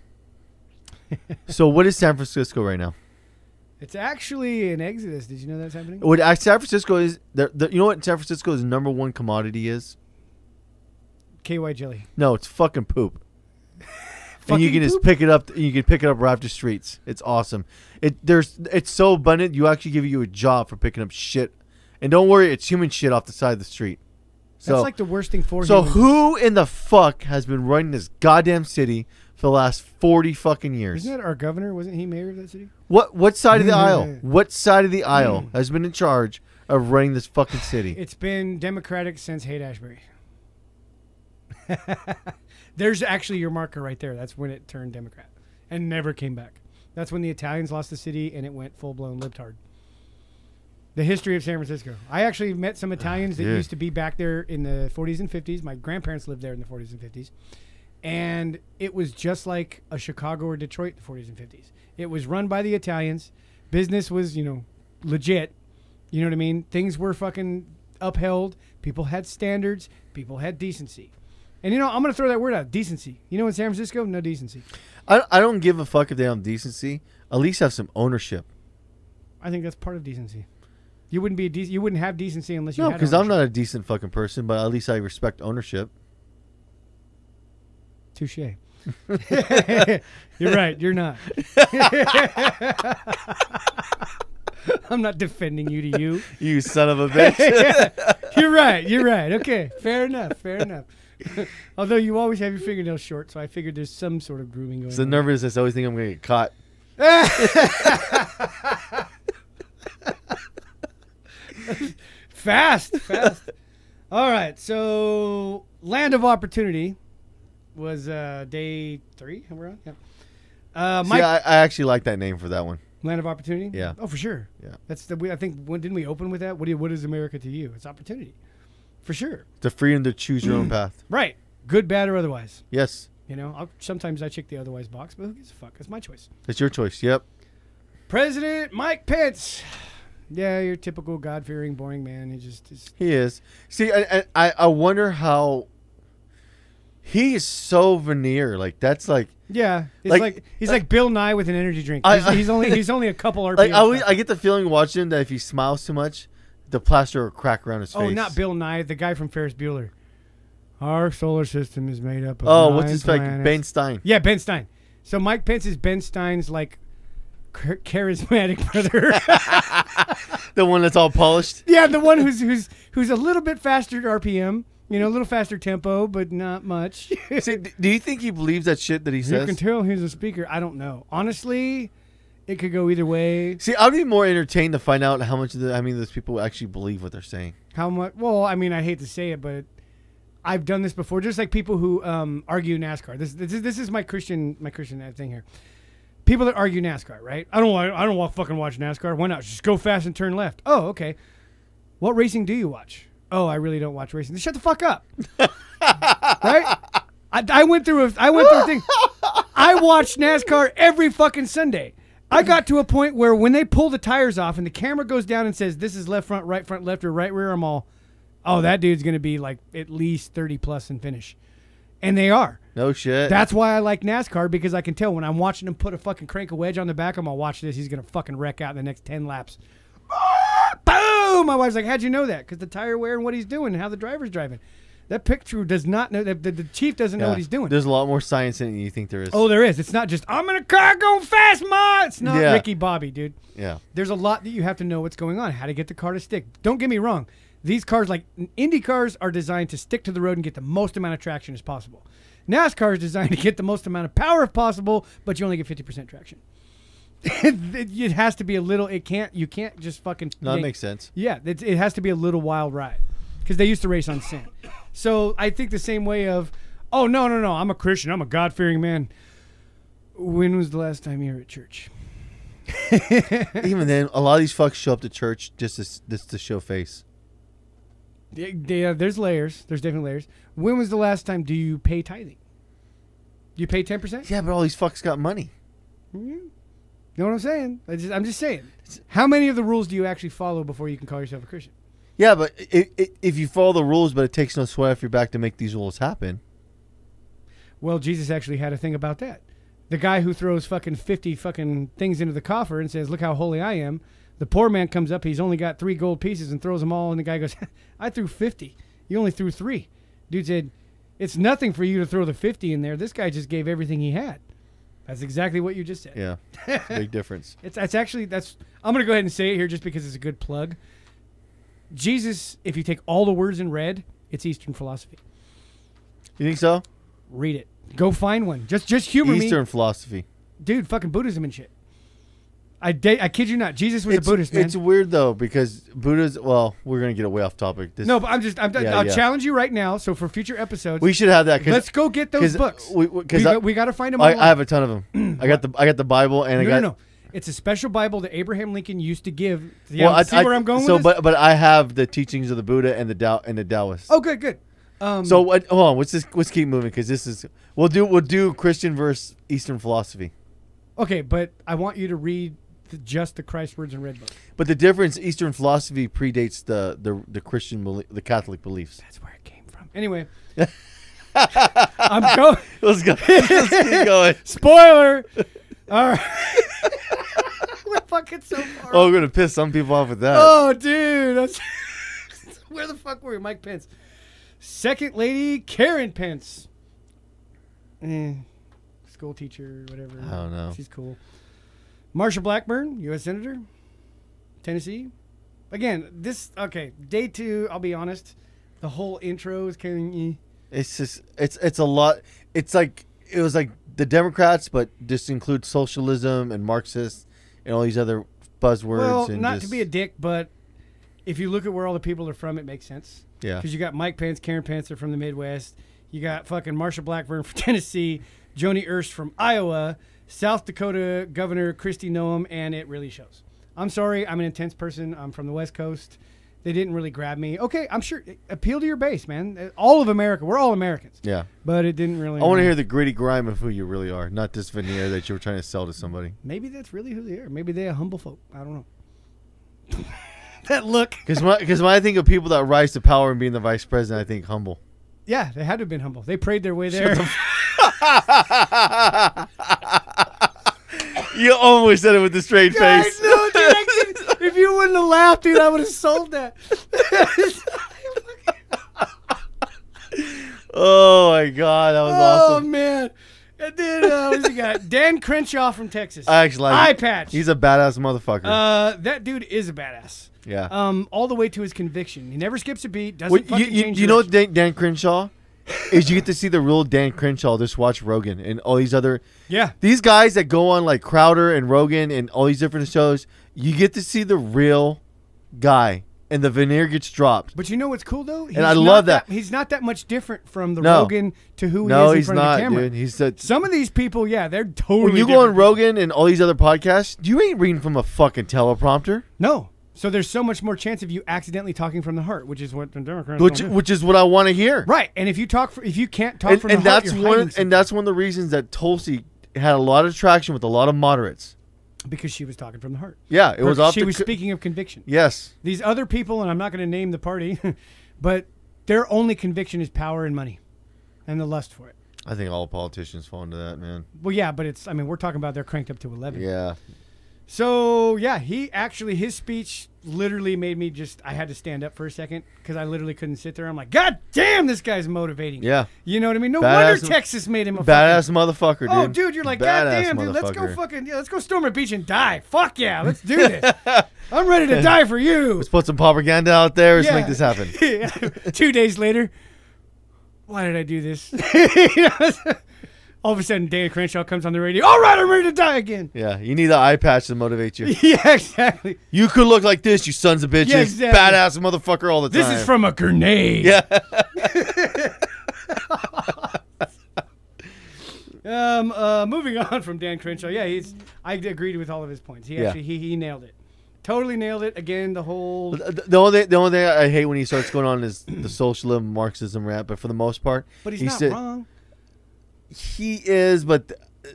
Speaker 2: so what is San Francisco right now?
Speaker 3: It's actually an exodus. Did you know that's happening?
Speaker 2: What uh, San Francisco is? The, the, you know what San Francisco's number one commodity is?
Speaker 3: KY Jelly.
Speaker 2: No, it's fucking poop. and you
Speaker 3: Fucking
Speaker 2: can just
Speaker 3: poop?
Speaker 2: pick it up. You can pick it up right off the streets. It's awesome. It there's it's so abundant. You actually give you a job for picking up shit. And don't worry, it's human shit off the side of the street. So
Speaker 3: that's like the worst thing for
Speaker 2: so
Speaker 3: humans.
Speaker 2: who in the fuck has been running this goddamn city for the last forty fucking years?
Speaker 3: Isn't that our governor? Wasn't he mayor of that city?
Speaker 2: What what side of the aisle? What side of the aisle has been in charge of running this fucking city?
Speaker 3: It's been Democratic since Haight Ashbury. There's actually your marker right there. That's when it turned Democrat and never came back. That's when the Italians lost the city and it went full blown libtard. The history of San Francisco. I actually met
Speaker 2: Ah,
Speaker 3: some Italians that
Speaker 2: dude.
Speaker 3: used to be back there in the 40s and 50s. My grandparents lived there in the 40s and 50s. And it was just like a Chicago or Detroit in the 40s and 50s. It was run by the Italians. Business was, you know, legit. You know what I mean? Things were fucking upheld. People had standards. People had decency. And you know, I'm gonna throw that word out. Decency. You know, in San Francisco, no decency.
Speaker 2: I, I don't give a fuck if they don't have decency. At least have some ownership.
Speaker 3: I think that's part of decency. You wouldn't be a de- you wouldn't have decency unless you.
Speaker 2: No,
Speaker 3: had
Speaker 2: because I'm
Speaker 3: ownership.
Speaker 2: not a decent fucking person, but at least I respect ownership.
Speaker 3: Touche. you're right. You're not. I'm not defending you to you.
Speaker 2: You son of a bitch.
Speaker 3: You're right. You're right. Okay. Fair enough. Fair enough. Although you always have your fingernails short, so I figured there's some sort of grooming going
Speaker 2: it's the
Speaker 3: on.
Speaker 2: nervousness. I always think I'm gonna get caught.
Speaker 3: Fast, fast. All right, so Land of Opportunity was uh, day three. and We're on, yeah. Uh,
Speaker 2: Yeah,
Speaker 3: Mike,
Speaker 2: I, I actually like that name for that one.
Speaker 3: Land of Opportunity.
Speaker 2: Yeah.
Speaker 3: Oh, for sure.
Speaker 2: Yeah.
Speaker 3: That's the. We, I think when didn't we open with that? What do you, What is America to you? It's opportunity, for sure.
Speaker 2: The freedom to choose your own path.
Speaker 3: Right. Good, bad, or otherwise.
Speaker 2: Yes,
Speaker 3: You know, I'll, sometimes I check the otherwise box, but who gives a fuck? It's my choice.
Speaker 2: that's your choice. Yep.
Speaker 3: President Mike Pence. Yeah, your typical God-fearing, boring man. He just is.
Speaker 2: He is. See, I, I- I, I wonder how. He is so veneer. Like that's like
Speaker 3: Yeah, he's like,
Speaker 2: Like-
Speaker 3: he's like Bill Nye with an energy drink.
Speaker 2: I-
Speaker 3: He's, he's only he's only a couple RPMs.
Speaker 2: like I always,
Speaker 3: up.
Speaker 2: I get the feeling watching him that if he smiles too much, the plaster will crack around his
Speaker 3: oh,
Speaker 2: face.
Speaker 3: not Bill Nye, the guy from Ferris Bueller. Our solar system is made up of.
Speaker 2: Oh, what's
Speaker 3: nine
Speaker 2: his face?
Speaker 3: planets.
Speaker 2: Ben Stein.
Speaker 3: Yeah, Ben Stein. So Mike Pence is Ben Stein's like char- charismatic brother.
Speaker 2: The one that's all polished.
Speaker 3: yeah, the one who's who's who's a little bit faster RPM. You know, a little faster tempo, but not much.
Speaker 2: See, d- do you think he believes that shit that he
Speaker 3: You can
Speaker 2: says?
Speaker 3: tell he's a speaker. I don't know. Honestly, it could go either way.
Speaker 2: See, I'd be more entertained to find out how much of the, I mean, those people actually believe what they're saying.
Speaker 3: How much? Well, I mean, I hate to say it, but I've done this before. Just like people who um, argue NASCAR. This this is, this is my Christian my Christian thing here. People that argue NASCAR, right? I don't wa- I don't wa- fucking watch NASCAR. Why not? Just go fast and turn left. Oh, okay. What racing do you watch? Oh, I really don't watch racing. Then shut the fuck up. right? I, I went through a I went through a thing. I watched NASCAR every fucking Sunday. I got to a point where when they pull the tires off and the camera goes down and says this is left front, right front, left or right rear, I'm all, oh that dude's gonna be like at least thirty plus and finish, and they are.
Speaker 2: No shit.
Speaker 3: That's why I like NASCAR because I can tell when I'm watching him put a fucking crank a wedge on the back, I'm gonna watch this. He's gonna fucking wreck out in the next ten laps. Boom! My wife's like, "How'd you know that? Because the tire wear and what he's doing, and how the driver's driving." That picture does not know. The, the, the chief doesn't know
Speaker 2: Yeah.
Speaker 3: what he's doing.
Speaker 2: There's a lot more science in it than you think there is.
Speaker 3: oh, there is. It's not just I'm in a car going fast, ma. It's not
Speaker 2: Yeah.
Speaker 3: Ricky Bobby, dude.
Speaker 2: yeah.
Speaker 3: There's a lot that you have to know what's going on, how to get the car to stick. Don't get me wrong. These cars, like Indy cars, are designed to stick to the road and get the most amount of traction as possible. NASCAR is designed to get the most amount of power if possible, but you only get 50% traction. it it has to be a little, it can't, you can't just fucking.
Speaker 2: No, that
Speaker 3: yank-
Speaker 2: makes sense.
Speaker 3: yeah, it, it has to be a little wild ride because they used to race on sand. So I think the same way of, oh no no no, I'm a Christian, I'm a God fearing man. When was the last time you were at church?
Speaker 2: Even then, a lot of these fucks show up to church just to, s- just to show face.
Speaker 3: Yeah, yeah, uh, there's layers. There's different layers. When was the last time do you pay tithing? You pay ten percent.
Speaker 2: Yeah, but all these fucks got money.
Speaker 3: You know what I'm saying? I just, I'm just saying. How many of the rules do you actually follow before you can call yourself a Christian?
Speaker 2: Yeah, but i i if you follow the rules, but it takes no sweat off your back to make these rules happen.
Speaker 3: Well, Jesus actually had a thing about that. The guy who throws fucking 50 fucking things into the coffer and says, Look how holy I am. The poor man comes up, he's only got three gold pieces and throws them all. And the guy goes, I threw 50. You only threw three. Dude said, It's nothing for you to throw the 50 in there. This guy just gave everything he had. That's exactly what you just said.
Speaker 2: Yeah, it's a big difference.
Speaker 3: It's, it's actually, that's, I'm going to go ahead and say it here just because it's a good plug. Jesus, if you take all the words in red, it's Eastern philosophy.
Speaker 2: You think so?
Speaker 3: Read it. Go find one. Just just humor me.
Speaker 2: Eastern philosophy.
Speaker 3: dude, fucking Buddhism and shit. I da- I kid you not, Jesus was a Buddhist man.
Speaker 2: It's weird though because Buddha's. Well, we're gonna get away off topic. This,
Speaker 3: no, but I'm just I'm,
Speaker 2: Yeah,
Speaker 3: I'll
Speaker 2: yeah.
Speaker 3: challenge you right now. So for future episodes,
Speaker 2: we should have that. Cause,
Speaker 3: let's go get those
Speaker 2: 'cause
Speaker 3: books.
Speaker 2: We, we- 'cause
Speaker 3: we,
Speaker 2: I,
Speaker 3: got, we got to find them.
Speaker 2: I,
Speaker 3: online.
Speaker 2: I have a ton of them. I got the I got the Bible and I
Speaker 3: no,
Speaker 2: got.
Speaker 3: no, no. It's a special Bible that Abraham Lincoln used to give. Yeah,
Speaker 2: Well, I,
Speaker 3: see
Speaker 2: I-
Speaker 3: where I'm going.
Speaker 2: So,
Speaker 3: with this?
Speaker 2: but but I have the teachings of the Buddha and the Tao and the Taoists.
Speaker 3: oh, good, good. Um,
Speaker 2: So what? Hold on. Let's just let's keep moving because this is we'll do we'll do Christian versus Eastern philosophy.
Speaker 3: okay, but I want you to read the, just the Christ words in red book.
Speaker 2: But the difference, Eastern philosophy predates the the, the Christian beli- the Catholic beliefs.
Speaker 3: That's where it came from. Anyway, I'm going.
Speaker 2: Let's go. Let's keep going.
Speaker 3: Spoiler. All right. We're fucking so far.
Speaker 2: Oh, we're gonna piss some people off with that.
Speaker 3: Oh, dude. That's Where the fuck were we? Mike Pence. Second lady, Karen Pence. Eh, school teacher, whatever.
Speaker 2: I don't know.
Speaker 3: She's cool. Marsha Blackburn, U.S. Senator, Tennessee. Again, this, okay, day two, I'll be honest. The whole intro is kind of. eh.
Speaker 2: It's just it's it's a lot. It's like it was like the Democrats, but just include socialism and Marxists and all these other buzzwords.
Speaker 3: Well,
Speaker 2: and
Speaker 3: not to
Speaker 2: just-
Speaker 3: be a dick, but if you look at where all the people are from, it makes sense.
Speaker 2: yeah.
Speaker 3: Because you got Mike Pence, Karen Pence are from the Midwest. You got fucking Marsha Blackburn from Tennessee, Joni Erst from Iowa, South Dakota Governor Kristi Noem, and it really shows. I'm sorry, I'm an intense person. I'm from the West Coast. They didn't really grab me. Okay, I'm sure. uh, Appeal to your base, man. Uh, All of America. We're all Americans.
Speaker 2: Yeah.
Speaker 3: But it didn't really.
Speaker 2: I want to hear the gritty grime of who you really are, not this veneer that you were trying to sell to somebody.
Speaker 3: Maybe that's really who they are. Maybe they're humble folk. I don't know. that look.
Speaker 2: Because when, I- 'cause when I think of people that rise to power and being the vice president, I think humble.
Speaker 3: Yeah, they had to have been humble. They prayed their way there.
Speaker 2: You always said it with a straight
Speaker 3: I
Speaker 2: face.
Speaker 3: know, dude, I could- if you wouldn't have laughed, dude, I would have sold that.
Speaker 2: Oh my god, that was
Speaker 3: oh
Speaker 2: awesome.
Speaker 3: man. And then uh, who's the guy? Dan Crenshaw from Texas.
Speaker 2: I actually like
Speaker 3: Eye
Speaker 2: it.
Speaker 3: patch.
Speaker 2: He's a badass motherfucker.
Speaker 3: uh, that dude is a badass.
Speaker 2: yeah.
Speaker 3: Um, all the way to his conviction. He never skips a beat. Doesn't
Speaker 2: Well, you,
Speaker 3: fucking
Speaker 2: you,
Speaker 3: change.
Speaker 2: you know
Speaker 3: direction.
Speaker 2: Dan, Dan Crenshaw is you get to see the real Dan Crenshaw. Just watch Rogan and all these other
Speaker 3: Yeah.
Speaker 2: these guys that go on like Crowder and Rogan and all these different shows. You get to see the real guy, and the veneer gets dropped.
Speaker 3: But you know what's cool though? He's
Speaker 2: I
Speaker 3: not
Speaker 2: love that.
Speaker 3: He's not that much different from the
Speaker 2: No.
Speaker 3: Rogan to who he
Speaker 2: no,
Speaker 3: is in
Speaker 2: he's
Speaker 3: front
Speaker 2: not,
Speaker 3: of the camera.
Speaker 2: dude. He's a,
Speaker 3: Some of these people, yeah, they're totally.
Speaker 2: when you go
Speaker 3: different.
Speaker 2: on Rogan and all these other podcasts, you ain't reading from a fucking teleprompter,
Speaker 3: no. So there's so much more chance of you accidentally talking from the heart, which is what the Democrats
Speaker 2: which
Speaker 3: don't do.
Speaker 2: which is what I want to hear.
Speaker 3: Right, and if you talk, for, if you can't talk
Speaker 2: and,
Speaker 3: from
Speaker 2: and
Speaker 3: the heart,
Speaker 2: that's
Speaker 3: you're
Speaker 2: one
Speaker 3: hiding something
Speaker 2: and that's one of the reasons that Tulsi had a lot of traction with a lot of moderates.
Speaker 3: because she was talking from the heart.
Speaker 2: Yeah, it was off
Speaker 3: she
Speaker 2: the
Speaker 3: was
Speaker 2: c-
Speaker 3: speaking of conviction.
Speaker 2: Yes.
Speaker 3: These other people, and I'm not going to name the party, but their only conviction is power and money, and the lust for it.
Speaker 2: I think all politicians fall into that, man.
Speaker 3: Well, yeah, but it's I mean we're talking about they're cranked up to eleven.
Speaker 2: Yeah.
Speaker 3: So yeah, he actually his speech literally made me just I had to stand up for a second because I literally couldn't sit there. I'm like, God damn, this guy's motivating.
Speaker 2: Yeah.
Speaker 3: you know what I mean. No
Speaker 2: Badass-
Speaker 3: wonder Texas made him a fucking-
Speaker 2: Badass motherfucker, dude.
Speaker 3: Oh, dude, you're like, God
Speaker 2: Badass
Speaker 3: damn, dude, let's go
Speaker 2: motherfucker.
Speaker 3: fucking, yeah, let's go storm a beach and die. Fuck yeah, let's do this. I'm ready to die for you.
Speaker 2: Let's put some propaganda out there. Let's
Speaker 3: Yeah.
Speaker 2: make this happen.
Speaker 3: Yeah. Two days later, why did I do this? You know, All of a sudden, Dan Crenshaw comes on the radio. All right, I'm ready to die again.
Speaker 2: Yeah, you need the eye patch to motivate you.
Speaker 3: Yeah, exactly.
Speaker 2: You could look like this, you sons of bitches.
Speaker 3: Yeah, exactly.
Speaker 2: Badass motherfucker all the
Speaker 3: This
Speaker 2: time.
Speaker 3: is from a grenade.
Speaker 2: Yeah.
Speaker 3: Um, uh, moving on from Dan Crenshaw. Yeah, he's. I agreed with all of his points. He
Speaker 2: Yeah.
Speaker 3: actually he, he nailed it. Totally nailed it. Again, the whole.
Speaker 2: The the only thing, the only thing I hate when he starts going on is the socialism Marxism rant, but for the most part,
Speaker 3: But he's
Speaker 2: he
Speaker 3: not
Speaker 2: said-
Speaker 3: wrong.
Speaker 2: He is, but uh,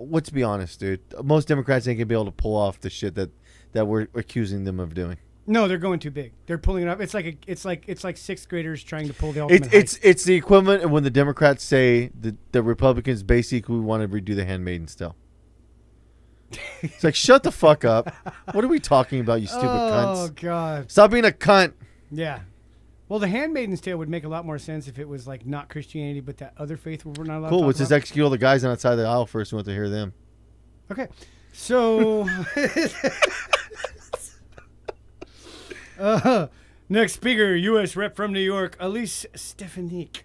Speaker 2: let's be honest, dude. Most Democrats ain't gonna be able to pull off the shit that that we're accusing them of doing.
Speaker 3: No, they're going too big. They're pulling it up. It's like a, it's like it's like sixth graders trying to pull the ultimate.
Speaker 2: It's it's it's the equivalent of when the Democrats say the the Republicans basically want to redo the Handmaid's Tale. It's like shut the fuck up. What are we talking about, you
Speaker 3: height.
Speaker 2: stupid
Speaker 3: Oh
Speaker 2: cunts?
Speaker 3: god,
Speaker 2: Stop being a cunt.
Speaker 3: yeah. Well, the Handmaiden's Tale would make a lot more sense if it was like not Christianity, but that other faith where we're not allowed.
Speaker 2: Cool.
Speaker 3: to
Speaker 2: Let's
Speaker 3: talk
Speaker 2: just
Speaker 3: about.
Speaker 2: execute all the guys on outside the aisle first. We want to hear them.
Speaker 3: Okay, so. uh, next speaker, U.S. Rep from New York, Elise Stefanik.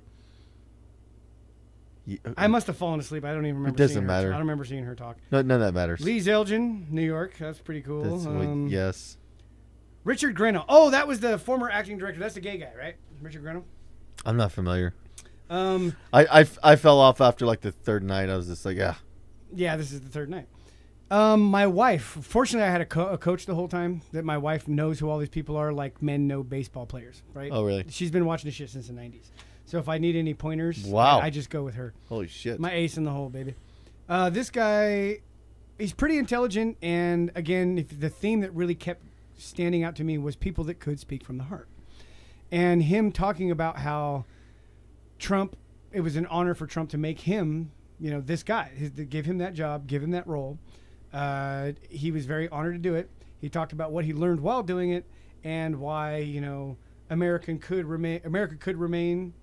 Speaker 2: Ye- uh,
Speaker 3: I must have fallen asleep. I don't even remember.
Speaker 2: doesn't
Speaker 3: seeing her.
Speaker 2: matter.
Speaker 3: I don't remember seeing her talk.
Speaker 2: No, none of that matters.
Speaker 3: Lee Zeldin, New York. That's pretty cool.
Speaker 2: That's what-
Speaker 3: Um,
Speaker 2: yes.
Speaker 3: Richard Grenell. Oh, that was the former acting director. That's the gay guy, right? Richard Grenell.
Speaker 2: I'm not familiar.
Speaker 3: Um,
Speaker 2: I, I f- I fell off after like the third night. I was just like, "Ah, yeah.
Speaker 3: yeah, this is the third night. Um, my wife. Fortunately, I had a, co- a coach the whole time that my wife knows who all these people are, like men know baseball players, right?
Speaker 2: Oh, really?
Speaker 3: She's been watching this shit since the '90s. So if I need any pointers,
Speaker 2: Wow.
Speaker 3: I, I just go with her.
Speaker 2: Holy shit.
Speaker 3: My ace in the hole, baby. Uh, this guy, he's pretty intelligent, and again, if the theme that really kept standing out to me was people that could speak from the heart, and him talking about how Trump it was an honor for Trump to make him, you know, this guy, his, to give him that job, give him that role. Uh, he was very honored to do it. He talked about what he learned while doing it and why you know American could remain America could remain,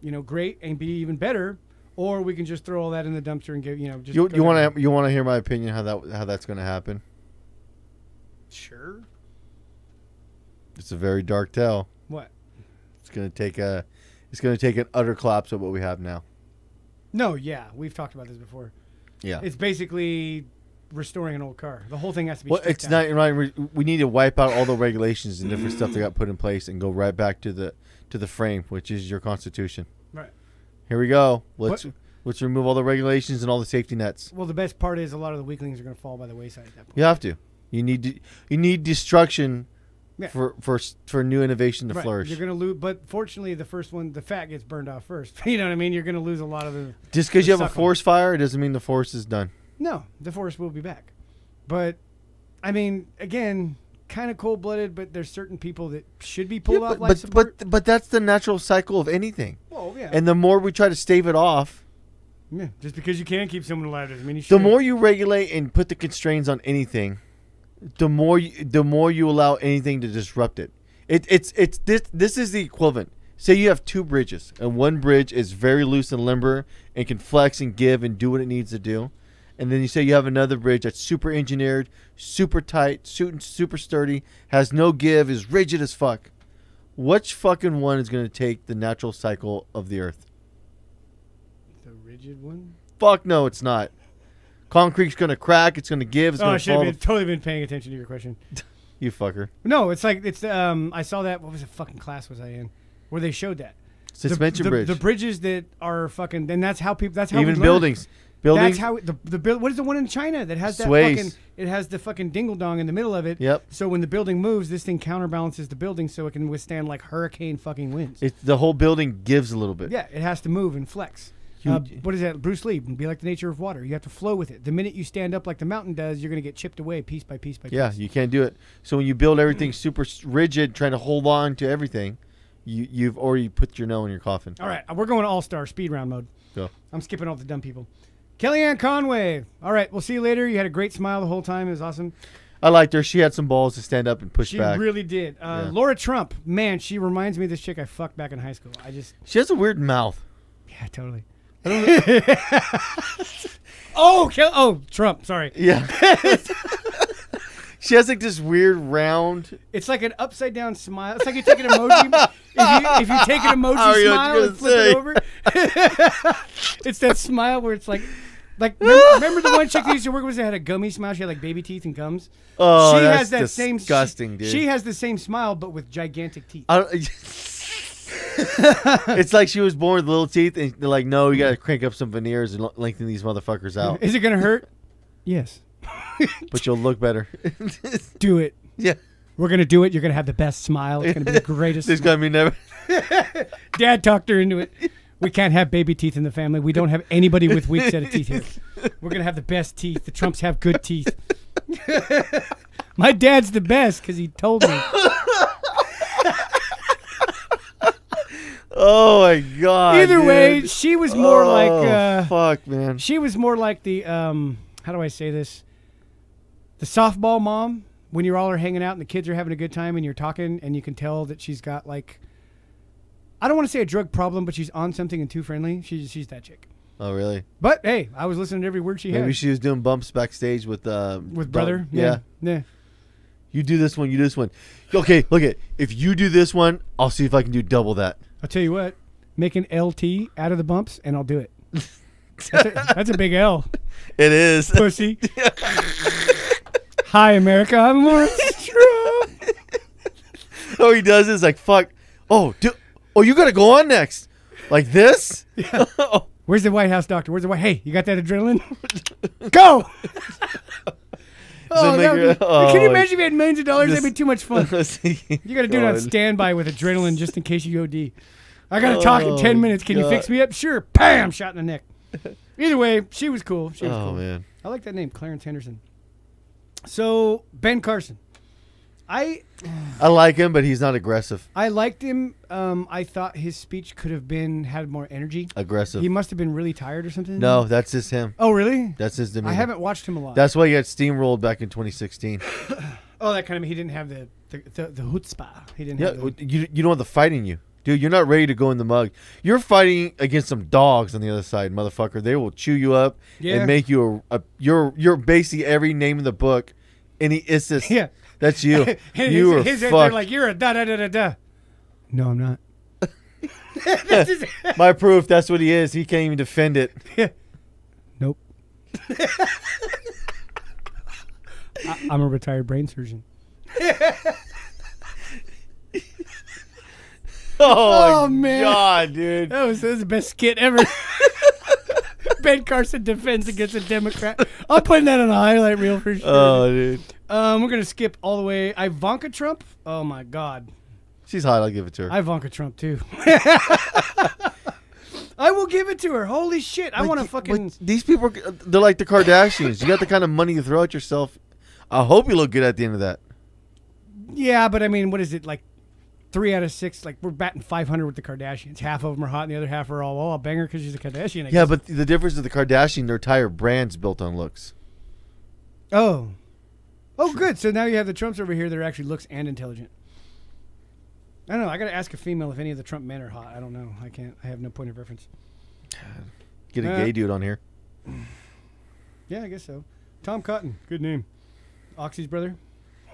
Speaker 3: you know, great and be even better, or we can just throw all that in the dumpster and give you know just
Speaker 2: You
Speaker 3: go
Speaker 2: you
Speaker 3: down.
Speaker 2: want to you want to hear my opinion how that how that's going to happen?
Speaker 3: sure
Speaker 2: It's a very dark tale.
Speaker 3: what
Speaker 2: It's going to take a it's going to take an utter collapse of what we have now.
Speaker 3: no yeah we've talked about this before
Speaker 2: Yeah.
Speaker 3: it's basically restoring an old car the whole thing has to be
Speaker 2: Well,
Speaker 3: stripped
Speaker 2: it's
Speaker 3: down.
Speaker 2: not Ryan. We, we need to wipe out all the regulations and different stuff that got put in place and go right back to the to the frame, which is your Constitution.
Speaker 3: right
Speaker 2: Here we go. Let's
Speaker 3: What-
Speaker 2: let's remove all the regulations and all the safety nets.
Speaker 3: well the best part is a lot of the weaklings are going to fall by the wayside at that point
Speaker 2: You have to. You need to, you need destruction
Speaker 3: Yeah.
Speaker 2: for for s- for new innovation to
Speaker 3: Right,
Speaker 2: flourish.
Speaker 3: you're going to lose but fortunately the first one the fat gets burned off first you know what i mean you're going to lose a lot of the
Speaker 2: Just because
Speaker 3: to
Speaker 2: you have a
Speaker 3: suck 'em.
Speaker 2: forest fire, it doesn't mean the forest is done.
Speaker 3: No, the forest will be back. But I mean, again, kind of cold blooded, but there's certain people that should be pulled
Speaker 2: Yeah,
Speaker 3: off
Speaker 2: but,
Speaker 3: life
Speaker 2: but,
Speaker 3: support.
Speaker 2: but but that's the natural cycle of anything.
Speaker 3: well, oh, yeah.
Speaker 2: And the more we try to stave it off,
Speaker 3: yeah. Just because you can't keep someone alive doesn't mean you
Speaker 2: the
Speaker 3: should.
Speaker 2: more you regulate and put the constraints on anything, the more you, the more you allow anything to disrupt it. it it's it's this this is the equivalent. Say you have two bridges, and one bridge is very loose and limber and can flex and give and do what it needs to do, and then you say you have another bridge that's super engineered, super tight, su- super sturdy, has no give, is rigid as fuck. Which fucking one is going to take the natural cycle of the earth?
Speaker 3: the rigid one.
Speaker 2: Fuck no, it's not. Concrete's gonna crack. It's gonna give. It's
Speaker 3: Oh, I
Speaker 2: gonna
Speaker 3: should have
Speaker 2: fall.
Speaker 3: been,
Speaker 2: to-
Speaker 3: totally been paying attention to your question.
Speaker 2: you fucker.
Speaker 3: No, it's like it's um. I saw that. What was the fucking class was I in? Where they showed that The-
Speaker 2: Suspension
Speaker 3: the,
Speaker 2: bridge.
Speaker 3: The bridges that are fucking. And that's how people. That's how we
Speaker 2: Even
Speaker 3: learn.
Speaker 2: buildings. Buildings.
Speaker 3: That's how the the build. What is the one in China that has that
Speaker 2: Sways.
Speaker 3: fucking? It has the fucking dingle dong in the middle of it.
Speaker 2: Yep.
Speaker 3: So when the building moves, this thing counterbalances the building so it can withstand like hurricane fucking winds.
Speaker 2: it's the whole building gives a little bit.
Speaker 3: yeah, it has to move and flex.
Speaker 2: You-
Speaker 3: Uh, what is that? Bruce Lee. Be like the nature of water. You have to flow with it. The minute you stand up like the mountain does, you're gonna get chipped away piece by piece by
Speaker 2: Yeah,
Speaker 3: piece.
Speaker 2: you can't do it. So when you build everything super s- rigid, trying to hold on to everything, you you've already put your nail in your coffin.
Speaker 3: All right, we're going all star speed round mode.
Speaker 2: Go.
Speaker 3: I'm skipping all the dumb people. Kellyanne Conway. All right, we'll see you later. You had a great smile the whole time. It was awesome.
Speaker 2: I liked her. She had some balls to stand up and push
Speaker 3: She
Speaker 2: back.
Speaker 3: really did. Uh,
Speaker 2: Yeah.
Speaker 3: Laura Trump. Man, she reminds me of this chick I fucked back in high school. I just
Speaker 2: she has a weird mouth.
Speaker 3: Yeah, totally. oh, Kel- oh, Trump. Sorry,
Speaker 2: Yeah. she has like this weird round.
Speaker 3: it's like an upside down smile. It's like you take an emoji. if, you, if you take an
Speaker 2: I was
Speaker 3: emoji smile
Speaker 2: gonna
Speaker 3: and flip
Speaker 2: say.
Speaker 3: it over, it's that smile where it's like, like remember, remember the one chick that used to work with us that had a gummy smile. She had like baby teeth and gums.
Speaker 2: Oh,
Speaker 3: she
Speaker 2: that's
Speaker 3: has that same
Speaker 2: disgusting,
Speaker 3: she,
Speaker 2: dude.
Speaker 3: She has the same smile but with gigantic teeth.
Speaker 2: I don't, it's like she was born with little teeth, and they're like, no, you gotta crank up some veneers and l- lengthen these motherfuckers out,
Speaker 3: Is it gonna hurt? yes.
Speaker 2: but you'll look better.
Speaker 3: Do it.
Speaker 2: yeah,
Speaker 3: We're gonna do it. You're gonna have the best smile. It's gonna be the greatest.
Speaker 2: there's gonna be never.
Speaker 3: Dad talked her into it. We can't have baby teeth in the family. We don't have anybody with weak set of teeth here. We're gonna have the best teeth. The Trumps have good teeth. My dad's the best because he told me.
Speaker 2: Oh my god.
Speaker 3: Either way,
Speaker 2: dude.
Speaker 3: she was more
Speaker 2: Oh,
Speaker 3: like uh,
Speaker 2: fuck, man.
Speaker 3: she was more like the um, how do I say this? The softball mom when you're all are hanging out and the kids are having a good time and you're talking and you can tell that she's got like I don't want to say a drug problem, but she's on something and too friendly. She's she's that chick.
Speaker 2: Oh really?
Speaker 3: But hey, I was listening to every word she had.
Speaker 2: Maybe she was doing bumps backstage with um
Speaker 3: with
Speaker 2: Don-
Speaker 3: brother.
Speaker 2: Yeah.
Speaker 3: yeah, yeah.
Speaker 2: you do this one, you do this one. Okay, look at if you do this one, I'll see if I can do double that.
Speaker 3: I'll tell you what, make an LT out of the bumps, and I'll do it. That's a, that's a big L,
Speaker 2: It is.
Speaker 3: pussy. Hi, America. I'm Lawrence Trump.
Speaker 2: All he does is like, fuck. Oh, do, oh, you gotta go on next, like this. Oh.
Speaker 3: Where's the White House doctor? Where's the White? Hey, you got that adrenaline? Go. oh,
Speaker 2: make
Speaker 3: that would
Speaker 2: her-
Speaker 3: be- can you
Speaker 2: oh,
Speaker 3: imagine if you had millions of dollars?
Speaker 2: this-
Speaker 3: That'd be too much fun. You got to do it on
Speaker 2: God.
Speaker 3: standby with adrenaline just in case you OD. I got to talk in
Speaker 2: Oh,
Speaker 3: 10 minutes. Can you
Speaker 2: God.
Speaker 3: fix me up? Sure. Bam! Shot in the neck. Either way, she was cool. She was
Speaker 2: Oh
Speaker 3: cool.
Speaker 2: man.
Speaker 3: I like that name, Clarence Henderson. So, Ben Carson. I
Speaker 2: I like him, but he's not aggressive.
Speaker 3: I liked him. Um, I thought his speech could have been had more energy.
Speaker 2: Aggressive.
Speaker 3: He must have been really tired or something.
Speaker 2: no, that's just him.
Speaker 3: Oh really?
Speaker 2: That's his
Speaker 3: I
Speaker 2: demeanor.
Speaker 3: haven't watched him a lot.
Speaker 2: That's why he got steamrolled back in 2016.
Speaker 3: oh, that kind of he didn't have the the the, the chutzpah. He didn't.
Speaker 2: Yeah,
Speaker 3: have the,
Speaker 2: you you don't have the fight in you, dude. You're not ready to go in the mug. You're fighting against some dogs on the other side, motherfucker. They will chew you up
Speaker 3: Yeah.
Speaker 2: and make you a, a you're you're basically every name in the book. Any issus,
Speaker 3: Yeah.
Speaker 2: that's you.
Speaker 3: And his,
Speaker 2: you are
Speaker 3: his head, they're
Speaker 2: fucked.
Speaker 3: like you're a da da da da da. No, I'm not. That's his-
Speaker 2: My proof. That's what he is. He can't even defend it.
Speaker 3: nope. I, I'm a retired brain surgeon.
Speaker 2: Oh,
Speaker 3: Oh,
Speaker 2: my
Speaker 3: man.
Speaker 2: god, dude.
Speaker 3: That was, that was the best skit ever. ben Carson defends against a Democrat. I'm putting that on a highlight reel for sure.
Speaker 2: Oh, dude.
Speaker 3: um, we're gonna skip all the way. Ivanka Trump. Oh my God,
Speaker 2: She's hot. I'll give it to her.
Speaker 3: Ivanka Trump too. I will give it to her. Holy shit! I want to
Speaker 2: Like,
Speaker 3: fucking.
Speaker 2: but these people, are, they're like the Kardashians. You got the kind of money you throw at yourself. I hope you look good at the end of that.
Speaker 3: Yeah, but I mean, what is it like? Three out of six. Like we're batting 500 with the Kardashians. Half of them are hot, and the other half are all, oh, I'll bang her because she's a Kardashian. I
Speaker 2: Yeah,
Speaker 3: guess.
Speaker 2: but the difference is the Kardashian, their entire brand's built on looks.
Speaker 3: Oh. Oh, good. So now you have the Trumps over here that are actually looks and intelligent. I don't know. I got to ask a female if any of the Trump men are hot. I don't know. I can't. I have no point of reference.
Speaker 2: Get a
Speaker 3: Yeah.
Speaker 2: gay dude on here.
Speaker 3: Yeah, I guess so. Tom Cotton. Good name. Oxy's brother.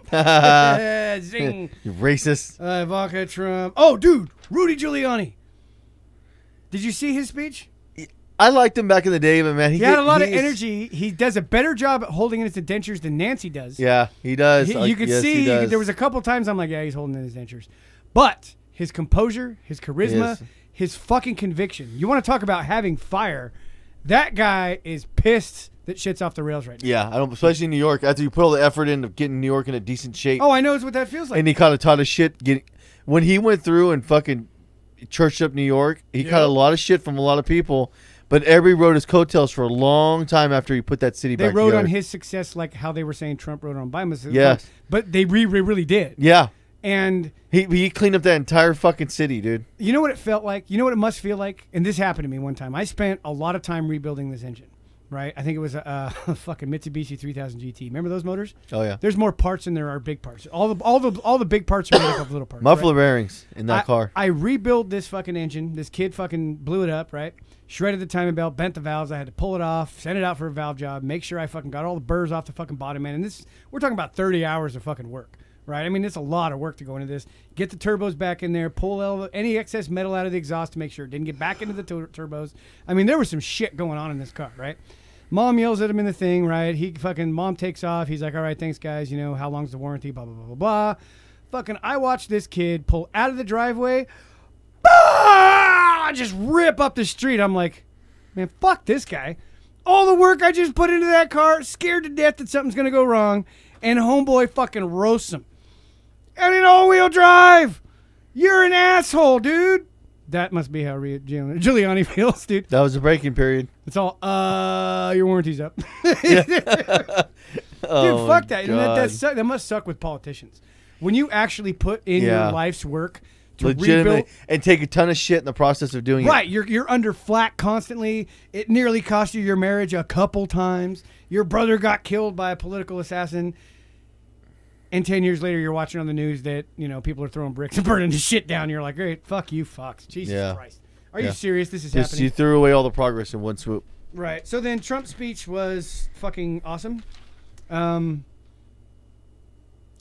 Speaker 2: you
Speaker 3: Eh, zing.
Speaker 2: racist.
Speaker 3: Uh, Ivanka Trump. Oh, dude. Rudy Giuliani. Did you see his speech?
Speaker 2: I liked him back in the day, but man, he,
Speaker 3: He had a
Speaker 2: get-
Speaker 3: lot of
Speaker 2: he is-
Speaker 3: energy. He does a better job at holding in his dentures than Nancy does.
Speaker 2: Yeah, he does.
Speaker 3: He-
Speaker 2: Like,
Speaker 3: you could
Speaker 2: uh, yes, he
Speaker 3: see
Speaker 2: does.
Speaker 3: there was a couple times I'm like, yeah, he's holding in his dentures, but his composure, his charisma,
Speaker 2: Yes.
Speaker 3: his fucking conviction. You want to talk about having fire? That guy is pissed that shit's off the rails right now.
Speaker 2: Yeah, I don't. Especially in New York, after you put all the effort into getting New York in a decent shape,
Speaker 3: Oh, I know it's what that feels like.
Speaker 2: and he kind of taught us shit. Getting, when he went through and fucking churched up New York, he caught a lot of shit from a lot of people. But everybody rode his coattails for a long time after he put that city
Speaker 3: they
Speaker 2: back
Speaker 3: rode on
Speaker 2: together.
Speaker 3: his success like how they were saying Trump rode on Obama's.
Speaker 2: Yes.
Speaker 3: but they re- re- really did.
Speaker 2: Yeah,
Speaker 3: And
Speaker 2: he he cleaned up that entire fucking city, dude.
Speaker 3: you know what it felt like? You know what it must feel like? And this happened to me one time. I spent a lot of time rebuilding this engine, right? I think it was a, a fucking Mitsubishi 3000 GT. Remember those motors?
Speaker 2: Oh yeah,
Speaker 3: There's more parts than there are big parts. All the all the all the big parts are made up of little parts.
Speaker 2: muffler
Speaker 3: right?
Speaker 2: bearings in that
Speaker 3: I,
Speaker 2: car.
Speaker 3: I rebuild this fucking engine. This kid fucking blew it up, right? Shredded the timing belt, bent the valves. I had to pull it off, send it out for a valve job, make sure I fucking got all the burrs off the fucking bottom end. And this, we're talking about 30 hours of fucking work, right? I mean, it's a lot of work to go into this. Get the turbos back in there, pull all- any excess metal out of the exhaust to make sure it didn't get back into the tur- turbos. I mean, there was some shit going on in this car, right? Mom yells at him in the thing, right? He fucking mom takes off. He's like, "All right, thanks guys. You know how long's the warranty? Blah blah blah blah blah." Fucking, I watched this kid pull out of the driveway, ah, just rip up the street. I'm like, man, fuck this guy. All the work I just put into that car, scared to death that something's gonna go wrong, and homeboy fucking roasts him. And in all-wheel drive, you're an asshole, dude. That must be how Ria- Giul- Giuliani feels, dude.
Speaker 2: that was a breaking period.
Speaker 3: It's all, uh, your warranty's up. Dude,
Speaker 2: Oh,
Speaker 3: fuck that. And that, that,
Speaker 2: God.
Speaker 3: suck, that must suck with politicians. When you actually put in
Speaker 2: Yeah.
Speaker 3: your life's work to
Speaker 2: legitimately
Speaker 3: rebuild.
Speaker 2: and take a ton of shit in the process of doing
Speaker 3: Right,
Speaker 2: it.
Speaker 3: you're, you're under flat constantly. It nearly cost you your marriage a couple times. Your brother got killed by a political assassin. And 10 years later, you're watching on the news that, you know, people are throwing bricks and burning the shit down. You're like, great, fuck you, fucks. Jesus
Speaker 2: Yeah.
Speaker 3: Christ. Are
Speaker 2: Yeah.
Speaker 3: you serious? This is
Speaker 2: Just
Speaker 3: happening.
Speaker 2: you threw away all the progress in one swoop.
Speaker 3: Right. So then Trump's speech was fucking awesome. Um,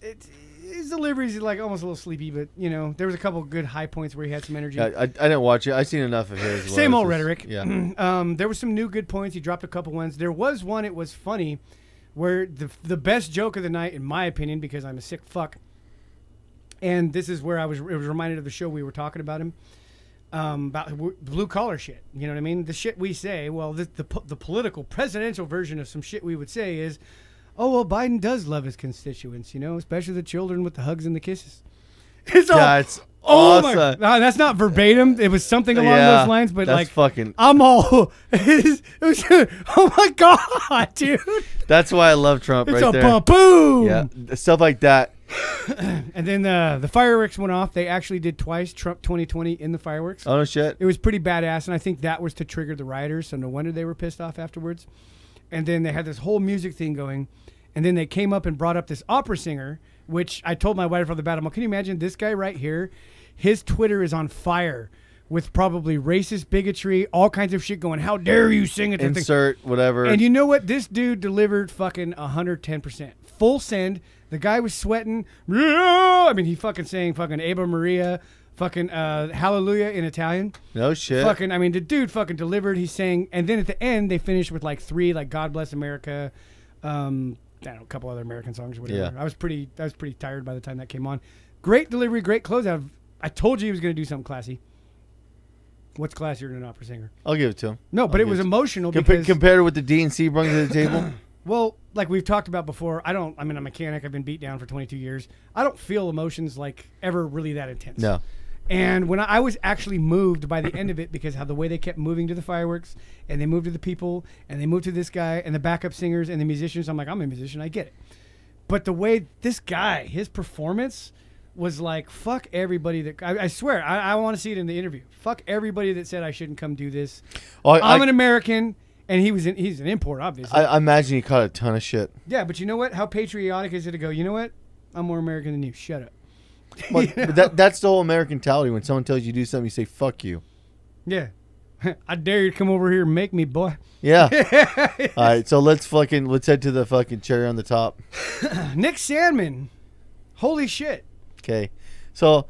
Speaker 3: it, his deliveries is like almost a little sleepy, but you know there was a couple good high points where he had some energy.
Speaker 2: I, I, I didn't watch it. I seen enough of his. as well.
Speaker 3: Same
Speaker 2: It's
Speaker 3: old
Speaker 2: just-
Speaker 3: rhetoric.
Speaker 2: Yeah.
Speaker 3: um, there was some new good points. He dropped a couple ones. There was one. It was funny, where the the best joke of the night, in my opinion, because I'm a sick fuck. And this is where I was. It was reminded of the show we were talking about him, um, about w- blue collar shit. You know what I mean? The shit we say. Well, the the, po- the political presidential version of some shit we would say is, oh well, Biden does love his constituents. You know, especially the children with the hugs and the kisses. It's all.
Speaker 2: Yeah, it's
Speaker 3: Oh
Speaker 2: awesome.
Speaker 3: my! No, that's not verbatim. It was something along
Speaker 2: Yeah,
Speaker 3: those lines, but
Speaker 2: that's
Speaker 3: like
Speaker 2: fucking.
Speaker 3: I'm all. It was, oh my god, dude!
Speaker 2: That's why I love Trump
Speaker 3: It's
Speaker 2: right
Speaker 3: a
Speaker 2: there.
Speaker 3: ba boom.
Speaker 2: Yeah, stuff like that.
Speaker 3: and then uh, the fireworks went off. They actually did twice Trump 2020 in the fireworks.
Speaker 2: Oh no shit.
Speaker 3: It was pretty badass, and I think that was to trigger the rioters. So no wonder they were pissed off afterwards. And then they had this whole music thing going, and then they came up and brought up this opera singer, which I told my wife on the battle. Can you imagine this guy right here? His Twitter is on fire with probably racist bigotry, all kinds of shit going. How dare you sing at the thing?
Speaker 2: Insert whatever.
Speaker 3: And you know what? This dude delivered fucking 110%. Full send. The guy was sweating. Yeah! I mean, he fucking sang fucking Ava Maria, fucking uh, Hallelujah in Italian.
Speaker 2: no shit.
Speaker 3: Fucking, I mean, the dude fucking delivered. He sang. And then at the end, they finished with like three, like God Bless America, um, I don't know, a couple other American songs or whatever.
Speaker 2: Yeah.
Speaker 3: I was pretty, I was pretty tired by the time that came on. Great delivery, great closeout. I told you he was going to do something classy. What's classier than an opera singer?
Speaker 2: I'll give it to him.
Speaker 3: No, but
Speaker 2: I'll
Speaker 3: it
Speaker 2: give
Speaker 3: was
Speaker 2: to him.
Speaker 3: emotional
Speaker 2: Compa-
Speaker 3: because
Speaker 2: compared to what the DNC brings to the table.
Speaker 3: Well, like we've talked about before, I don't. I mean, I'm a mechanic. I've been beat down for 22 years. I don't feel emotions like ever really that intense.
Speaker 2: No.
Speaker 3: And when I, I was actually moved by the end of it because how the way they kept moving to the fireworks and they moved to the people and they moved to this guy and the backup singers and the musicians. I'm like, I'm a musician. I get it. But the way this guy, his performance was like, fuck everybody that I, I swear, I, I want to see it in the interview. Fuck everybody that said I shouldn't come do this.
Speaker 2: Oh, I,
Speaker 3: I'm
Speaker 2: I-
Speaker 3: an American, and he was an, he's an import, obviously.
Speaker 2: I- I imagine he caught a ton of shit.
Speaker 3: Yeah, but you know what? How patriotic is it to go? You know what? I'm more American than you. Shut up.
Speaker 2: But, but that, that's the whole American mentality. When someone tells you to do something, you say "fuck you."
Speaker 3: Yeah. I dare you to come over here and make me, boy.
Speaker 2: Yeah. All right, so let's fucking let's head to the fucking cherry on the top.
Speaker 3: Nick Sandman. Holy shit.
Speaker 2: Okay, so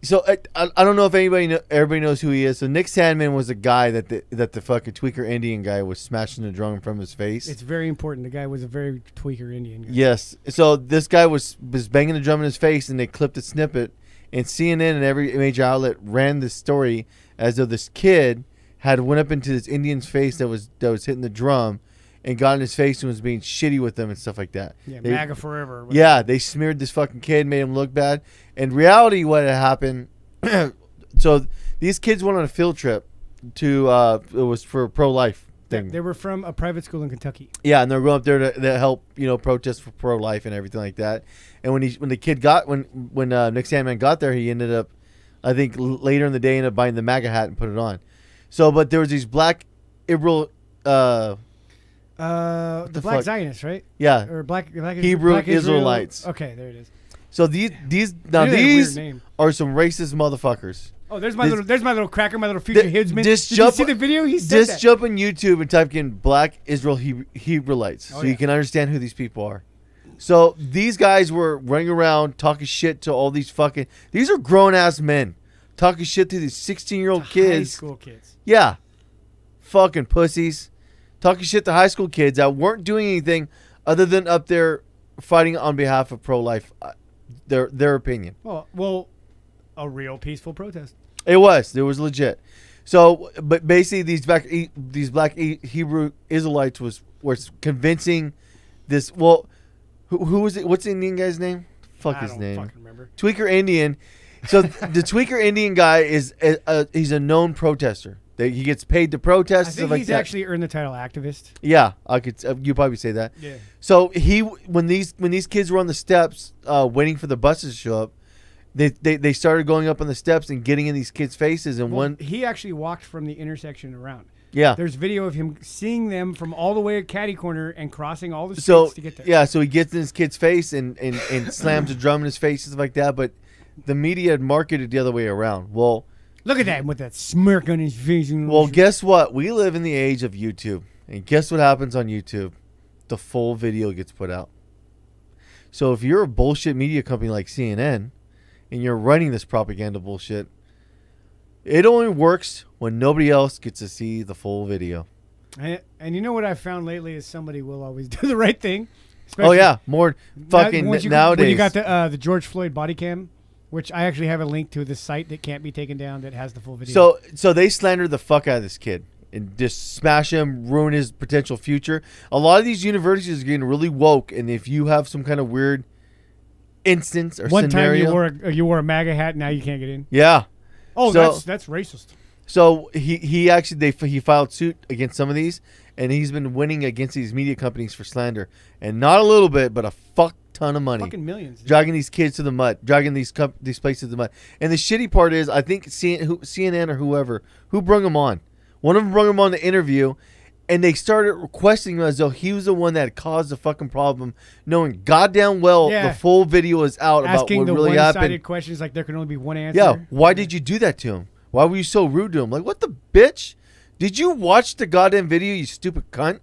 Speaker 2: so I, I, I don't know if anybody know, everybody knows who he is. So Nick Sandman was a guy that the that the fucking tweaker Indian guy was smashing the drum from his face.
Speaker 3: It's very important. The guy was a very tweaker Indian guy.
Speaker 2: Yes. So this guy was was banging the drum in his face, and they clipped a snippet. And CNN and every major outlet ran this story as though this kid had went up into this Indian's face that was that was hitting the drum, and got in his face and was being shitty with him and stuff like that.
Speaker 3: Yeah,
Speaker 2: They-
Speaker 3: MAGA forever. or
Speaker 2: yeah, they smeared this fucking kid, made him look bad. In reality, what had happened? so these kids went on a field trip to uh, it was for pro life
Speaker 3: whatever.
Speaker 2: thing.
Speaker 3: They were from a private school in Kentucky.
Speaker 2: Yeah, and they're going up there to, to help, you know, protest for pro life and everything like that. And when he when the kid got when when uh, Nick Sandman got there, he ended up, I think l- later in the day, ended up buying the MAGA hat and put it on. So, but there was these black, Ibral, uh,
Speaker 3: Uh, the,
Speaker 2: the
Speaker 3: black
Speaker 2: fuck?
Speaker 3: Zionists, right?
Speaker 2: yeah.
Speaker 3: Or black, black
Speaker 2: Hebrew
Speaker 3: black Israel-
Speaker 2: Israelites.
Speaker 3: Okay, there it is.
Speaker 2: So these these now
Speaker 3: They had a weird
Speaker 2: these
Speaker 3: name.
Speaker 2: are some racist motherfuckers.
Speaker 3: Oh, there's my
Speaker 2: This-
Speaker 3: little, there's my little cracker, my little future
Speaker 2: Th-
Speaker 3: headsman.
Speaker 2: this
Speaker 3: Did
Speaker 2: jump-
Speaker 3: you see the video? He said
Speaker 2: Just
Speaker 3: that.
Speaker 2: jump on YouTube and type in Black Israel Heb- Hebrewites,
Speaker 3: Oh,
Speaker 2: so
Speaker 3: yeah.
Speaker 2: you can understand who these people are. So these guys were running around talking shit to all these fucking. These are grown ass men talking shit to these sixteen year old
Speaker 3: High
Speaker 2: kids.
Speaker 3: school kids.
Speaker 2: Yeah, fucking pussies, talking shit to high school kids that weren't doing anything other than up there fighting on behalf of pro life. Their their opinion.
Speaker 3: Well, well, a real peaceful protest.
Speaker 2: It was. It was legit. So, but basically, these black these black E, Hebrew Israelites was was convincing this. Well, who, who was it? What's the Indian guy's name? Fuck
Speaker 3: I
Speaker 2: his
Speaker 3: don't
Speaker 2: name.
Speaker 3: fucking remember.
Speaker 2: Tweaker Indian. So the Tweaker Indian guy is a, a, he's a known protester. That he gets paid to protest.
Speaker 3: I
Speaker 2: stuff
Speaker 3: think
Speaker 2: like
Speaker 3: he's
Speaker 2: that.
Speaker 3: actually earned the title activist.
Speaker 2: Yeah, I could. Uh, you probably say that.
Speaker 3: Yeah.
Speaker 2: So he when these when these kids were on the steps uh, waiting for the buses to show up, they, they they started going up on the steps and getting in these kids' faces and one.
Speaker 3: he actually walked from the intersection around.
Speaker 2: Yeah.
Speaker 3: There's video of him seeing them from all the way at Caddy Corner and crossing all the streets
Speaker 2: so
Speaker 3: to get there.
Speaker 2: yeah, so he gets in his kid's face and and, and slams a drum in his face and stuff like that. But the media had marketed the other way around. Well,
Speaker 3: Look at that with that smirk on his face. and-
Speaker 2: well, guess what? We live in the age of YouTube, and guess what happens on YouTube? The full video gets put out. So if you're a bullshit media company like CNN, and you're running this propaganda bullshit, it only works when nobody else gets to see the full video.
Speaker 3: and, and you know what I've found lately is somebody will always do the right thing.
Speaker 2: Oh
Speaker 3: especially
Speaker 2: yeah, more
Speaker 3: now-
Speaker 2: fucking
Speaker 3: once you,
Speaker 2: nowadays.
Speaker 3: When you got the uh, the George Floyd body cam, which I actually have a link to the site that can't be taken down that has the full video.
Speaker 2: So so they slandered the fuck out of this kid and just smash him, ruin his potential future. A lot of these universities are getting really woke, and if you have some kind of weird instance or
Speaker 3: one time
Speaker 2: scenario,
Speaker 3: you wore a, uh, you wore a MAGA hat, now you can't get in.
Speaker 2: yeah.
Speaker 3: Oh,
Speaker 2: So-
Speaker 3: that's that's racist.
Speaker 2: So he he actually they he filed suit against some of these, and he's been winning against these media companies for slander, and not a little bit, but a fuck ton of money
Speaker 3: Fucking millions. dude.
Speaker 2: dragging these kids to the mud, dragging these comp- these places to the mud. And the shitty part is, I think C- who, CNN or whoever who brung him on, one of them brung him on the interview, and they started requesting him as though he was the one that caused the fucking problem, knowing goddamn well
Speaker 3: Yeah.
Speaker 2: the full video is out
Speaker 3: Asking
Speaker 2: about
Speaker 3: the
Speaker 2: what really
Speaker 3: one-sided
Speaker 2: happened.
Speaker 3: questions like there can only be one answer.
Speaker 2: Yeah, why did you do that to him? Why were you so rude to him? Like, what the bitch? Did you watch the goddamn video, you stupid cunt?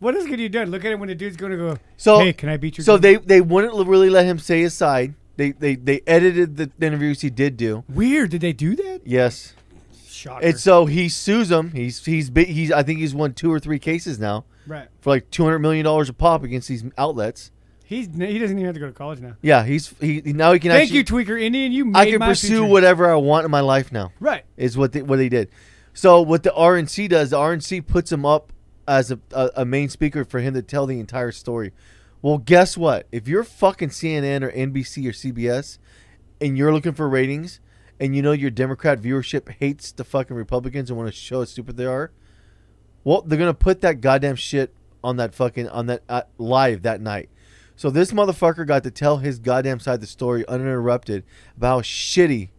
Speaker 3: What else could you do? Look at it when the dude's going to go.
Speaker 2: So
Speaker 3: hey, can I beat your?
Speaker 2: So
Speaker 3: game?"
Speaker 2: they they wouldn't l- really let him say his side. They they they edited the interviews he did do.
Speaker 3: weird. Did they do that?
Speaker 2: Yes,
Speaker 3: Shocker.
Speaker 2: and so he sues him. He's he's bi- he's I think he's won two or three cases now
Speaker 3: right.
Speaker 2: for like two hundred million dollars a pop against these outlets.
Speaker 3: He's he doesn't even have to go to college now.
Speaker 2: Yeah, he's he now he can
Speaker 3: Thank
Speaker 2: actually.
Speaker 3: you, Tweaker Indian. You made
Speaker 2: I can
Speaker 3: my
Speaker 2: pursue
Speaker 3: future.
Speaker 2: whatever I want in my life now.
Speaker 3: Right.
Speaker 2: Is what they, what they did. So what the RNC does, the RNC puts him up as a, a, a main speaker for him to tell the entire story. Well, guess what? If you're fucking CNN or NBC or CBS, and you're looking for ratings, and you know your Democrat viewership hates the fucking Republicans and want to show how stupid they are, well, they're gonna put that goddamn shit on that fucking on that uh, live that night. So this motherfucker got to tell his goddamn side of the story uninterrupted about how shitty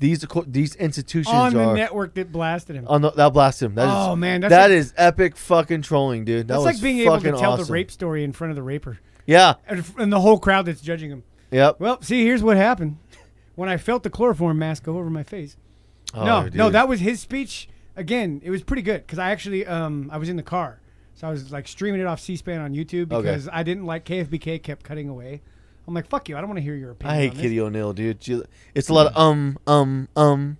Speaker 2: these co- these institutions
Speaker 3: On
Speaker 2: are.
Speaker 3: the network that blasted him.
Speaker 2: on the, Oh, that blast him. That is
Speaker 3: Oh, man, that's
Speaker 2: that's that
Speaker 3: like-
Speaker 2: is epic fucking trolling, dude. That
Speaker 3: That's
Speaker 2: was
Speaker 3: like being able to
Speaker 2: fucking
Speaker 3: tell the
Speaker 2: awesome.
Speaker 3: rape story in front of the raper
Speaker 2: Yeah.
Speaker 3: and, and the whole crowd that's judging him.
Speaker 2: Yep.
Speaker 3: Well, see, here's what happened. When I felt the chloroform mask go over my face.
Speaker 2: Oh,
Speaker 3: no, no,
Speaker 2: dude.
Speaker 3: that was his speech. Again, it was pretty good because I actually um I was in the car, so I was like streaming it off C-SPAN on YouTube
Speaker 2: Okay.
Speaker 3: because I didn't like KFBK kept cutting away. I'm like, fuck you, I don't want to hear your opinion.
Speaker 2: I
Speaker 3: on
Speaker 2: hate
Speaker 3: this.
Speaker 2: Kitty O'Neill, dude. She- It's a lot of um, um, um.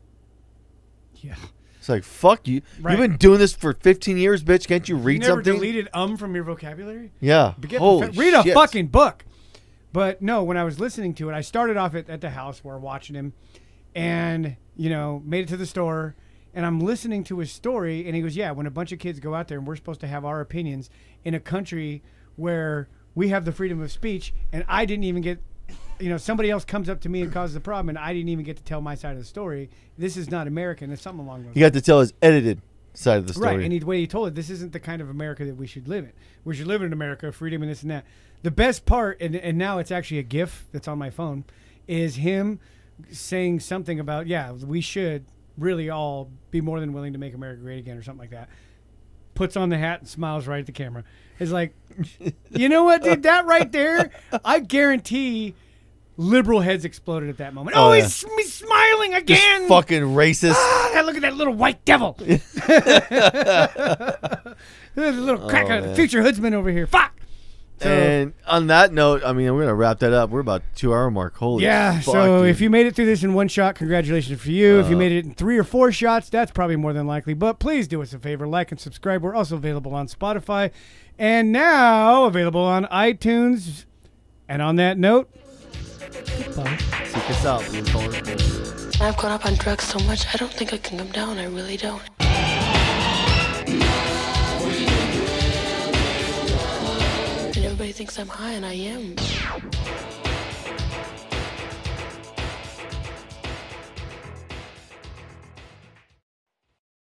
Speaker 3: Yeah,
Speaker 2: It's like fuck you.
Speaker 3: Right.
Speaker 2: You've been doing this for 15 years, bitch. Can't you
Speaker 3: you
Speaker 2: read
Speaker 3: never
Speaker 2: something?
Speaker 3: deleted um from your vocabulary.
Speaker 2: yeah.
Speaker 3: But get
Speaker 2: Holy
Speaker 3: profe- read a
Speaker 2: shit.
Speaker 3: fucking book. But no, when I was listening to it, I started off at, at the house where we're watching him and, you know, made it to the store and I'm listening to his story and he goes, Yeah, when a bunch of kids go out there and we're supposed to have our opinions in a country where we have the freedom of speech and I didn't even get you know, somebody else comes up to me and causes a problem and I didn't even get to tell my side of the story. This is not American. It's something along those
Speaker 2: You got to tell his edited side of the story.
Speaker 3: Right, and he, the way he told it, this isn't the kind of America that we should live in. We should live in America, freedom, and this and that. The best part, and, and now it's actually a GIF that's on my phone, is him saying something about, yeah, we should really all be more than willing to make America great again, or something like that. Puts on the hat and smiles right at the camera. It's like, you know what, dude? That right there, I guarantee liberal heads exploded at that moment. Oh,
Speaker 2: yeah.
Speaker 3: he's, he's smiling
Speaker 2: Just
Speaker 3: again.
Speaker 2: fucking racist.
Speaker 3: Ah, look at that little white devil. Look at the little cracker, the
Speaker 2: Oh, man.
Speaker 3: future hoodsman over here. Fuck. So,
Speaker 2: and on that note, I mean, we're gonna wrap that up. We're about two hour mark. Holy
Speaker 3: yeah.
Speaker 2: fuck, Uh.
Speaker 3: So
Speaker 2: dude.
Speaker 3: if you made it through this in one shot, congratulations for you. if you made it in three or four shots, that's probably more than likely. But please do us a favor, like and subscribe. We're also available on Spotify, and now available on iTunes. And on that note, goodbye.
Speaker 2: seek us out, we inform.
Speaker 4: I've caught up on drugs so much, I don't think I can come down. I really don't. And everybody thinks I'm high, and I am.